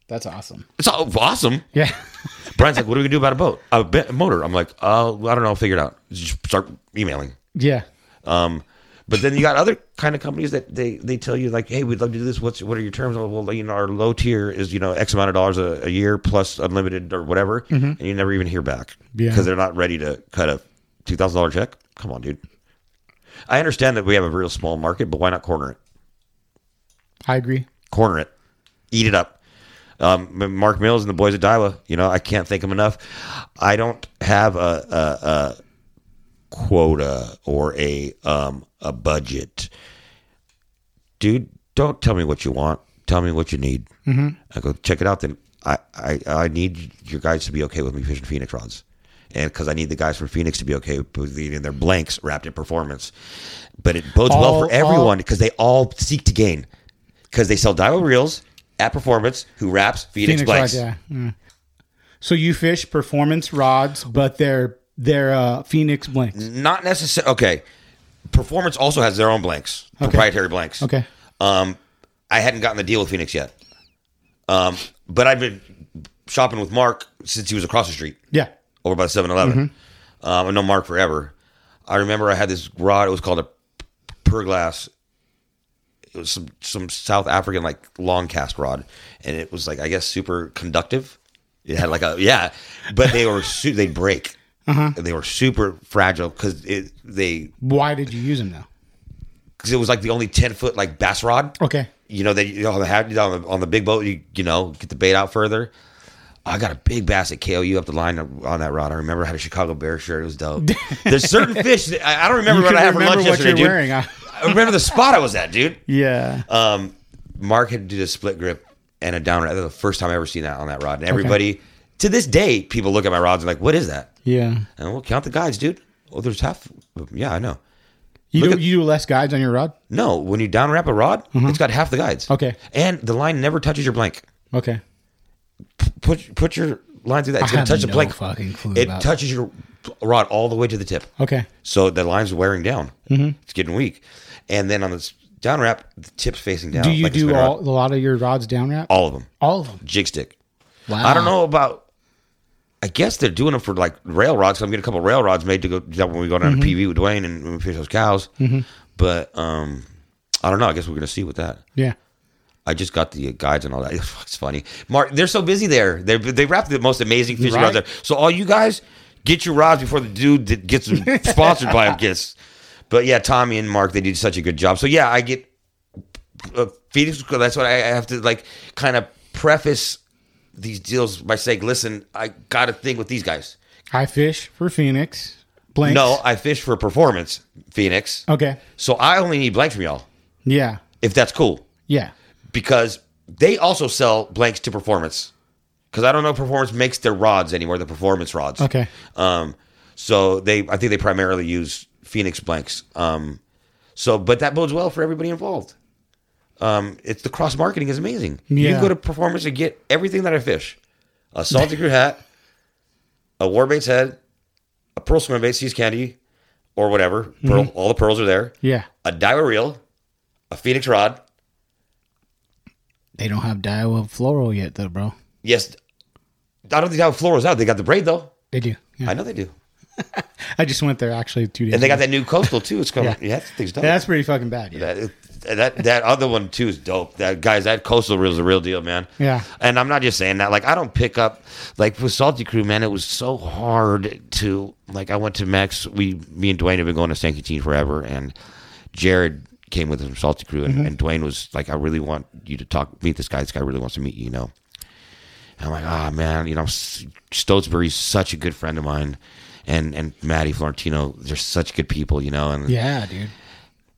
S1: That's awesome.
S3: it's all awesome.
S1: Yeah.
S3: Brian's like, "What do we do about a boat? A be- motor?" I'm like, "Uh, I don't know. I'll figure it out. Just start emailing."
S1: yeah.
S3: Um, but then you got other kind of companies that they they tell you like, "Hey, we'd love to do this. What's what are your terms?" Oh, Well, you know, our low tier is you know X amount of dollars a, a year plus unlimited or whatever, and you never even hear back
S1: Yeah.
S3: because they're not ready to cut a two thousand dollar check. Come on, dude. I understand that we have a real small market, but why not corner it?
S1: I agree.
S3: corner it, eat it up. Um, M- Mark Mills and the boys at Daiwa, you know, I can't thank them enough. I don't have a, a, a quota or a um, a budget, dude. Don't tell me what you want. Tell me what you need. Mm-hmm. I go check it out. Then I, I I need your guys to be okay with me fishing Phoenix rods, and because I need the guys from Phoenix to be okay with eating their blanks wrapped in performance. But it bodes well
S1: All-
S3: for everyone because they all seek to gain because they sell Daiwa reels at Performance, who wraps Phoenix, Blanks.
S1: rods, yeah. yeah. So you fish performance rods, but they're they're uh, Phoenix blanks.
S3: Not necessarily. Okay, Performance also has their own blanks, proprietary blanks.
S1: Okay.
S3: Um, I hadn't gotten the deal with Phoenix yet, um, but I've been shopping with Mark since he was across the street
S1: Yeah.
S3: over by 7-Eleven. Um, I know Mark forever. I remember I had this rod. It was called a perglass. It was some some South African like long cast rod, and it was like I guess super conductive. It had like a yeah, but they were su- they break. And They were super fragile because it they
S1: Why did you use them though?
S3: because it was like the only ten foot like bass rod
S1: Okay.
S3: you know, that you know, have on the, on the big boat, you, you know, get the bait out further. I got a big bass at KOU up the line on that rod. I remember I had a Chicago Bear shirt. It was dope. There's certain fish that I, I don't remember
S1: You
S3: what
S1: can
S3: I had for
S1: remember
S3: lunch
S1: what
S3: yesterday,
S1: you're wearing,
S3: dude.
S1: huh?
S3: I remember the spot I was at, dude.
S1: Yeah.
S3: Um, Mark had did a split grip and a downer. That was the first time I ever seen that on that rod. And everybody, to this day, people look at my rods and like, what is that?
S1: Yeah.
S3: And we'll count the guides, dude. Oh, there's half. Yeah, I know.
S1: You
S3: Look
S1: do,
S3: at-
S1: you do less guides on your rod?
S3: No, when you down wrap a rod, it's got half the guides.
S1: Mm-hmm. Okay.
S3: And the line never touches your blank.
S1: Okay.
S3: put put your line through that. It's
S1: I
S3: gonna
S1: have
S3: touch the
S1: no
S3: blank.
S1: fucking clue
S3: It
S1: about-
S3: touches your rod all the way to the tip.
S1: Okay.
S3: So the line's wearing down.
S1: Mm-hmm.
S3: It's getting weak. And then on this down wrap, the tip's facing down.
S1: Do you
S3: like a
S1: do
S3: spinner
S1: all,
S3: rod.
S1: a lot of your rods down wrap?
S3: all of them?
S1: All of them.
S3: Jig stick.
S1: Wow.
S3: I don't know about. I guess they're doing them for like rail rods. I'm getting a couple rail rods made to go that when we go
S1: Mm-hmm.
S3: down to PV with Dwayne and when we fish those cows. But um, I don't know. I guess we're gonna see with that.
S1: Yeah.
S3: I just got the guides and all that. It's funny. Mark, they're so busy there. They they wrap the most amazing fishing rods
S1: Right.
S3: there. So all you guys get your rods before the dude that gets them sponsored by him gets. But yeah, Tommy and Mark, they did such a good job. So yeah, I get uh, Phoenix. That's what I I have to like kind of preface these deals by saying, listen, I got a thing with these guys.
S1: I fish for Phoenix blanks.
S3: No, I fish for performance, Phoenix.
S1: okay.
S3: So I only need blanks from y'all
S1: Yeah.
S3: if that's cool.
S1: Yeah.
S3: because they also sell blanks to performance. Because I don't know, if performance makes their rods anymore, the performance rods.
S1: Okay.
S3: Um, so they, I think they primarily use Phoenix blanks. Um, so, but that bodes well for everybody involved. Um, it's the cross marketing is amazing. You
S1: Yeah.
S3: can go to performance and get everything that I fish: a salty crew hat, a warbait's head, a pearl swim bait, seas candy, or whatever. Pearl, all the pearls are there.
S1: Mm-hmm. Yeah.
S3: A diver reel, a Phoenix rod,
S1: They don't have Daiwa floral yet though, bro.
S3: Yes. I don't think they have Flores out. They got the braid though.
S1: They do. Yeah.
S3: I know they do,
S1: I just went there actually two days.
S3: and they got
S1: ago.
S3: that new coastal too. It's coming.
S1: Yeah.
S3: yeah. that thing's dope.
S1: That's pretty fucking bad. Yeah.
S3: that, that that other one too is dope. That guys, that coastal reel is the real deal, man.
S1: Yeah.
S3: And I'm not just saying that. Like I don't pick up like with Salty Crew, man. It was so hard to like. I went to Max. We, me and Dwayne have been going to San Quintin forever, and Jared came with us from Salty Crew,
S1: Mm-hmm.
S3: and, and Dwayne was like, "I really want you to talk, meet this guy. This guy really wants to meet you." You know. And I'm like, ah, man, you know, S- Stotesbury's such a good friend of mine, and and Maddie Florentino, they're such good people, you know, and
S1: Yeah, dude.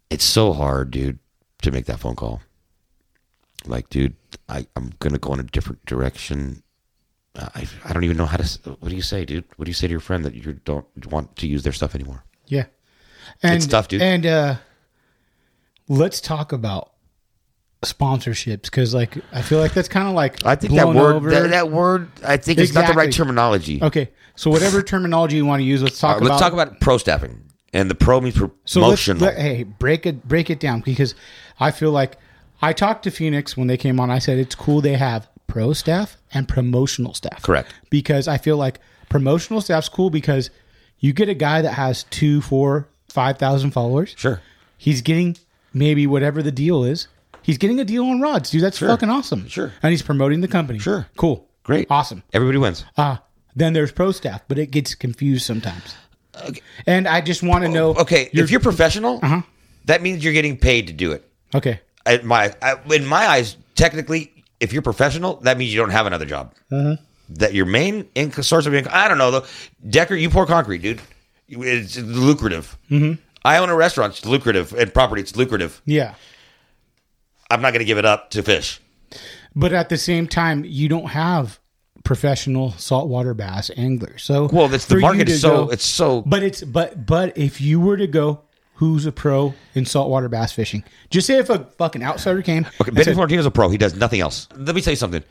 S3: it's so hard, dude, to make that phone call. Like, dude, I, I'm gonna go in a different direction. Uh, I I don't even know how to. s- What do you say, dude? What do you say to your friend that you don't want to use their stuff anymore?
S1: Yeah. And
S3: tough, dude.
S1: And uh, let's talk about sponsorships because, like, I feel like that's kind of like
S3: I think that
S1: blown
S3: word
S1: over.
S3: that, that word I think it's not the right
S1: Exactly.
S3: terminology.
S1: okay, so whatever terminology you want to use, let's
S3: All
S1: talk.
S3: right,
S1: about,
S3: let's talk about pro staffing and the pro means
S1: so let's-
S3: promotional.
S1: let- hey, break it break it down because I feel like I talked to Phoenix when they came on. I said it's cool they have pro staff and promotional staff.
S3: Correct.
S1: Because I feel like promotional staff's cool because you get a guy that has two, four, five thousand followers.
S3: sure,
S1: He's getting maybe whatever the deal is. He's getting a deal on rods, dude. That's fucking awesome.
S3: Sure.
S1: And he's promoting the company.
S3: Sure.
S1: Cool.
S3: great,
S1: Awesome.
S3: Everybody wins.
S1: Uh, then there's pro staff, but it gets confused sometimes. And I just want to know.
S3: Oh, Okay, if you're professional,
S1: Uh-huh.
S3: that means you're getting paid to do it.
S1: okay.
S3: at my I, in my eyes, technically, if you're professional, that means you don't have another job. That your main income source of income. I don't know though. Decker, you pour concrete, dude. You- It's lucrative. I own a restaurant. It's lucrative and property. It's lucrative.
S1: Yeah.
S3: I'm not going to give it up to fish.
S1: But at the same time, you don't have professional saltwater bass anglers. So
S3: Well, that's
S1: for
S3: the
S1: you
S3: market
S1: to
S3: is so
S1: go-
S3: it's so.
S1: But it's but but if you were to go, who's a pro in saltwater bass fishing? Just say if a fucking outsider came.
S3: Okay,
S1: and
S3: Benny
S1: said,
S3: Florentino's a pro. He does nothing else. Let me tell you something.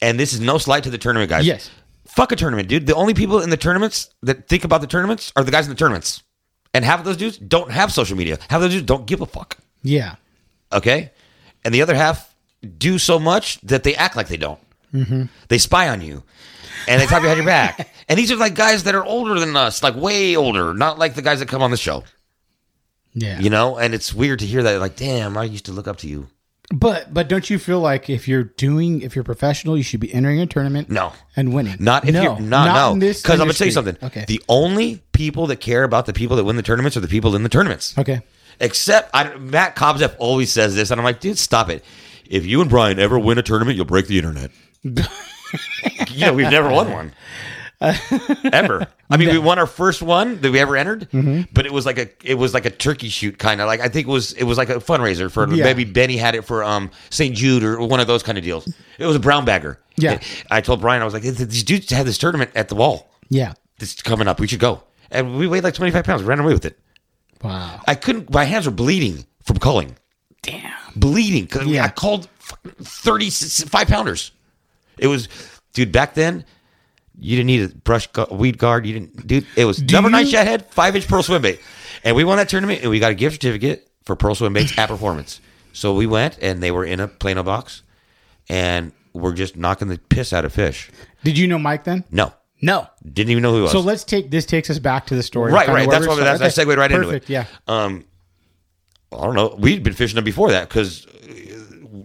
S3: And this is no slight to the tournament guys.
S1: Yes.
S3: Fuck a tournament, dude. The only people in the tournaments that think about the tournaments are the guys in the tournaments. And half of those dudes don't have social media. Half of those dudes don't give a fuck.
S1: yeah,
S3: Okay? And the other half do so much that they act like they don't.
S1: Mm-hmm.
S3: They spy on you. And they talk behind your back. And these are like guys that are older than us, like way older, not like the guys that come on the show.
S1: yeah,
S3: You know? And it's weird to hear that. Like, damn, I used to look up to you.
S1: But but don't you feel like if you're doing if you're professional, you should be entering a tournament?
S3: No.
S1: and winning.
S3: Not if
S1: no,
S3: you're not,
S1: in
S3: no
S1: this
S3: because I'm gonna tell you
S1: industry.
S3: something.
S1: Okay.
S3: The only people that care about the people that win the tournaments are the people in the tournaments.
S1: okay.
S3: Except I, Matt Kobzep always says this, and I'm like, dude, stop it. If you and Brian ever win a tournament, you'll break the internet. you know, we've never won one. ever. I mean, we won our first one that we ever entered, but it was like a it was like a turkey shoot kind of like I think it was it was like a fundraiser for
S1: Yeah.
S3: maybe Benny had it for um St. Jude or one of those kind of deals. It was a brown bagger.
S1: Yeah.
S3: I told Brian I was like these dudes had this tournament at the wall.
S1: Yeah.
S3: This is coming up. We should go. And we weighed like 25 pounds. We ran away with it.
S1: Wow.
S3: I couldn't. My hands were bleeding from culling. Damn, bleeding. 'cause
S1: Yeah.
S3: I culled thirty five pounders. It was, dude. Back then, you didn't need a brush gu- weed guard. You didn't, dude. It was number nine
S1: you-
S3: shad head, five inch pearl swim bait, and we won that tournament. And we got a gift certificate for pearl swim baits at performance. So we went, and they were in a Plano box, and we're just knocking the piss out of fish.
S1: Did you know Mike then?
S3: No,
S1: No.
S3: didn't even know who he was.
S1: So let's take this takes us back to the story.
S3: Right,
S1: kinda
S3: right.
S1: where
S3: That's
S1: we
S3: why
S1: started.
S3: that's, I
S1: Okay.
S3: segued right
S1: Perfect,
S3: into it.
S1: Yeah.
S3: Um, I don't know. We'd been fishing them before that because,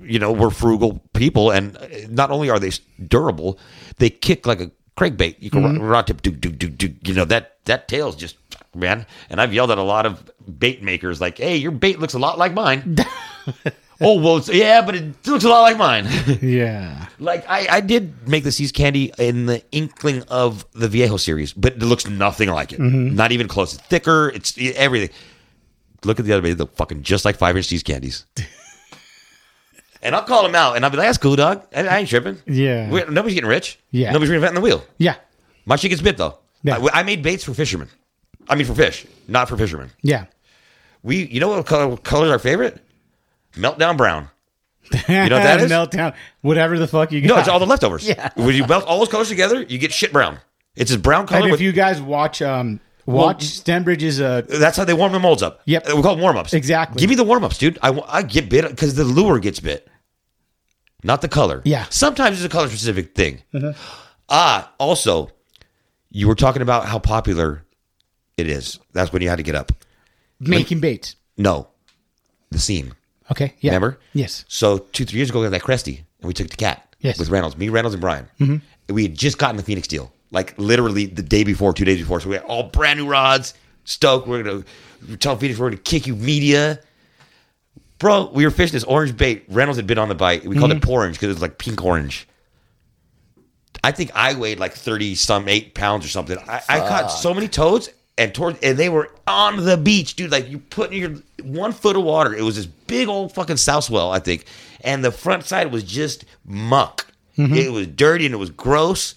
S3: you know, we're frugal people, and uh, not only are they s- durable, they kick like a crankbait. You can rod, rod tip, do do do do. You know that that tail's just man. And I've yelled at a lot of bait makers, like, "Hey, your bait looks a lot like mine." oh well, it's, yeah, but it looks a lot like mine.
S1: Yeah.
S3: Like I, I did make the seas candy in the inkling of the Viejo series, but it looks nothing like it.
S1: Mm-hmm.
S3: Not even close. It's thicker. It's e, everything. Look at the other baby. They look fucking just like five inch seas candies. and I'll call them out, and I'll be like, "That's cool, dog. I, I ain't tripping.
S1: Yeah.
S3: We're- nobody's getting rich.
S1: Yeah.
S3: nobody's reinventing the wheel.
S1: Yeah.
S3: My shit gets bit though.
S1: Yeah.
S3: I, I made baits for fishermen. I mean, for fish, not for fishermen.
S1: Yeah.
S3: We, you know what color, what color is our favorite? Meltdown brown. You know what that is?
S1: Meltdown. Whatever the fuck you got.
S3: No, it's all the leftovers. Yeah. When you melt all those colors together, you get shit brown. It's this brown color.
S1: And if
S3: With,
S1: you guys watch um watch Stenbridge's uh
S3: that's how they warm the molds up.
S1: Yep.
S3: We call them warm ups.
S1: Exactly.
S3: Give me the warm ups, dude. I, wa- I get bit because the lure gets bit, not the color.
S1: Yeah. Mm-hmm.
S3: Sometimes it's a color specific thing. Ah, also, you were talking about how popular it is. That's when you had to get up.
S1: Making baits.
S3: No, the seam.
S1: Okay. Yeah.
S3: Remember?
S1: Yes.
S3: So two, three years ago, we had that Cresty, and we took the cat.
S1: Yes.
S3: With Reynolds, me, Reynolds, and Brian. Mm-hmm. we had just gotten the Phoenix deal, like literally the day before, two days before. So we had all brand new rods. Stoked. We're gonna tell Phoenix we're gonna kick you media. Bro, we were fishing this orange bait. Reynolds had been on the bite. We called
S1: Mm-hmm.
S3: it orange because it was like pink orange. I think I weighed like thirty some eight pounds or something. I, I caught so many toads and towards and they were on the beach, dude. Like you put in your one foot of water. It was this big old fucking southwell, I think, and the front side was just muck.
S1: Mm-hmm.
S3: It was dirty and it was gross,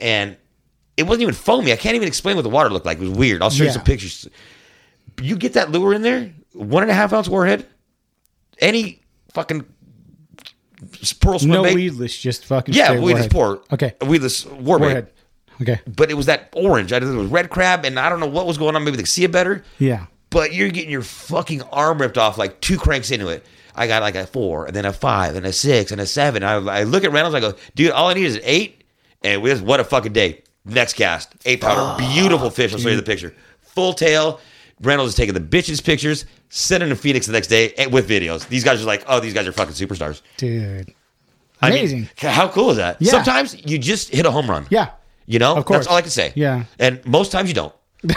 S3: and it wasn't even foamy. I can't even explain what the water looked like. It was weird. I'll show you
S1: Yeah.
S3: some pictures. You get that lure in there, one and a half ounce warhead, any fucking pearl swim
S1: No
S3: bait.
S1: weedless, just fucking.
S3: Yeah,
S1: straight
S3: weed is
S1: warhead.
S3: poor.
S1: Okay.
S3: Weed is war bait.
S1: Warhead. Okay.
S3: But it was that orange. I think it was red crab, and I don't know what was going on. Maybe they could see it better.
S1: Yeah.
S3: But you're getting your fucking arm ripped off like two cranks into it. I got like a four, and then a five, and a six, and a seven. I, I look at Reynolds. I go, dude, all I need is an eight, and we just what a fucking day. Next cast, eight
S1: Ah,
S3: pounder, beautiful fish. I'll show you the picture. Full tail. Reynolds is taking the bitches pictures, sending to Phoenix the next day and- with videos. These guys are like, oh, these guys are fucking superstars.
S1: Dude.
S3: I mean,
S1: Amazing.
S3: how cool is that?
S1: Yeah.
S3: Sometimes you just hit a home run.
S1: yeah.
S3: You know,
S1: Of course.
S3: that's all I can say.
S1: Yeah.
S3: And most times you don't.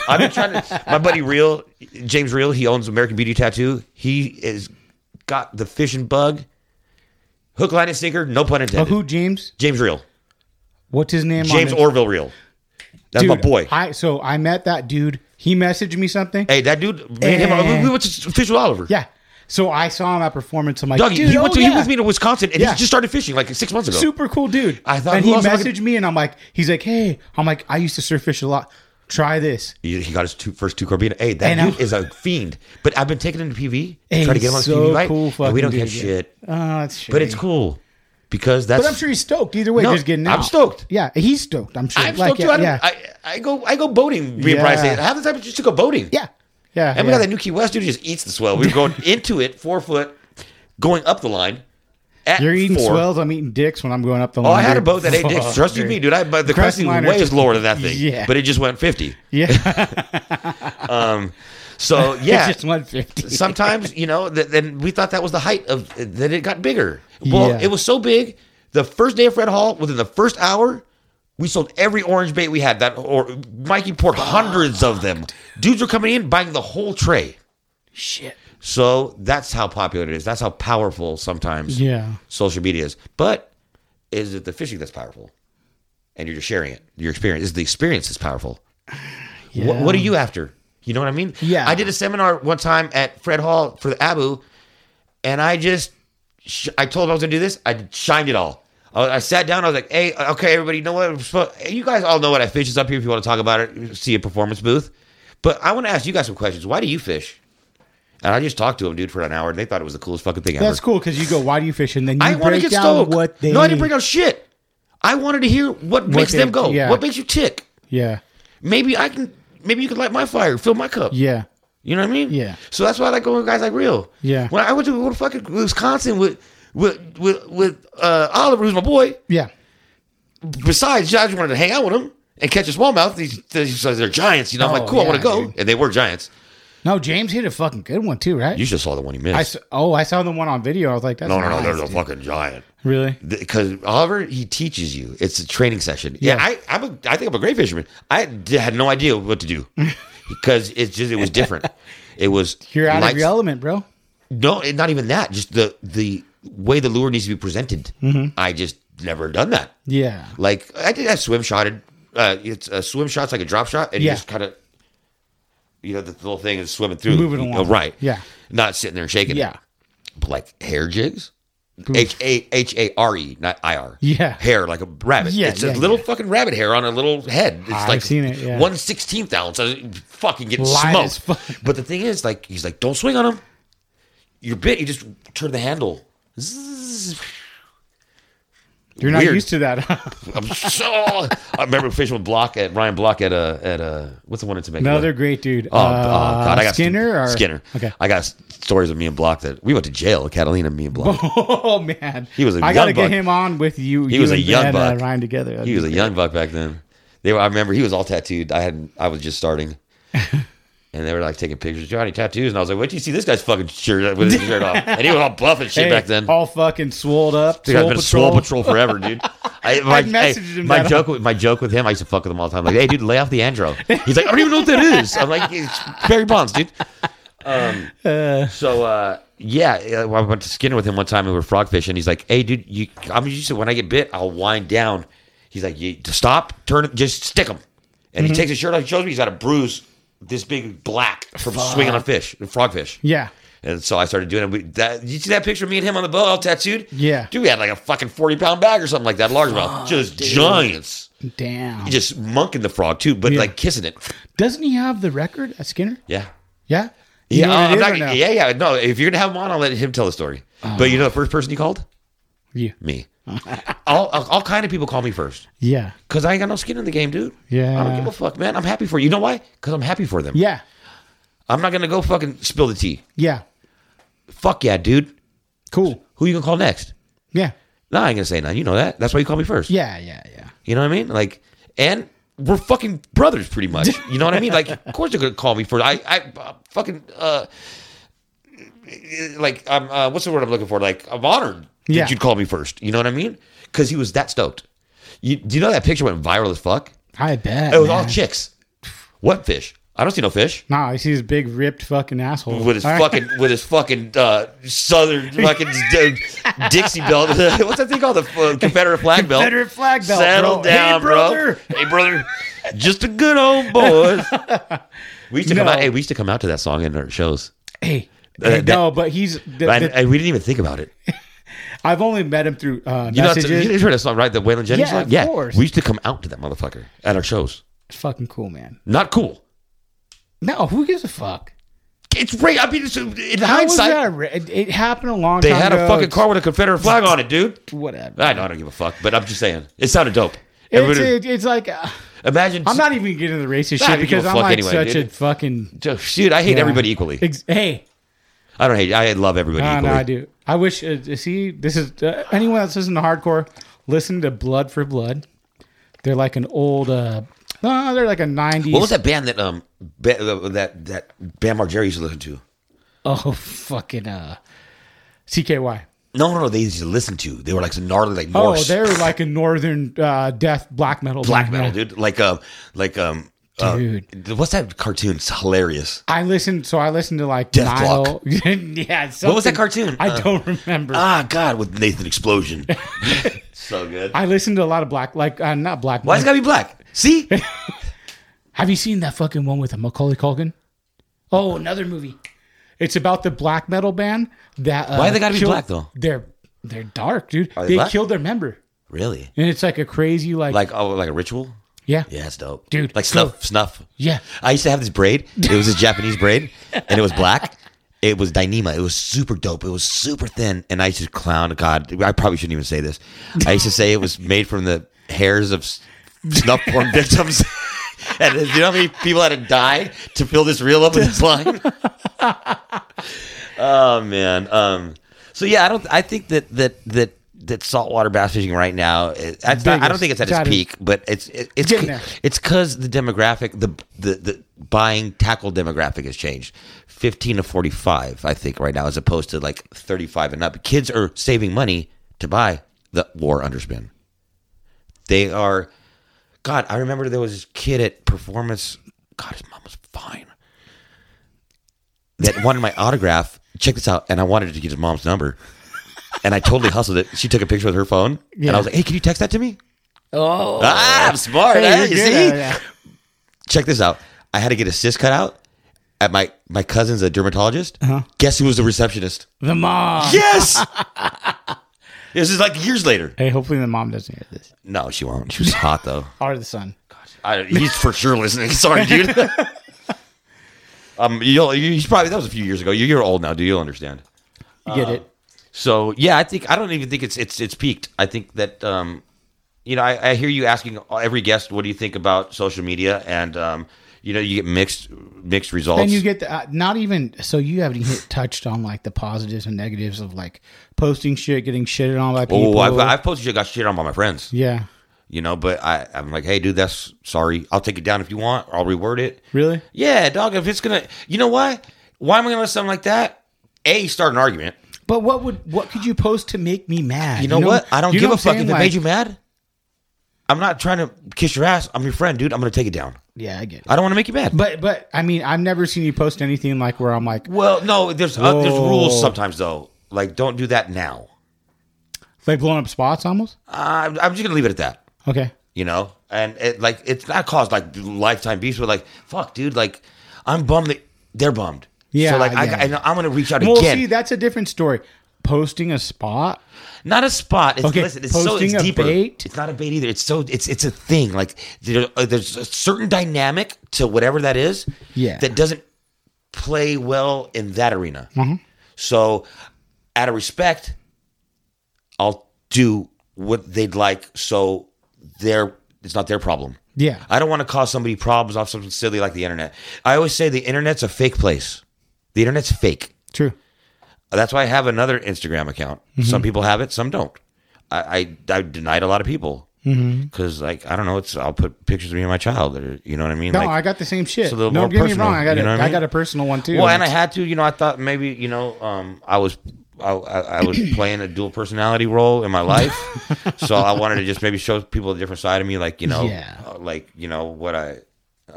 S3: I've been trying to. My buddy Real, James Real, he owns American Beauty Tattoo. He is got the fishing bug, hook, line, and sinker. No pun
S1: Oh,
S3: intended.
S1: who James?
S3: James Real,
S1: What's his name? on
S3: James
S1: it?
S3: Orville Real. That's my
S1: Dude,
S3: boy.
S1: I so I met that dude. He messaged me something.
S3: hey, that dude. Me and him,
S1: Eh.
S3: we went to fish with Oliver.
S1: Yeah. So I saw him at performance. I'm like,
S3: Dougie,
S1: dude,
S3: he went
S1: oh,
S3: to
S1: yeah.
S3: he was with me to Wisconsin, and
S1: Yeah.
S3: he just started fishing like six months ago.
S1: Super cool dude.
S3: I thought,
S1: and
S3: who
S1: he
S3: else am I
S1: messaged me, and I'm like, he's like, hey, I'm like, I used to surf fish a lot. Try this.
S3: He, he got his two, first two carbina. Hey, that
S1: And
S3: dude
S1: I'm-
S3: is a fiend. But I've been taking him to PV,
S1: Hey,
S3: trying to get him on
S1: so
S3: PV right.
S1: cool
S3: and we
S1: fucking
S3: don't
S1: dude,
S3: get
S1: yeah.
S3: shit.
S1: Oh, that's shitty.
S3: But it's cool because that's.
S1: But I'm sure he's stoked either way.
S3: No,
S1: just getting out.
S3: I'm stoked.
S1: Yeah, he's stoked. I'm sure.
S3: I'm
S1: Like,
S3: stoked too.
S1: yeah,
S3: I, don't-
S1: yeah.
S3: I, I go I go boating. Me and Bryce
S1: Yeah.
S3: say, half the time I just to go boating.
S1: yeah, yeah.
S3: and we
S1: yeah.
S3: got that new Key West dude who just eats the swell. We were going into it four foot, going up the line. At
S1: You're eating
S3: four.
S1: swells. I'm eating dicks when I'm going up the.
S3: Oh, I had a boat that ate dicks. Trust you me, dude. I but the
S1: Cresting
S3: cresting was
S1: liner
S3: way
S1: just-
S3: is lower than that thing.
S1: Yeah.
S3: but it just went fifty.
S1: Yeah,
S3: So yeah,
S1: just 150.
S3: sometimes you know th- then we thought that was the height of then it got bigger well
S1: Yeah.
S3: it was so big the first day of fred hall within the first hour we sold every orange bait we had that or mikey poured hundreds of them dudes were coming in buying the whole tray
S1: Shit.
S3: so that's how popular it is that's how powerful sometimes
S1: Yeah.
S3: social media is but is it the fishing that's powerful and you're just sharing it your experience is the experience that's powerful what, what are you after? You know what I mean?
S1: Yeah.
S3: I did a seminar one time at Fred Hall for the Abu, and I just, sh- I told them I was gonna do this. I shined it all. I, I sat down. I was like, "Hey, uh, okay, everybody, you know what? I'm supposed- you guys all know what I fish is up here. If you want to talk about it, see a performance booth. But I want to ask you guys some questions. Why do you fish? And I just talked to them, dude, for an hour, and they thought it was the coolest fucking thing ever.
S1: That's cool because you go, why do you fish? And then you
S3: I want to
S1: break
S3: get
S1: down
S3: stoked.
S1: what they.
S3: no, I didn't bring out shit. I wanted to hear what, makes
S1: they-
S3: them go.
S1: yeah.
S3: What makes you tick?
S1: Yeah,
S3: Maybe I can. Maybe you could light my fire, fill my cup.
S1: yeah,
S3: You know what I mean?
S1: Yeah.
S3: So that's why I like going with guys like Real.
S1: Yeah.
S3: When I went to, went to fucking Wisconsin with with with, with uh, Oliver, who's my boy.
S1: yeah.
S3: Besides, I just wanted to hang out with him and catch a smallmouth. These, these they're giants, you know. I'm
S1: Oh,
S3: like, cool, I want
S1: yeah,
S3: to go,
S1: dude.
S3: and they were giants.
S1: No, James hit a fucking good one too, right?
S3: You should have saw the one he
S1: I
S3: missed.
S1: s- oh, I saw the one on video. I was like, that's
S3: no, no, no,
S1: nice,
S3: there's a
S1: dude.
S3: fucking giant.
S1: really.
S3: Because Oliver, he teaches you. It's a training session. Yeah,
S1: Yeah.
S3: I, I'm a, I think I'm a great fisherman. I d- had no idea what to do because it's just it was different. It was
S1: You're out
S3: lights-
S1: of your element, bro.
S3: No, and not even that. Just the the way the lure needs to be presented.
S1: Mm-hmm.
S3: I just never done that.
S1: Yeah,
S3: Like I did have swim shotted. Uh, it's a swim shot's like a drop shot, and
S1: Yeah.
S3: you just kind of, you know, the little thing is swimming through,
S1: Moving
S3: You-
S1: along.
S3: right?
S1: Yeah.
S3: not sitting there shaking. it.
S1: yeah,
S3: But like hair jigs. H a h a r e, not i r.
S1: Yeah.
S3: hair like a rabbit.
S1: Yeah,
S3: it's
S1: yeah,
S3: a little fucking rabbit hair on a little head. It's
S1: I've
S3: like
S1: seen it, yeah.
S3: one sixteenth ounce. I fucking getting
S1: Light
S3: smoked.
S1: as fuck.
S3: But the thing is, like he's like, don't swing on him. Your bit, you just turn the handle. Zzzz.
S1: You're not
S3: Weird.
S1: used to that. huh?
S3: I'm so. I remember fishing with Block at Ryan Block at a at a what's the one in Temecula?
S1: Another great dude.
S3: Oh,
S1: Uh,
S3: oh, God! I got
S1: Skinner. or?
S3: Skinner.
S1: Okay.
S3: I got stories of me and Block that we went to jail. Catalina, me and Block.
S1: Oh man,
S3: He was a
S1: I gotta
S3: young
S1: get
S3: buck.
S1: him on with you.
S3: He
S1: you
S3: was a
S1: and
S3: young
S1: Ben, uh,
S3: buck.
S1: Ryan together. That'd
S3: he was
S1: be
S3: a young buck back then. They were. I remember he was all tattooed. I had. I was just starting, and they were like taking pictures. Johnny tattoos, and I was like, "Wait, do you see this guy's fucking shirt with his shirt off?" And he was all buff and shit
S1: Hey,
S3: back then.
S1: All fucking swolled up.
S3: Dude, I've
S1: Swole
S3: been
S1: patrol.
S3: Swole Patrol forever, dude. I, my,
S1: messaged him
S3: my
S1: that.
S3: joke, with- my joke with him. I used to fuck with him all the time. Like, hey, dude, lay off the andro. He's like, I don't even know what that is. I'm like, it's Barry Bonds, dude. Um, so uh, yeah, uh, I went to Skinner with him one time. and We were frog fishing. He's like, hey, dude, you, I'm used to when I get bit, I'll wind down. He's like, you stop, turn, it, just stick him. And
S1: Mm-hmm.
S3: he takes his shirt off. He shows me he's got a bruise this big black from swinging on fish, frog fish.
S1: Yeah.
S3: And so I started doing it. We, that, you see that picture of me and him on the boat, all tattooed?
S1: Yeah.
S3: Dude, we had like a fucking 40 pound bag or something like that, largemouth. just giants.
S1: Damn.
S3: Just monking the frog, too, but
S1: Yeah.
S3: like kissing it.
S1: Doesn't he have the record at Skinner?
S3: Yeah.
S1: Yeah. You
S3: Yeah,
S1: know
S3: uh,
S1: what it
S3: I'm
S1: is
S3: not,
S1: or no? Oh.
S3: yeah, yeah. No, if you're going to have him on, I'll let him tell the story. But you know the first person he called?
S1: You.
S3: Me. all, all, all kind of people call me first
S1: Yeah.
S3: because I ain't got no skin in the game, dude. I
S1: Yeah.
S3: don't give a fuck, man. I'm happy for you. You know why? Because I'm happy for them.
S1: Yeah.
S3: I'm not going to go fucking spill the tea.
S1: Yeah.
S3: Fuck yeah, dude.
S1: Cool.
S3: Who you going to call next?
S1: Yeah.
S3: No, I ain't going to say none. You know that. That's why you call me first.
S1: Yeah. Yeah. Yeah.
S3: You know what I mean? Like, and we're fucking brothers, pretty much. You know what I mean? Like, of course they're gonna call me first. I, I uh, fucking, uh, like, I'm, uh, what's the word I'm looking for? Like, I'm honored
S1: Yeah.
S3: that you'd call me first. You know what I mean? Because he was that stoked. You, do you know that picture went viral as fuck?
S1: I bet.
S3: It was all
S1: man.
S3: chicks. What fish? I don't see no fish.
S1: Nah, I see his big ripped fucking asshole.
S3: With his
S1: All right.
S3: fucking, with his fucking uh, southern fucking uh, Dixie belt. What's that thing called? The uh, Confederate flag belt.
S1: Confederate flag belt.
S3: Settle
S1: bro.
S3: down,
S1: hey,
S3: bro.
S1: brother.
S3: Hey, brother. Just a good old boy. we used to come
S1: No.
S3: out. Hey, we used to come out to that song in our shows.
S1: Hey.
S3: Uh,
S1: Hey,
S3: that- uh,
S1: no, but he's. The,
S3: And,
S1: the,
S3: and we didn't even think about it.
S1: I've only met him through uh,
S3: You know, that's-
S1: messages.
S3: you heard that song, right? The Waylon Jennings
S1: Yeah, of
S3: song.
S1: course.
S3: we used to come out to that motherfucker at our shows.
S1: fucking cool, man.
S3: Not cool.
S1: No, who gives a fuck?
S3: It's great. I mean, it's, uh, in
S1: How was
S3: hindsight,
S1: that? ri- It, it happened a long
S3: they
S1: time
S3: had
S1: ago.
S3: a fucking car with a Confederate flag on it, dude.
S1: It's Whatever.
S3: I know I don't give a fuck, but I'm just saying it sounded dope.
S1: It's,
S3: Everybody-
S1: it, it's like uh,
S3: imagine.
S1: I'm not even getting into the racist
S3: I
S1: shit
S3: don't give
S1: because
S3: a
S1: I'm
S3: fuck
S1: like
S3: anyway,
S1: such
S3: dude.
S1: a fucking.
S3: Dude, I hate everybody equally.
S1: Ex- hey,
S3: I don't hate. I love everybody
S1: no,
S3: equally.
S1: no, I do. I wish. Uh, see, this is uh, anyone that's listening to hardcore. Listen to Blood for Blood. They're like an old. uh no, they're like a '90s.
S3: What was that band that um ba- uh, that that Bam Margera used to listen to?
S1: Oh, fucking uh, CKY.
S3: No, no, no. They used to listen to. They were like some gnarly, like
S1: Oh,
S3: Norse
S1: they're like a northern uh, death black metal.
S3: black
S1: band,
S3: metal,
S1: yeah.
S3: dude. Like um, like um, uh,
S1: Dude.
S3: what's that cartoon? It's hilarious.
S1: I listened, so I listened to like
S3: Death
S1: Nile. yeah.
S3: What was that
S1: something-
S3: cartoon?
S1: I
S3: Uh,
S1: don't remember.
S3: Ah, God, with Nathan Explosion. so good.
S1: I listened to a lot of black, like uh, not black.
S3: Why's it
S1: metal.
S3: gotta be black? See,
S1: Have you seen that fucking one with Macaulay Culkin? Oh, another movie. It's about the black metal band that. Uh,
S3: Why they gotta be
S1: killed-
S3: black, though?
S1: They're they're dark, dude.
S3: Are they
S1: they
S3: black?
S1: killed their member,
S3: really?
S1: and it's like a crazy, like,
S3: Like oh, like a ritual?
S1: yeah,
S3: Yeah, that's dope,
S1: Dude,
S3: Like
S1: cool.
S3: snuff, snuff.
S1: yeah.
S3: I used to have this braid. It was a Japanese braid, and it was black. It was Dyneema. It was super dope. It was super thin, and I used to clown. God, I probably shouldn't even say this. I used to say it was made from the hairs of s- snuff porn victims. and you know how many people had to die to fill this reel up with this line? oh man. Um. So yeah, I don't. I think that that that. That saltwater bass fishing right now, it, I, I don't
S1: Biggest.
S3: think it's at
S1: That
S3: its
S1: is-
S3: peak, but it's it, it's
S1: Getting there.
S3: it's because the demographic, the, the the buying tackle demographic has changed. Fifteen to forty five, I think, right now, as opposed to like thirty five and up. Kids are saving money to buy the war underspin. They are. God, I remember there was this kid at performance. God, his mom was fine. That wanted my autograph. Check this out, and I wanted to get his mom's number. And I totally hustled it. She took a picture with her phone, and I was like, "Hey, can you text that to me?"
S1: Oh,
S3: Ah, I'm smart.
S1: Hey,
S3: eh?
S1: you're
S3: You
S1: good
S3: see?
S1: at that.
S3: check this out. I had to get a cyst cut out at my my cousin's a dermatologist.
S1: Uh-huh.
S3: Guess who was the receptionist?
S1: the mom.
S3: Yes. this is like years later.
S1: Hey, hopefully the mom doesn't hear this
S3: No, she won't. She was hot though.
S1: or the son.
S3: I, he's for sure listening. Sorry, dude. um, you'll, you, he's probably that was a few years ago. You, you're old now, do you understand?
S1: You get it?
S3: So yeah, I think I don't even think it's it's it's peaked. I think that um, you know I, I hear you asking every guest, what do you think about social media? And um, you know you get mixed mixed results.
S1: And you get the, uh, not even so you haven't even touched on like the positives and negatives of like posting shit, getting shitted on by people.
S3: oh, I've, I've posted shit, got shit on by my friends.
S1: yeah,
S3: You know, but I I'm like, hey, dude, that's sorry. I'll take it down if you want. Or I'll reword it.
S1: really?
S3: Yeah, dog. If it's gonna, you know what? Why am I gonna let something like that? A start an argument.
S1: But what would what could you post to make me mad?
S3: You know, what? I don't
S1: you
S3: give
S1: know
S3: a
S1: what I'm
S3: fuck if
S1: saying?
S3: it
S1: Like-
S3: made you mad. I'm not trying to kiss your ass. I'm your friend, dude. I'm gonna take it down.
S1: Yeah, I get it.
S3: I don't want to make you mad.
S1: But but I mean, I've never seen you post anything like where I'm like
S3: well, no, there's uh, there's
S1: Whoa.
S3: rules sometimes though. Like, don't do that now.
S1: like blowing up spots almost.
S3: Uh, I'm just gonna leave it at that.
S1: Okay,
S3: You know, and it like it's not caused like lifetime beefs, but like fuck, dude. Like, I'm bummed that they're bummed.
S1: Yeah,
S3: So like, I,
S1: yeah.
S3: I know I'm gonna reach out
S1: well,
S3: again.
S1: see, that's a different story. Posting a spot
S3: Not a spot. It's,
S1: Okay,
S3: listen, it's so
S1: posting
S3: it's
S1: a
S3: deeper.
S1: bait?
S3: It's not a bait either. It's so it's it's a thing. Like there, uh, there's a certain dynamic to whatever that is.
S1: Yeah.
S3: That doesn't play well in that arena.
S1: Mm-hmm.
S3: So, out of respect, I'll do what they'd like. So they're it's not their problem.
S1: Yeah.
S3: I don't want to cause somebody problems off something silly like the internet. I always say the internet's a fake place. The internet's fake.
S1: True.
S3: That's why I have another Instagram account.
S1: Mm-hmm.
S3: Some people have it, some don't. I I, I denied a lot of people
S1: Mm-hmm.
S3: because like I don't know. It's I'll put pictures of me and my child. Or, you know what I mean?
S1: No,
S3: like,
S1: I got the same shit.
S3: it's a little
S1: No,
S3: more
S1: don't get
S3: personal,
S1: me wrong. I got
S3: you
S1: a,
S3: know
S1: I
S3: what I mean?
S1: got a personal one too.
S3: well, and I had to. You know, I thought maybe you know um, I was. I, I I was playing a dual personality role in my life, so I wanted to just maybe show people a different side of me, like you know,
S1: Yeah.
S3: uh, like you know what I,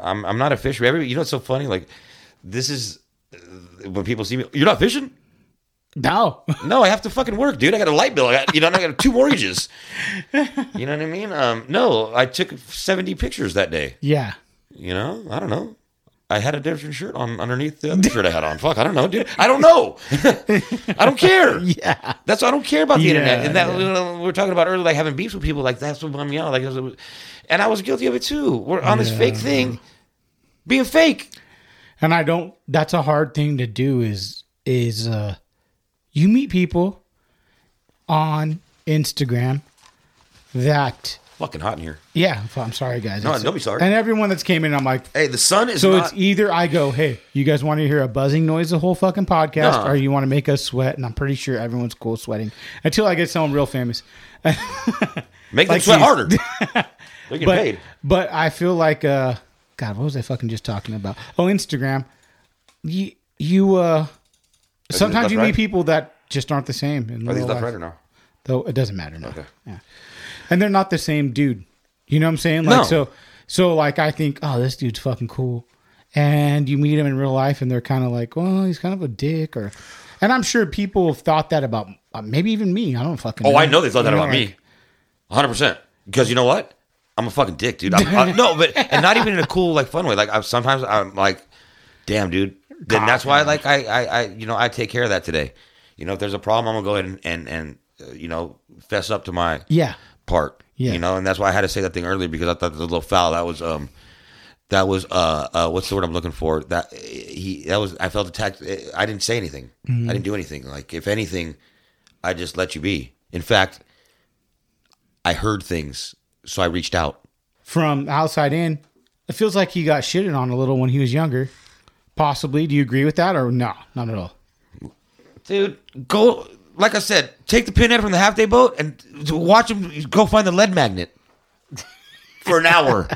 S3: I'm I'm not a fisher. Every you know, it's so funny. Like this is uh, when people see me. You're not fishing.
S1: no.
S3: No, I have to fucking work, dude. I got a light bill. I got, you know, I got two mortgages. You know what I mean? Um, no, I took 70 pictures that day.
S1: yeah.
S3: You know, I don't know. I had a different shirt on underneath the other shirt I had on. Fuck, I don't know, dude. I don't know. I don't care.
S1: Yeah.
S3: That's why I don't care about the
S1: Yeah,
S3: internet. And that you know, we were talking about earlier, like having beefs with people, like that's what bummed me out. Like, it was- and I was guilty of it too. We're on this fake thing, being fake.
S1: and i don't that's a hard thing to do is is uh you meet people on instagram that
S3: Fucking hot in here.
S1: yeah f- i'm sorry guys
S3: No,
S1: It's-
S3: don't be sorry.
S1: and everyone that's came in i'm like
S3: Hey, the sun is
S1: so
S3: not.
S1: it's either i go hey you guys want to hear a buzzing noise the whole fucking podcast
S3: No.
S1: or you want to make us sweat and i'm pretty sure everyone's cool sweating until i get someone real famous
S3: make them
S1: like these.
S3: sweat harder. They're getting
S1: but
S3: paid.
S1: but I feel like uh God, what was I fucking just talking about? Oh, Instagram. You you uh sometimes
S3: left,
S1: you meet
S3: right?
S1: people that just aren't the same. In
S3: Are these
S1: real
S3: left,
S1: life.
S3: right, or no?
S1: Though it doesn't matter now. Yeah. And they're not the same dude. You know what I'm saying? Like
S3: No.
S1: so so like I think, oh, this dude's fucking cool. And you meet him in real life and they're kind of like, well, he's kind of a dick or and I'm sure people have thought that about uh, maybe even me. I don't fucking
S3: Oh, I know they thought that
S1: You
S3: about
S1: like-
S3: me, hundred percent. Because you know what? I'm a fucking dick, dude. I'm, I, no, but and not even in a cool, like, fun way. Like, I, sometimes I'm like, damn, dude. Then that's why, like, I, I, I, you know, I take care of that today. You know, if there's a problem, I'm gonna go ahead and, and, and uh, you know, fess up to my
S1: Yeah.
S3: part.
S1: Yeah.
S3: You know, and that's why I had to say that thing earlier because I thought that was a little foul. That was um that was uh, uh what's the word I'm looking for? That he that was I felt attacked. I didn't say anything. I didn't do anything. Like if anything, I just let you be. In fact, I heard things, so I reached out.
S1: from outside in, it feels like he got shitted on a little when he was younger. Possibly. Do you agree with that or no? Not at all.
S3: Dude, go like I said, take the pinhead from the half day boat and watch him go find the lead magnet for an hour.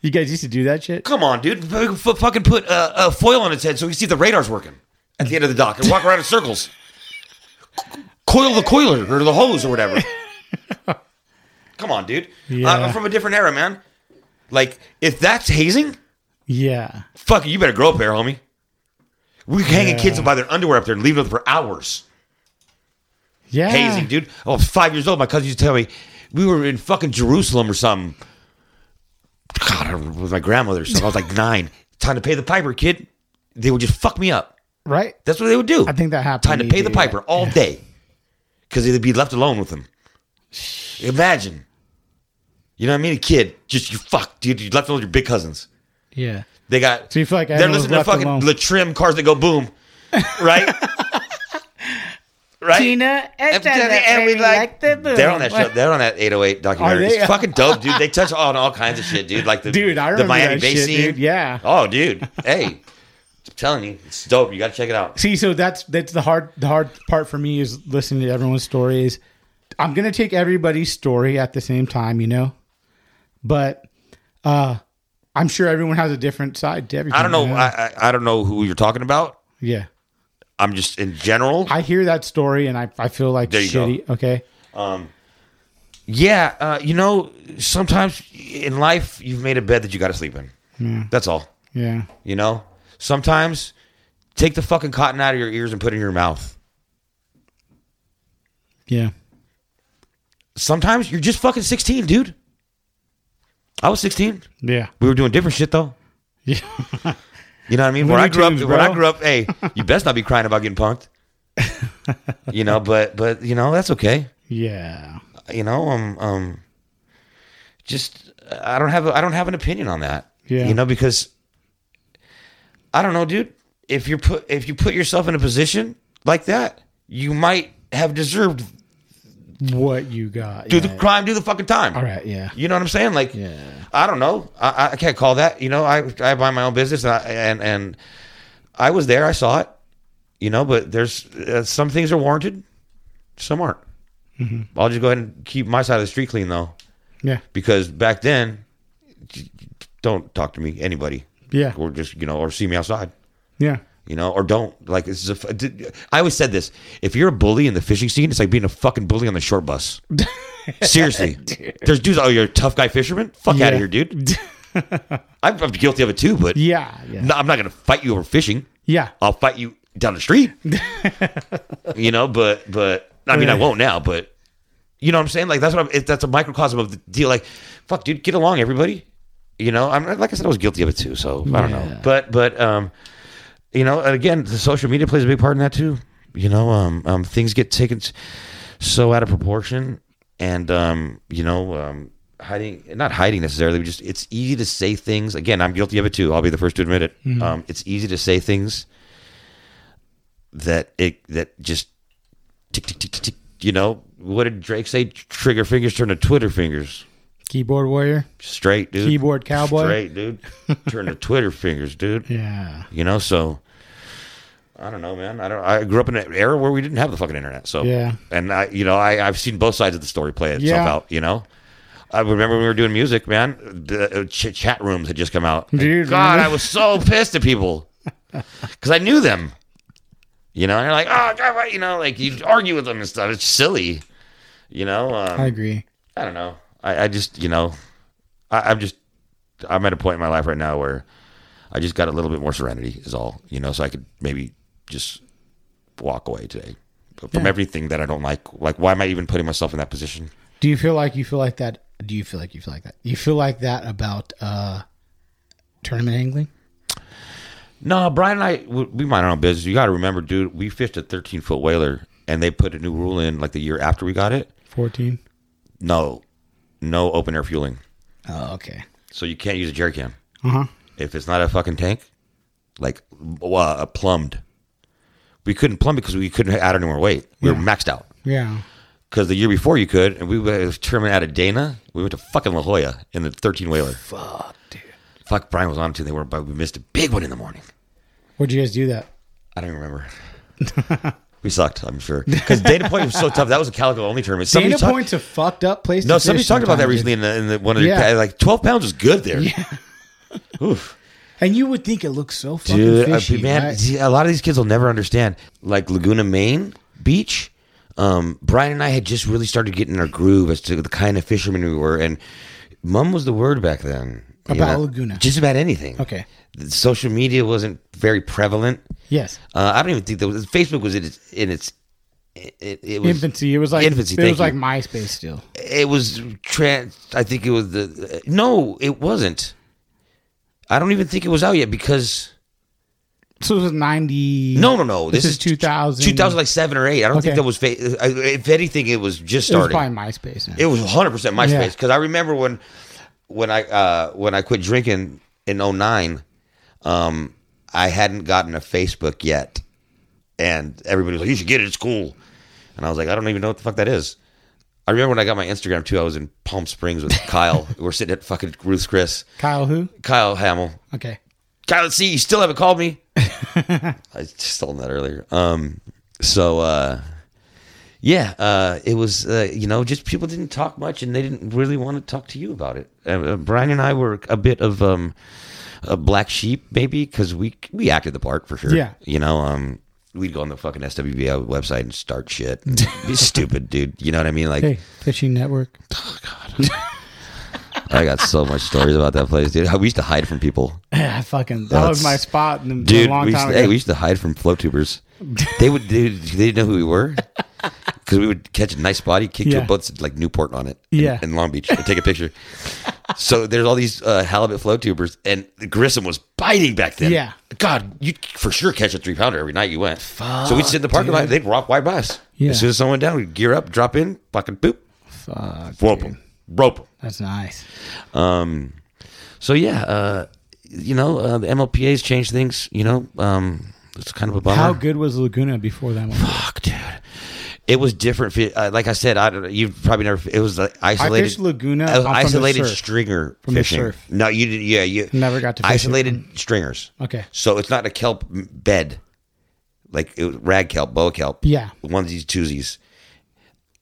S1: You guys used to do that shit?
S3: Come on, dude. F- f- fucking put a, a foil on its head so we see if the radar's working at the end of the dock and walk around in circles. Co- Coil the coiler or the hose or whatever. Come on, dude.
S1: Yeah.
S3: I- I'm from a different era, man. Like, if that's hazing,
S1: Yeah.
S3: fuck, you better grow up there, homie. We hanging
S1: Yeah.
S3: kids by their underwear up there and leaving them for hours.
S1: Yeah.
S3: Hazing, dude. I was five years old. My cousin used to tell me we were in fucking Jerusalem or something. God, I remember with my grandmother or something. I was like nine. Time to pay the piper, kid. They would just fuck me up.
S1: Right?
S3: That's what they would do.
S1: I think that happened
S3: Time
S1: to
S3: to
S1: me,
S3: pay the
S1: dude.
S3: piper all day because they'd be left alone with them. Imagine. You know what I mean? A kid, just you fuck, dude. You left alone with your big cousins.
S1: Yeah.
S3: They got.
S1: So you feel like
S3: they're
S1: everyone was
S3: listening to
S1: left
S3: fucking
S1: alone.
S3: Latrim cars that go boom, right? right?
S6: Tina and,
S3: And, and we like, they're on that show. They're on that
S1: Oh,
S3: 808 documentary.
S1: Are they?
S3: It's fucking dope, dude. They touch on all kinds of shit, dude. Like the
S1: Dude, I
S3: the
S1: remember
S3: Miami
S1: that
S3: Bay
S1: shit,
S3: scene.
S1: dude. Yeah.
S3: Oh, dude. Hey, I'm telling you, it's dope. You got to check it out.
S1: See, so that's that's the hard the hard part for me is listening to everyone's stories. I'm gonna take everybody's story at the same time, you know, but uh, I'm sure everyone has a different side to everything.
S3: I don't know.
S1: you
S3: I, I I don't know who you're talking about.
S1: yeah,
S3: I'm just in general.
S1: I hear that story and I I feel like
S3: There you go.
S1: shitty. Okay,
S3: Yeah, uh, you know, sometimes in life you've made a bed that you got to sleep in. That's all.
S1: yeah,
S3: You know, sometimes take the fucking cotton out of your ears and put it in your mouth.
S1: yeah,
S3: Sometimes you're just fucking 16, dude. I was 16.
S1: yeah,
S3: We were doing different shit though.
S1: yeah.
S3: You know what I mean? When I
S1: Looney
S3: grew up,
S1: Tunes,
S3: when I
S1: bro.
S3: grew up, hey, you best not be crying about getting punked. you know, but but you know that's okay.
S1: yeah.
S3: You know, um, um, just uh, I don't have a, I don't have an opinion on that.
S1: Yeah.
S3: You know, because I don't know, dude. If you put if you put yourself in a position like that, you might have deserved
S1: What you got?
S3: do
S1: yeah.
S3: the crime, do the fucking time.
S1: All right, yeah,
S3: You know what I'm saying? Like, I don't know. I, I can't call that. You know, I I buy my own business, and I, and and I was there. I saw it. You know, but there's uh, some things are warranted, some aren't. I'll just go ahead and keep my side of the street clean though,
S1: yeah,
S3: because back then, j- j- don't talk to me, anybody,
S1: yeah,
S3: or just you know, or see me outside.
S1: yeah.
S3: You know, or don't like this is a. f- did- I always said this: if you're a bully in the fishing scene, it's like being a fucking bully on the short bus. Seriously, there's dudes. Oh, you're a tough guy fisherman. Fuck out
S1: Yeah.
S3: of here, dude. I'm, I'm guilty of it too, but
S1: Yeah, yeah,
S3: no, I'm not gonna fight you over fishing.
S1: yeah,
S3: I'll fight you down the street. you know, but but I mean, I
S1: Right.
S3: won't now. But you know what I'm saying? Like that's what I'm. It, that's a microcosm of the deal. Like, fuck, dude, get along, everybody. You know, I'm like I said, I was guilty of it too. So I don't know. But but um, you know, and again, the social media plays a big part in that too. You know, um, um things get taken s- so out of proportion, and um, you know, um. Hiding, not hiding necessarily, but just it's easy to say things. Again, I'm guilty of it too. I'll be the first to admit it.
S1: Mm-hmm.
S3: Um, it's easy to say things that it that just tick tick tick tick. tick you know what did Drake say? Trigger fingers turn to Twitter fingers.
S1: Keyboard warrior.
S3: Straight dude.
S1: Keyboard cowboy.
S3: Straight dude. turn to Twitter fingers, dude.
S1: Yeah,
S3: You know so. I don't know, man. I don't. I grew up in an era where we didn't have the fucking internet, so
S1: Yeah.
S3: And I, you know, I I've seen both sides of the story play itself
S1: Yeah.
S3: out. You know. I remember when we were doing music, man. The uh, ch- chat rooms had just come out. And
S1: Dude,
S3: God,
S1: remember?
S3: I was so pissed at people because I knew them. You know, and you're like, oh, God, why-" you know, like you argue with them and stuff. It's silly. You know, um,
S1: I
S3: I,
S1: agree.
S3: don't know. I, I just, you know, I, I'm just, I'm at a point in my life right now where I just got a little bit more serenity, is all. You know, so I could maybe just walk away today from everything that I don't like. Like, why am I even putting myself in that position?
S1: Do you feel like you feel like that? Do you feel like you feel like that? You feel like that about uh tournament angling?
S3: No, Brian and I, we we mind our own business. You got to remember, dude, we fished a 13 foot whaler and they put a new rule in like the year after we got it.
S1: Fourteen.
S3: No, no open air fueling.
S1: Oh, okay.
S3: So you can't use a jerry can.
S1: Uh huh.
S3: If it's not a fucking tank, like uh, plumbed. We couldn't plumb because we couldn't add any more weight. We were maxed out.
S1: Yeah.
S3: Because the year before you could, and we were tournament out of Dana. We went to fucking La Jolla in the 13 whaler. Fuck, dude. Fuck, Brian was on it too. They were, but we missed a big one in the morning.
S1: Where'd you guys do that?
S3: I don't even remember. we sucked, I'm sure. Because Dana Point was so tough. That was a Calico only tournament. Somebody
S1: Dana
S3: talked-
S1: Point's a fucked up place.
S3: No,
S1: to
S3: somebody
S1: fish
S3: talked about that
S1: sometimes.
S3: recently in, the, in the, one of the
S1: Yeah.
S3: like 12 pounds is good there. Oof.
S1: And you would think it looks so fucking
S3: Dude, I-
S1: fishy,
S3: man,
S1: right?
S3: see, a lot of these kids will never understand. Like Laguna, Maine beach, um, Brian and I had just really started getting our groove as to the kind of fishermen we were, and mum was the word back then you
S1: About Laguna.
S3: Just about anything.
S1: Okay.
S3: The social media wasn't very prevalent.
S1: Yes.
S3: Uh, I don't even think that was, Facebook was in its in its it, it was
S1: Infancy. It was like
S3: infancy.
S1: It
S3: thank
S1: was like
S3: you.
S1: MySpace still.
S3: it was trans. I think it was the no, it wasn't. I don't even think it was out yet because
S1: So it was ninety.
S3: no, no, no.
S1: This, is two thousand.
S3: 2000, like seven or eight. I don't
S1: Okay.
S3: think that was. Fa- I- if anything, it was just
S1: It was
S3: starting.
S1: probably MySpace. Now.
S3: It was 100 percent
S1: Yeah.
S3: MySpace because I remember when when I uh, when I quit drinking in 09, um, I hadn't gotten a Facebook yet, and everybody was like, "You should get it. It's cool." And I was like, I don't even know what the fuck that is. I remember when I got my Instagram too, I was in Palm Springs with Kyle. We're sitting at fucking Ruth's Chris.
S1: Kyle who?
S3: Kyle Hamill.
S1: Okay.
S3: Kyle, see, you still haven't called me. I just told him that earlier. Um, so uh, yeah, uh, it was uh, you know just people didn't talk much, and they didn't really want to talk to you about it. Uh, uh, Brian and I were a bit of um, a black sheep, maybe because we we acted the part for sure.
S1: Yeah.
S3: you know, um, we'd go on the fucking SWBI website and start shit. And be stupid, dude. You know what I mean? Like,
S1: Hey, Fishing Network.
S3: I got so much stories about that place, dude. We used to hide from people.
S1: I fucking that was
S3: That's-
S1: my spot in the,
S3: dude.
S1: a long
S3: we used
S1: time
S3: to,
S1: ago.
S3: Hey, we used to hide from flow tubers. they would they, they didn't know who we were because we would catch a nice body, kick to
S1: Yeah.
S3: a boat that said, like Newport on it,
S1: Yeah.
S3: in, in Long Beach, and take a picture. so there's all these uh, halibut flow tubers, and Grissom was biting back then.
S1: Yeah.
S3: God, you for sure catch a three pounder every night you went. so we'd sit in the parking lot, they'd rock wide by us.
S1: Yeah.
S3: As soon as someone down, we'd gear up, drop in, fucking boop,
S1: Fuck,
S3: rope
S1: dude.
S3: them, rope them.
S1: That's nice.
S3: Um, so yeah, uh, you know, uh, the MLPA's changed things. You know, um, it's kind of a bummer.
S1: How good was Laguna before that one?
S3: Fuck, dude. It was different. fi- Uh, like I said, I don't, you've probably never. It was like isolated
S1: fished Laguna
S3: I was
S1: on- from the
S3: isolated
S1: surf.
S3: stringer
S1: From the
S3: fishing.
S1: surf.
S3: No, you didn't. Yeah, you
S1: Never got to fish it.
S3: isolated stringers.
S1: Okay.
S3: so it's not a kelp m- bed, like it was rag kelp, boa kelp.
S1: Yeah.
S3: onesies, twosies.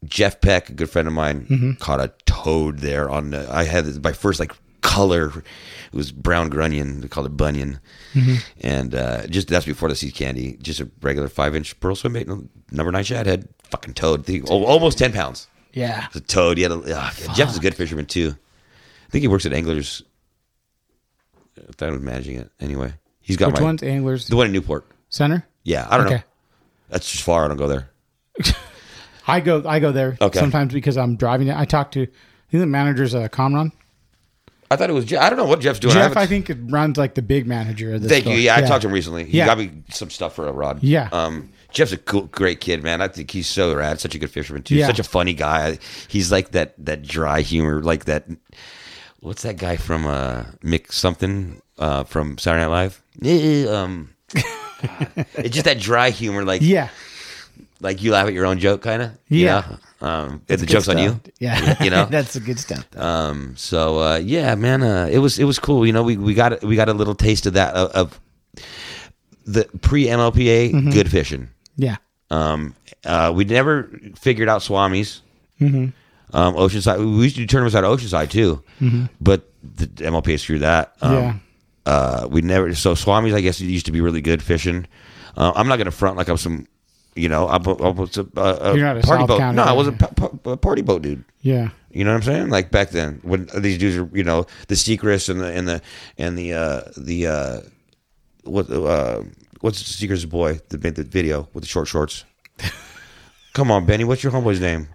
S3: Jeff Peck, a good friend of mine,
S1: Mm-hmm.
S3: caught a toad there. On the, I had my first like color. It was brown grunion. They called it bunion,
S1: Mm-hmm.
S3: and uh, just that's before the sea candy. Just a regular five inch pearl swimbait, number nine shad head, fucking toad. The- al- almost ten pounds.
S1: Yeah.
S3: It's a toad. He had a, ah, Jeff's a good fisherman too. I think he works at Anglers. I thought I was managing it anyway. He's got
S1: Which
S3: my
S1: one's Anglers
S3: the one in Newport.
S1: Center?
S3: Yeah, I don't know.
S1: Okay.
S3: That's just far. I don't go there.
S1: I go I go there
S3: Okay.
S1: sometimes because I'm driving it. I talk to I think the manager's at Comron.
S3: I thought it was. Jeff. I don't know what Jeff's doing.
S1: Jeff,
S3: haven't-
S1: I, think it runs like the big manager of this.
S3: Thank you.
S1: store.
S3: Yeah, I talked to him recently. He
S1: Yeah.
S3: got me some stuff for a rod.
S1: Yeah.
S3: Um, Jeff's a cool, great kid, man. I think he's so rad. Such a good fisherman too.
S1: Yeah.
S3: Such a funny guy. He's like that that dry humor, like that. What's that guy from uh Mick something uh from Saturday Night Live? Eh, um, it's just that dry humor, like
S1: Yeah.
S3: like you laugh at your own joke, kind of.
S1: Yeah.
S3: Um, if the joke's on you.
S1: Yeah.
S3: You know?
S1: That's the good stuff.
S3: Um, so uh, yeah, man, uh, it was it was cool. You know, we, we got we got a little taste of that of, of the pre MLPA
S1: Mm-hmm.
S3: good fishing.
S1: Yeah.
S3: Um, uh, we never figured out swamis.
S1: Mm-hmm.
S3: Um, Oceanside, we used to do tournaments out of Oceanside too, but the MLPA screwed that. Um,
S1: Mm-hmm. Yeah.
S3: uh, we never so swamis. I guess used to be really good fishing. Uh, I'm not gonna front like I'm some, you know, I'm, a- I'm a, a, a
S1: You're not a
S3: party
S1: South
S3: boat.
S1: County
S3: no, I
S1: guy.
S3: was a, pa- pa- a party boat dude.
S1: Yeah.
S3: You know what I'm saying? Like back then, when these dudes are, you know, the secrets and the and the and the uh, the uh, what uh, what's the secrets boy that made the video with the short shorts? Come on, Benny, what's your homeboy's name?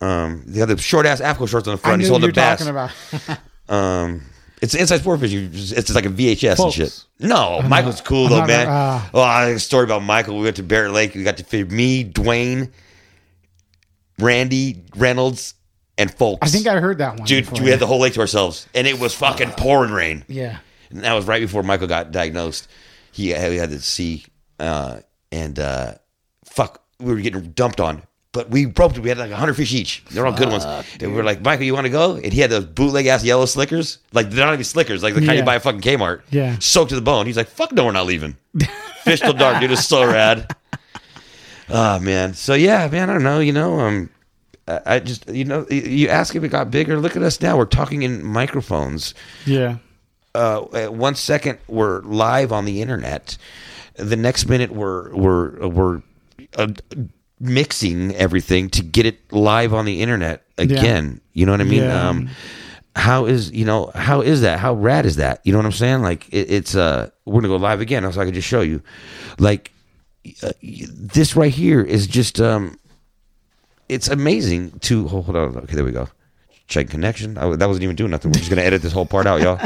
S3: Um, they had the short ass Afro shorts on the
S1: I
S3: front.
S1: knew
S3: He's
S1: what
S3: holding
S1: you're
S3: a bass.
S1: talking about.
S3: Um, it's inside sport fishing. It's just like a VHS and
S1: Folks.
S3: shit. No, Michael's cool though,
S1: not
S3: man.
S1: gonna- ah.
S3: oh, I had a story about Michael. We went to Barrett Lake. We got to fish me, Dwayne, Randy Reynolds, and Folks.
S1: I think I heard that one.
S3: Dude,
S1: before.
S3: we had the whole lake to ourselves, and it was fucking pouring rain.
S1: Yeah.
S3: And that was right before Michael got diagnosed. He had, he had the C, uh, and uh, fuck, we were getting dumped on. But we broke it. We had like 100 fish each. They're all good ones. And we were like, Michael, you want to go? And he had those bootleg ass yellow slickers. Like, they're not even slickers, like the kind
S1: Yeah.
S3: you buy at fucking Kmart.
S1: Yeah.
S3: Soaked to the bone. He's like, fuck no, we're not leaving. Fish till dark, dude. It's so rad. Oh, man. So, yeah, man, I don't know. You know, um, I I just, you know, you- you ask if it got bigger. Look at us now. We're talking in microphones
S1: Yeah.
S3: uh, at one second we're live on the internet, the next minute we're we're we're uh, mixing everything to get it live on the internet again. You know what I mean?
S1: Yeah.
S3: Um, how is you know how is that? How rad is that? You know what I'm saying? Like it, it's uh we're gonna go live again, so I can just show you, like uh, y- this right here is just um it's amazing to oh, hold on. Okay, there we go. Check connection. I, that wasn't even doing nothing. We're just gonna edit this whole part out, y'all.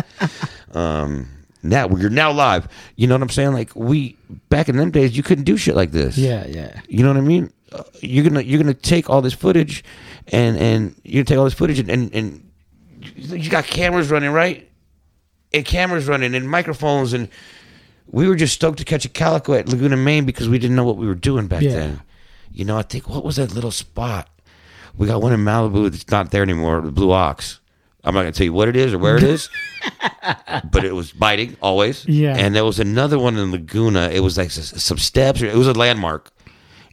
S3: Um, now we're now live. You know what I'm saying? Like we back in them days, you couldn't do shit like this.
S1: Yeah. Yeah.
S3: You know what I mean? Uh, You're gonna you're gonna take all this footage, and and you're gonna take all this footage, and and, and you you got cameras running right, and cameras running, and microphones, and we were just stoked to catch a calico at Laguna Maine because we didn't know what we were doing back
S1: Yeah.
S3: then. you know, I think what was that little spot? We got one in Malibu that's not there anymore, the Blue Ox. I'm not gonna tell you what it is or where it is, but it was biting always.
S1: Yeah.
S3: And there was another one in Laguna. It was like s- some steps. Or, it was a landmark.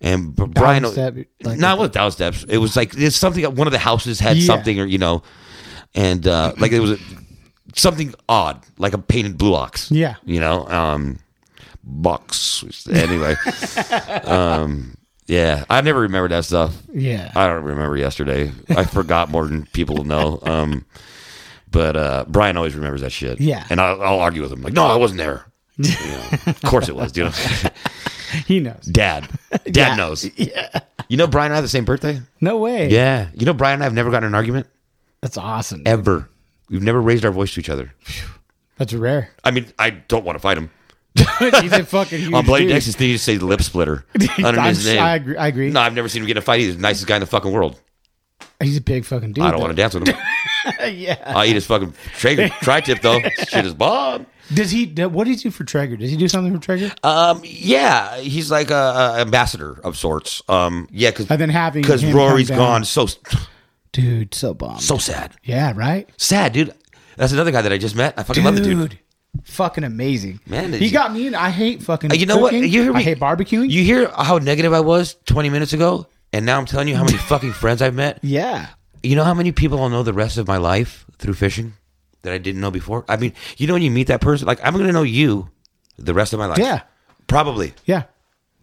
S3: And B- Brian,
S1: step, like-
S3: no, it wasn't thousand steps. It was like it's something. One of the houses had
S1: Yeah.
S3: something, or you know, and uh, like it was a, something odd, like a painted blue ox.
S1: Yeah.
S3: you know, um, box. Anyway, um, yeah, I never remember that stuff.
S1: Yeah.
S3: I don't remember yesterday. I forgot more than people know. Um, but uh, Brian always remembers that shit.
S1: Yeah.
S3: and I'll, I'll argue with him like, no, I wasn't there. You know, of course it was, dude.
S1: he knows.
S3: Dad, Dad knows. Yeah, you know Brian and I have the same birthday.
S1: No way.
S3: Yeah. You know, Brian and I have never gotten in an argument
S1: That's awesome.
S3: ever. We've never raised our voice to each other.
S1: That's rare.
S3: I mean, I don't want to fight him.
S1: He's a fucking huge
S3: On Bloody
S1: dude.
S3: Nexus, they used to say lip splitter. under
S1: I'm s-
S3: his name.
S1: I agree- I agree.
S3: No, I've never seen him get in a fight. He's the nicest guy in the fucking world.
S1: He's a big fucking dude.
S3: I don't want to dance with him. yeah. I eat his fucking tri- tri tip, though. Shit is bomb.
S1: to. Does he? d- What does he do for Traeger? Does he do something for Traeger?
S3: Um, yeah, he's like a, a ambassador of sorts. Um, yeah, because
S1: And then having
S3: because
S1: him
S3: Rory's
S1: come down.
S3: gone. So
S1: dude, so bomb.
S3: so sad.
S1: yeah, right.
S3: Sad, dude. That's another guy that I just met. I fucking love the dude.
S1: Fucking amazing,
S3: Man,
S1: He
S3: is-
S1: got me. in I hate fucking.
S3: Uh, You know what?
S1: cooking.
S3: You hear me?
S1: I hate barbecuing.
S3: You hear how negative I was 20 minutes ago, and now I'm telling you how many fucking friends I've met.
S1: yeah,
S3: You know how many people I'll know the rest of my life through fishing that I didn't know before. I mean, you know when you meet that person, like I'm going to know you the rest of my life.
S1: Yeah.
S3: probably.
S1: yeah.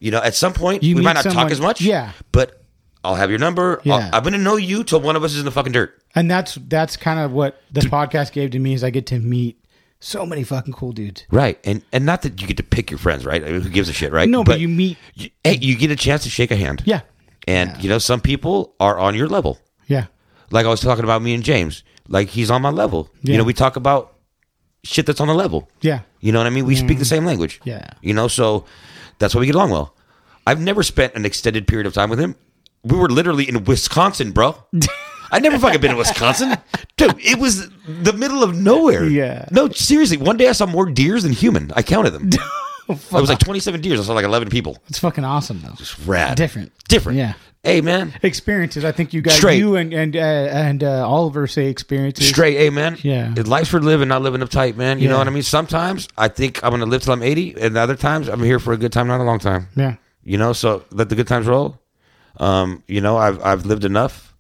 S3: You know, at some point
S1: You
S3: we
S1: meet
S3: might not
S1: someone-
S3: talk as much.
S1: yeah.
S3: but I'll have your number. I'll-
S1: Yeah.
S3: I'm going to know you till one of us is in the fucking dirt.
S1: And that's that's kind of what the podcast gave to me is I get to meet so many fucking cool dudes.
S3: Right, and and not that you get to pick your friends, right? I mean, who gives a shit, right?
S1: No, but you meet-
S3: you- hey, you get a chance to shake a hand.
S1: Yeah,
S3: and you know some people are on your level.
S1: yeah,
S3: like I was talking about me and James. Like he's on my level.
S1: Yeah.
S3: You know, we talk about shit that's on the level.
S1: yeah. Mm-hmm.
S3: You know what I mean? We speak the same language.
S1: Yeah.
S3: You know, so that's why we get along well. I've never spent an extended period of time with him. We were literally in Wisconsin, bro. I never fucking been in Wisconsin. Dude, it was the middle of nowhere.
S1: Yeah.
S3: No, seriously. One day I saw more deers than human. I counted them. It was like 27 deers. I saw like 11 people.
S1: It's fucking awesome though.
S3: Rad.
S1: Different.
S3: Different.
S1: Yeah.
S3: Hey, man.
S1: Experiences. I think you guys,
S3: Straight.
S1: you and and uh, and uh, Oliver say experiences.
S3: Straight A, man.
S1: Yeah.
S3: Life's for living, not living uptight, man. You
S1: Yeah.
S3: know what I mean? Sometimes I think I'm going to live till I'm 80, and other times I'm here for a good time, not a long time.
S1: Yeah.
S3: You know, so let the good times roll. Um, you know, I've, I've lived enough.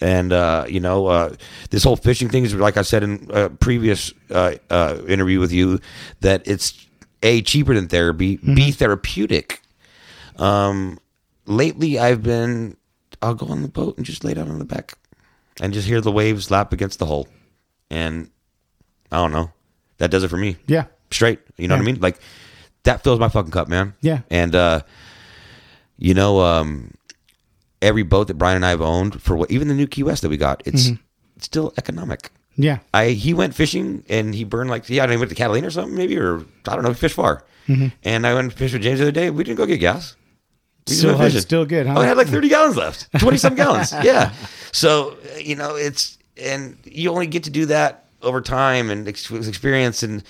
S3: And, uh, you know, uh, this whole fishing thing is, like I said in a previous uh, uh, interview with you, that it's A, cheaper than therapy, B, therapeutic. Um, lately, I've been, I'll go on the boat and just lay down on the back and just hear the waves lap against the hull. And I don't know. That does it for me.
S1: Yeah.
S3: Straight. You know what I mean? Like that fills my fucking cup, man.
S1: Yeah.
S3: And uh you know, um every boat that Brian and I have owned for what even the new Key West that we got, it's it's still economic.
S1: Yeah.
S3: I he went fishing and he burned like yeah, I don't know, he went to Catalina or something maybe or I don't know, he fished far.
S1: Mm-hmm.
S3: And I went and fished with James the other day. We didn't go get gas. We just
S1: Still-
S3: went fishing.
S1: still good, huh?
S3: Oh, I had like 30 gallons left, 20 some gallons. Yeah. So, uh, you know, it's, and you only get to do that over time and ex- experience. And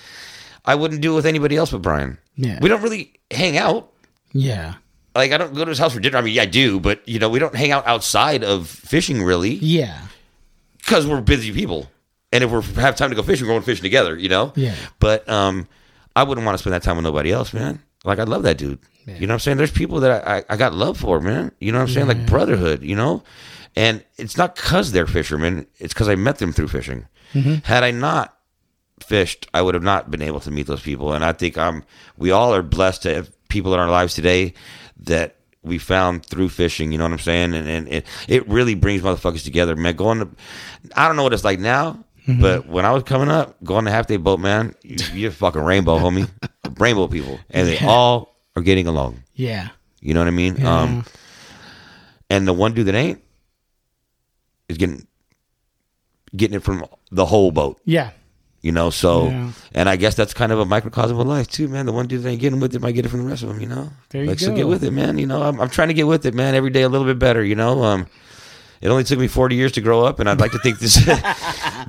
S3: I wouldn't do it with anybody else but Brian.
S1: Yeah.
S3: We don't really hang out.
S1: Yeah.
S3: Like, I don't go to his house for dinner. I mean, yeah, I do, but, you know, we don't hang out outside of fishing really
S1: Yeah.
S3: because we're busy people. And if we are have time to go fishing, we're going fishing together, you know?
S1: Yeah.
S3: But um, I wouldn't want to spend that time with nobody else, man. Like, I love that dude. You know what I'm saying? There's people that I, I, I got love for, man. You know what I'm saying? Like brotherhood, you know? And it's not because they're fishermen, it's because I met them through fishing. Had I not fished, I would have not been able to meet those people. And I think I'm, we all are blessed to have people in our lives today that we found through fishing. You know what I'm saying? And, and it, it really brings motherfuckers together, man. Going to, I don't know what it's like now, but when I was coming up, going to half day boat, man, you, you're fucking rainbow, homie, rainbow people, and they all are getting along.
S1: Yeah.
S3: You know what I mean? Um, and the one dude that ain't is getting getting it from the whole boat
S1: Yeah.
S3: you know. So,
S1: Yeah.
S3: and I guess that's kind of a microcosm of life too, man. The one dude that ain't getting with it might get it from the rest of them, you know.
S1: There you
S3: like, So
S1: go.
S3: get with it, man. You know, I'm, I'm trying to get with it, man. Every day a little bit better, you know. Um, it only took me 40 years to grow up, and I'd like to think this, this, uh,
S1: That's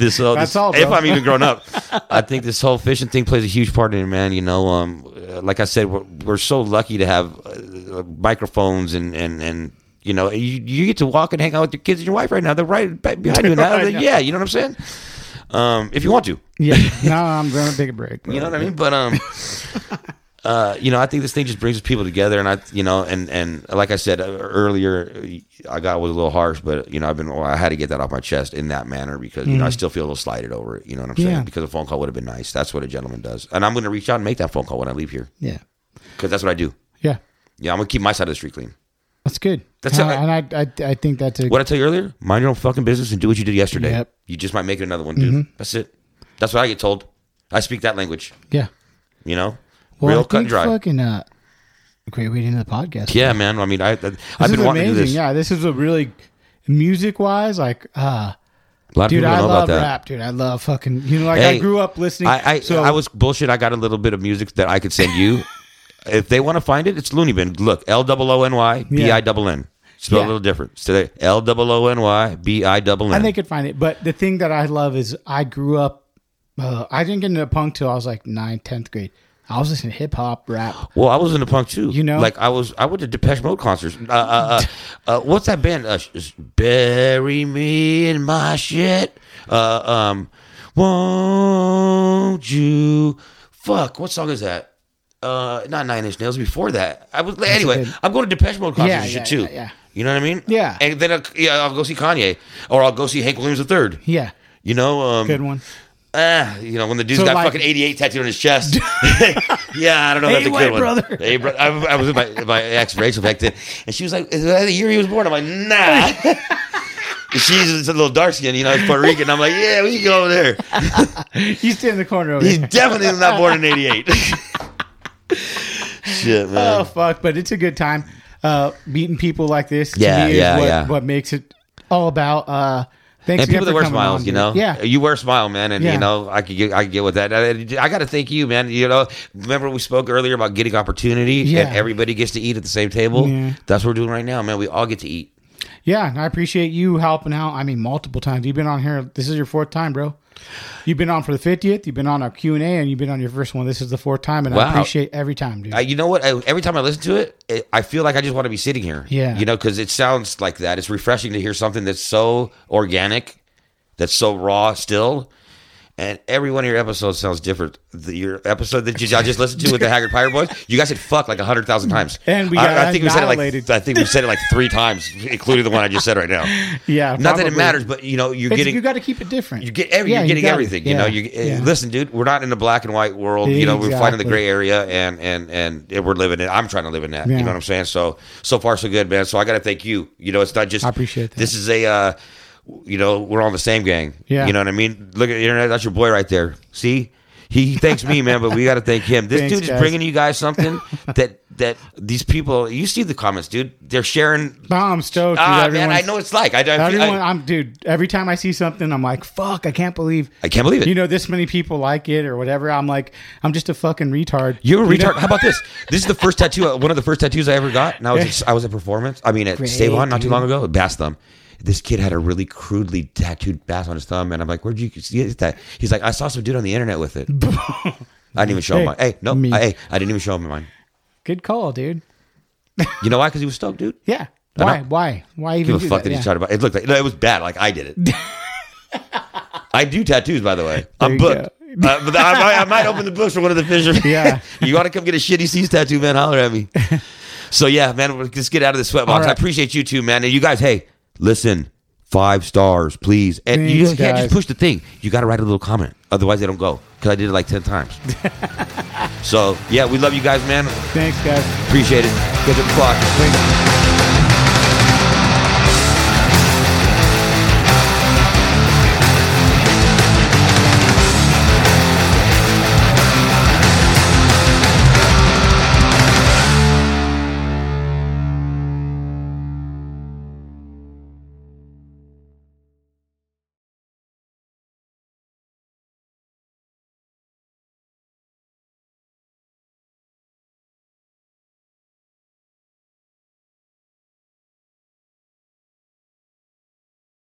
S3: this
S1: all, bro.
S3: if I'm even grown up, I think this whole fishing thing plays a huge part in it, man. You know, um, uh, like I said, we're, we're so lucky to have uh, uh, microphones and and and you know you, you get to walk and hang out with your kids and your wife right now. They're right back behind you now. yeah, you know what I'm saying. Um, if you want to,
S1: Yeah. no, I'm going to take a break.
S3: you know what I mean? But um, uh, you know, I think this thing just brings people together, and I, you know, and and like I said uh, earlier, uh, I got was a little harsh, but you know, I've been well, I had to get that off my chest in that manner because you know I still feel a little slighted over it. You know what I'm saying?
S1: Mm. Yeah.
S3: Because a phone call would have been nice. That's what a gentleman does, and I'm going to reach out and make that phone call when I leave here
S1: Yeah.
S3: because that's what I do.
S1: Yeah.
S3: Yeah, I'm going to keep my side of the street clean.
S1: That's good.
S3: That's
S1: and,
S3: how I-
S1: I, and I, I, I think that's a
S3: What I tell you earlier, mind your own fucking business and do what you did yesterday.
S1: Yep. Mm-hmm.
S3: You just might make it another one, dude. That's it. That's what I get told. I speak that language.
S1: yeah.
S3: You know,
S1: Well,
S3: real
S1: I
S3: cut
S1: think
S3: and dry.
S1: fucking uh, great way to end the podcast.
S3: Yeah, man. I mean, I, I
S1: This
S3: I've
S1: is
S3: been wanting
S1: amazing.
S3: to do this.
S1: Yeah, this is a really music wise, like uh
S3: A lot of
S1: dude,
S3: people
S1: I
S3: don't know about
S1: love
S3: that.
S1: rap, dude. I love fucking you know, like I
S3: Hey,
S1: grew up listening
S3: I I,
S1: so
S3: I was bullshit. I got a little bit of music that I could send you. if they want to find it, it's Looney Bin. Look, L O O N Y B I double N. Spelled
S1: Yeah.
S3: a little different. So they L O O N Y B I double N.
S1: and they could find it. But the thing that I love is I grew up uh, I didn't get into punk till I was like ninth, tenth grade. I was listening to hip hop, rap.
S3: Well, I was in the punk too.
S1: You know?
S3: like I was. I went to Depeche Mode concerts. Uh, uh, uh, uh, what's that band? Uh, sh- sh- bury me in my shit. Uh, um, won't you? Fuck. What song is that? Uh, not Nine Inch Nails. Before that, I was. Anyway,
S1: good-
S3: I'm going to Depeche Mode concerts
S1: Yeah,
S3: and shit
S1: yeah,
S3: too.
S1: yeah, yeah.
S3: You know what I mean?
S1: Yeah.
S3: And then I'll, yeah, I'll go see Kanye, or I'll go see Hank Williams III.
S1: Yeah.
S3: You know, um,
S1: Good one.
S3: Ah, you know, when the dude's
S1: So,
S3: got
S1: like-
S3: fucking 88 tattooed on his chest. yeah, I don't know.
S1: Hey,
S3: That's a
S1: white
S3: good one.
S1: brother.
S3: Hey, bro- I, I was with my, my ex, Rachel, back then, and she was like, Is that the year he was born? I'm like, Nah. She's a little dark skinned, you know, Puerto Rican. I'm like, Yeah, we can go over there.
S1: You stay in the corner over
S3: He's
S1: there.
S3: definitely not born in 88. Shit, man.
S1: Oh fuck, but it's a good time. Uh meeting people like this
S3: Yeah,
S1: to me is
S3: yeah,
S1: what,
S3: yeah.
S1: what makes it all about. Uh thanks
S3: and
S1: again
S3: people
S1: for
S3: that wear
S1: coming
S3: smiles,
S1: on,
S3: you
S1: dude.
S3: know.
S1: Yeah.
S3: you wear a smile, man, and
S1: Yeah.
S3: you know I could get I could get with that. I, I got to thank you, man. You know, remember we spoke earlier about getting opportunity,
S1: Yeah.
S3: and everybody gets to eat at the same table.
S1: Yeah.
S3: That's what we're doing right now, man. We all get to eat.
S1: Yeah, and I appreciate you helping out. I mean, multiple times. You've been on here. This is your fourth time, bro. You've been on for the fiftieth. You've been on our Q and A, and you've been on your first one. This is the fourth time, and I
S3: Wow.
S1: appreciate every time, dude.
S3: I, you know what? I, every time I listen to it, it, I feel like I just want to be sitting here.
S1: Yeah.
S3: you know, because it sounds like that. It's refreshing to hear something that's so organic, that's so raw still. And every one of your episodes sounds different. The, your episode that you, I just listened to with the Haggard Pirate Boys, you guys said "fuck" like a hundred thousand times.
S1: And we got
S3: I, I think we said it
S1: annihilated.
S3: like I think we said it like three times, including the one I just said right now.
S1: yeah,
S3: Not that
S1: probably.
S3: it matters, but you know, you're
S1: It's-
S3: getting
S1: you got to keep it different.
S3: you get every,
S1: Yeah,
S3: you're
S1: you
S3: getting
S1: got-
S3: everything. You
S1: yeah,
S3: know, you eh,
S1: yeah.
S3: listen, dude. We're not in the black and white world. You know, we're fighting the
S1: Exactly.
S3: gray area, and and and we're living it. I'm trying to live in that. You
S1: Yeah.
S3: know what I'm saying? So so far so good, man. So I got to thank you. You know, it's not just
S1: I appreciate that.
S3: This is a. uh you know, we're on the same gang.
S1: Yeah.
S3: You know what I mean? Look at the internet. That's your boy right there. See? He thanks me, man, but we got to thank him. This
S1: Thanks,
S3: dude is
S1: guys.
S3: bringing you guys something that that these people, you see the comments, dude. They're sharing.
S1: No, I'm stoked. dude.
S3: Ah, man,
S1: Everyone's-
S3: I know it's like. I, I, feel-
S1: Everyone,
S3: I,
S1: I'm dude. Every time I see something, I'm like, "Fuck! I can't believe
S3: I can't believe it.
S1: you know this many people like it or whatever." I'm like, I'm just a fucking retard.
S3: You're a
S1: You know?
S3: retard. How about this? This is the first tattoo, uh, one of the first tattoos I ever got. And I was, at, I was at performance. I mean, at
S1: Great,
S3: Stavon not too
S1: dude.
S3: long ago, bass thumb. This kid had a really crudely tattooed bass on his thumb, and I'm like, "Where'd you get that?" He's like, "I saw some dude on the internet with it." I didn't even show him
S1: Hey,
S3: mine. Hey, no,
S1: me.
S3: I, hey, I didn't even show him mine.
S1: Good call, dude.
S3: You know why? Because he was stoked, dude.
S1: Yeah.
S3: I
S1: Why?
S3: know.
S1: Why? Why even
S3: Give
S1: do
S3: a fuck
S1: that?
S3: that
S1: Yeah.
S3: he tried about it. Looked like no, it was bad. Like I did it. I do tattoos, by the way. I'm
S1: you
S3: booked. Uh, but I, might- I might open the books for one of the fishermen.
S1: Yeah.
S3: you want to come get a shitty seas tattoo, man? Holler at me. So yeah, man, we'll just get out of the sweatbox.
S1: All right.
S3: I appreciate you too, man. And you guys, hey, listen, five stars, please. And you
S1: Thanks,
S3: can't
S1: guys.
S3: just push the thing. You got to write a little comment, otherwise they don't go. Because I did it like ten times. so yeah, we love you guys, man.
S1: Thanks, guys.
S3: Appreciate it. Get the fuck.
S1: Thanks.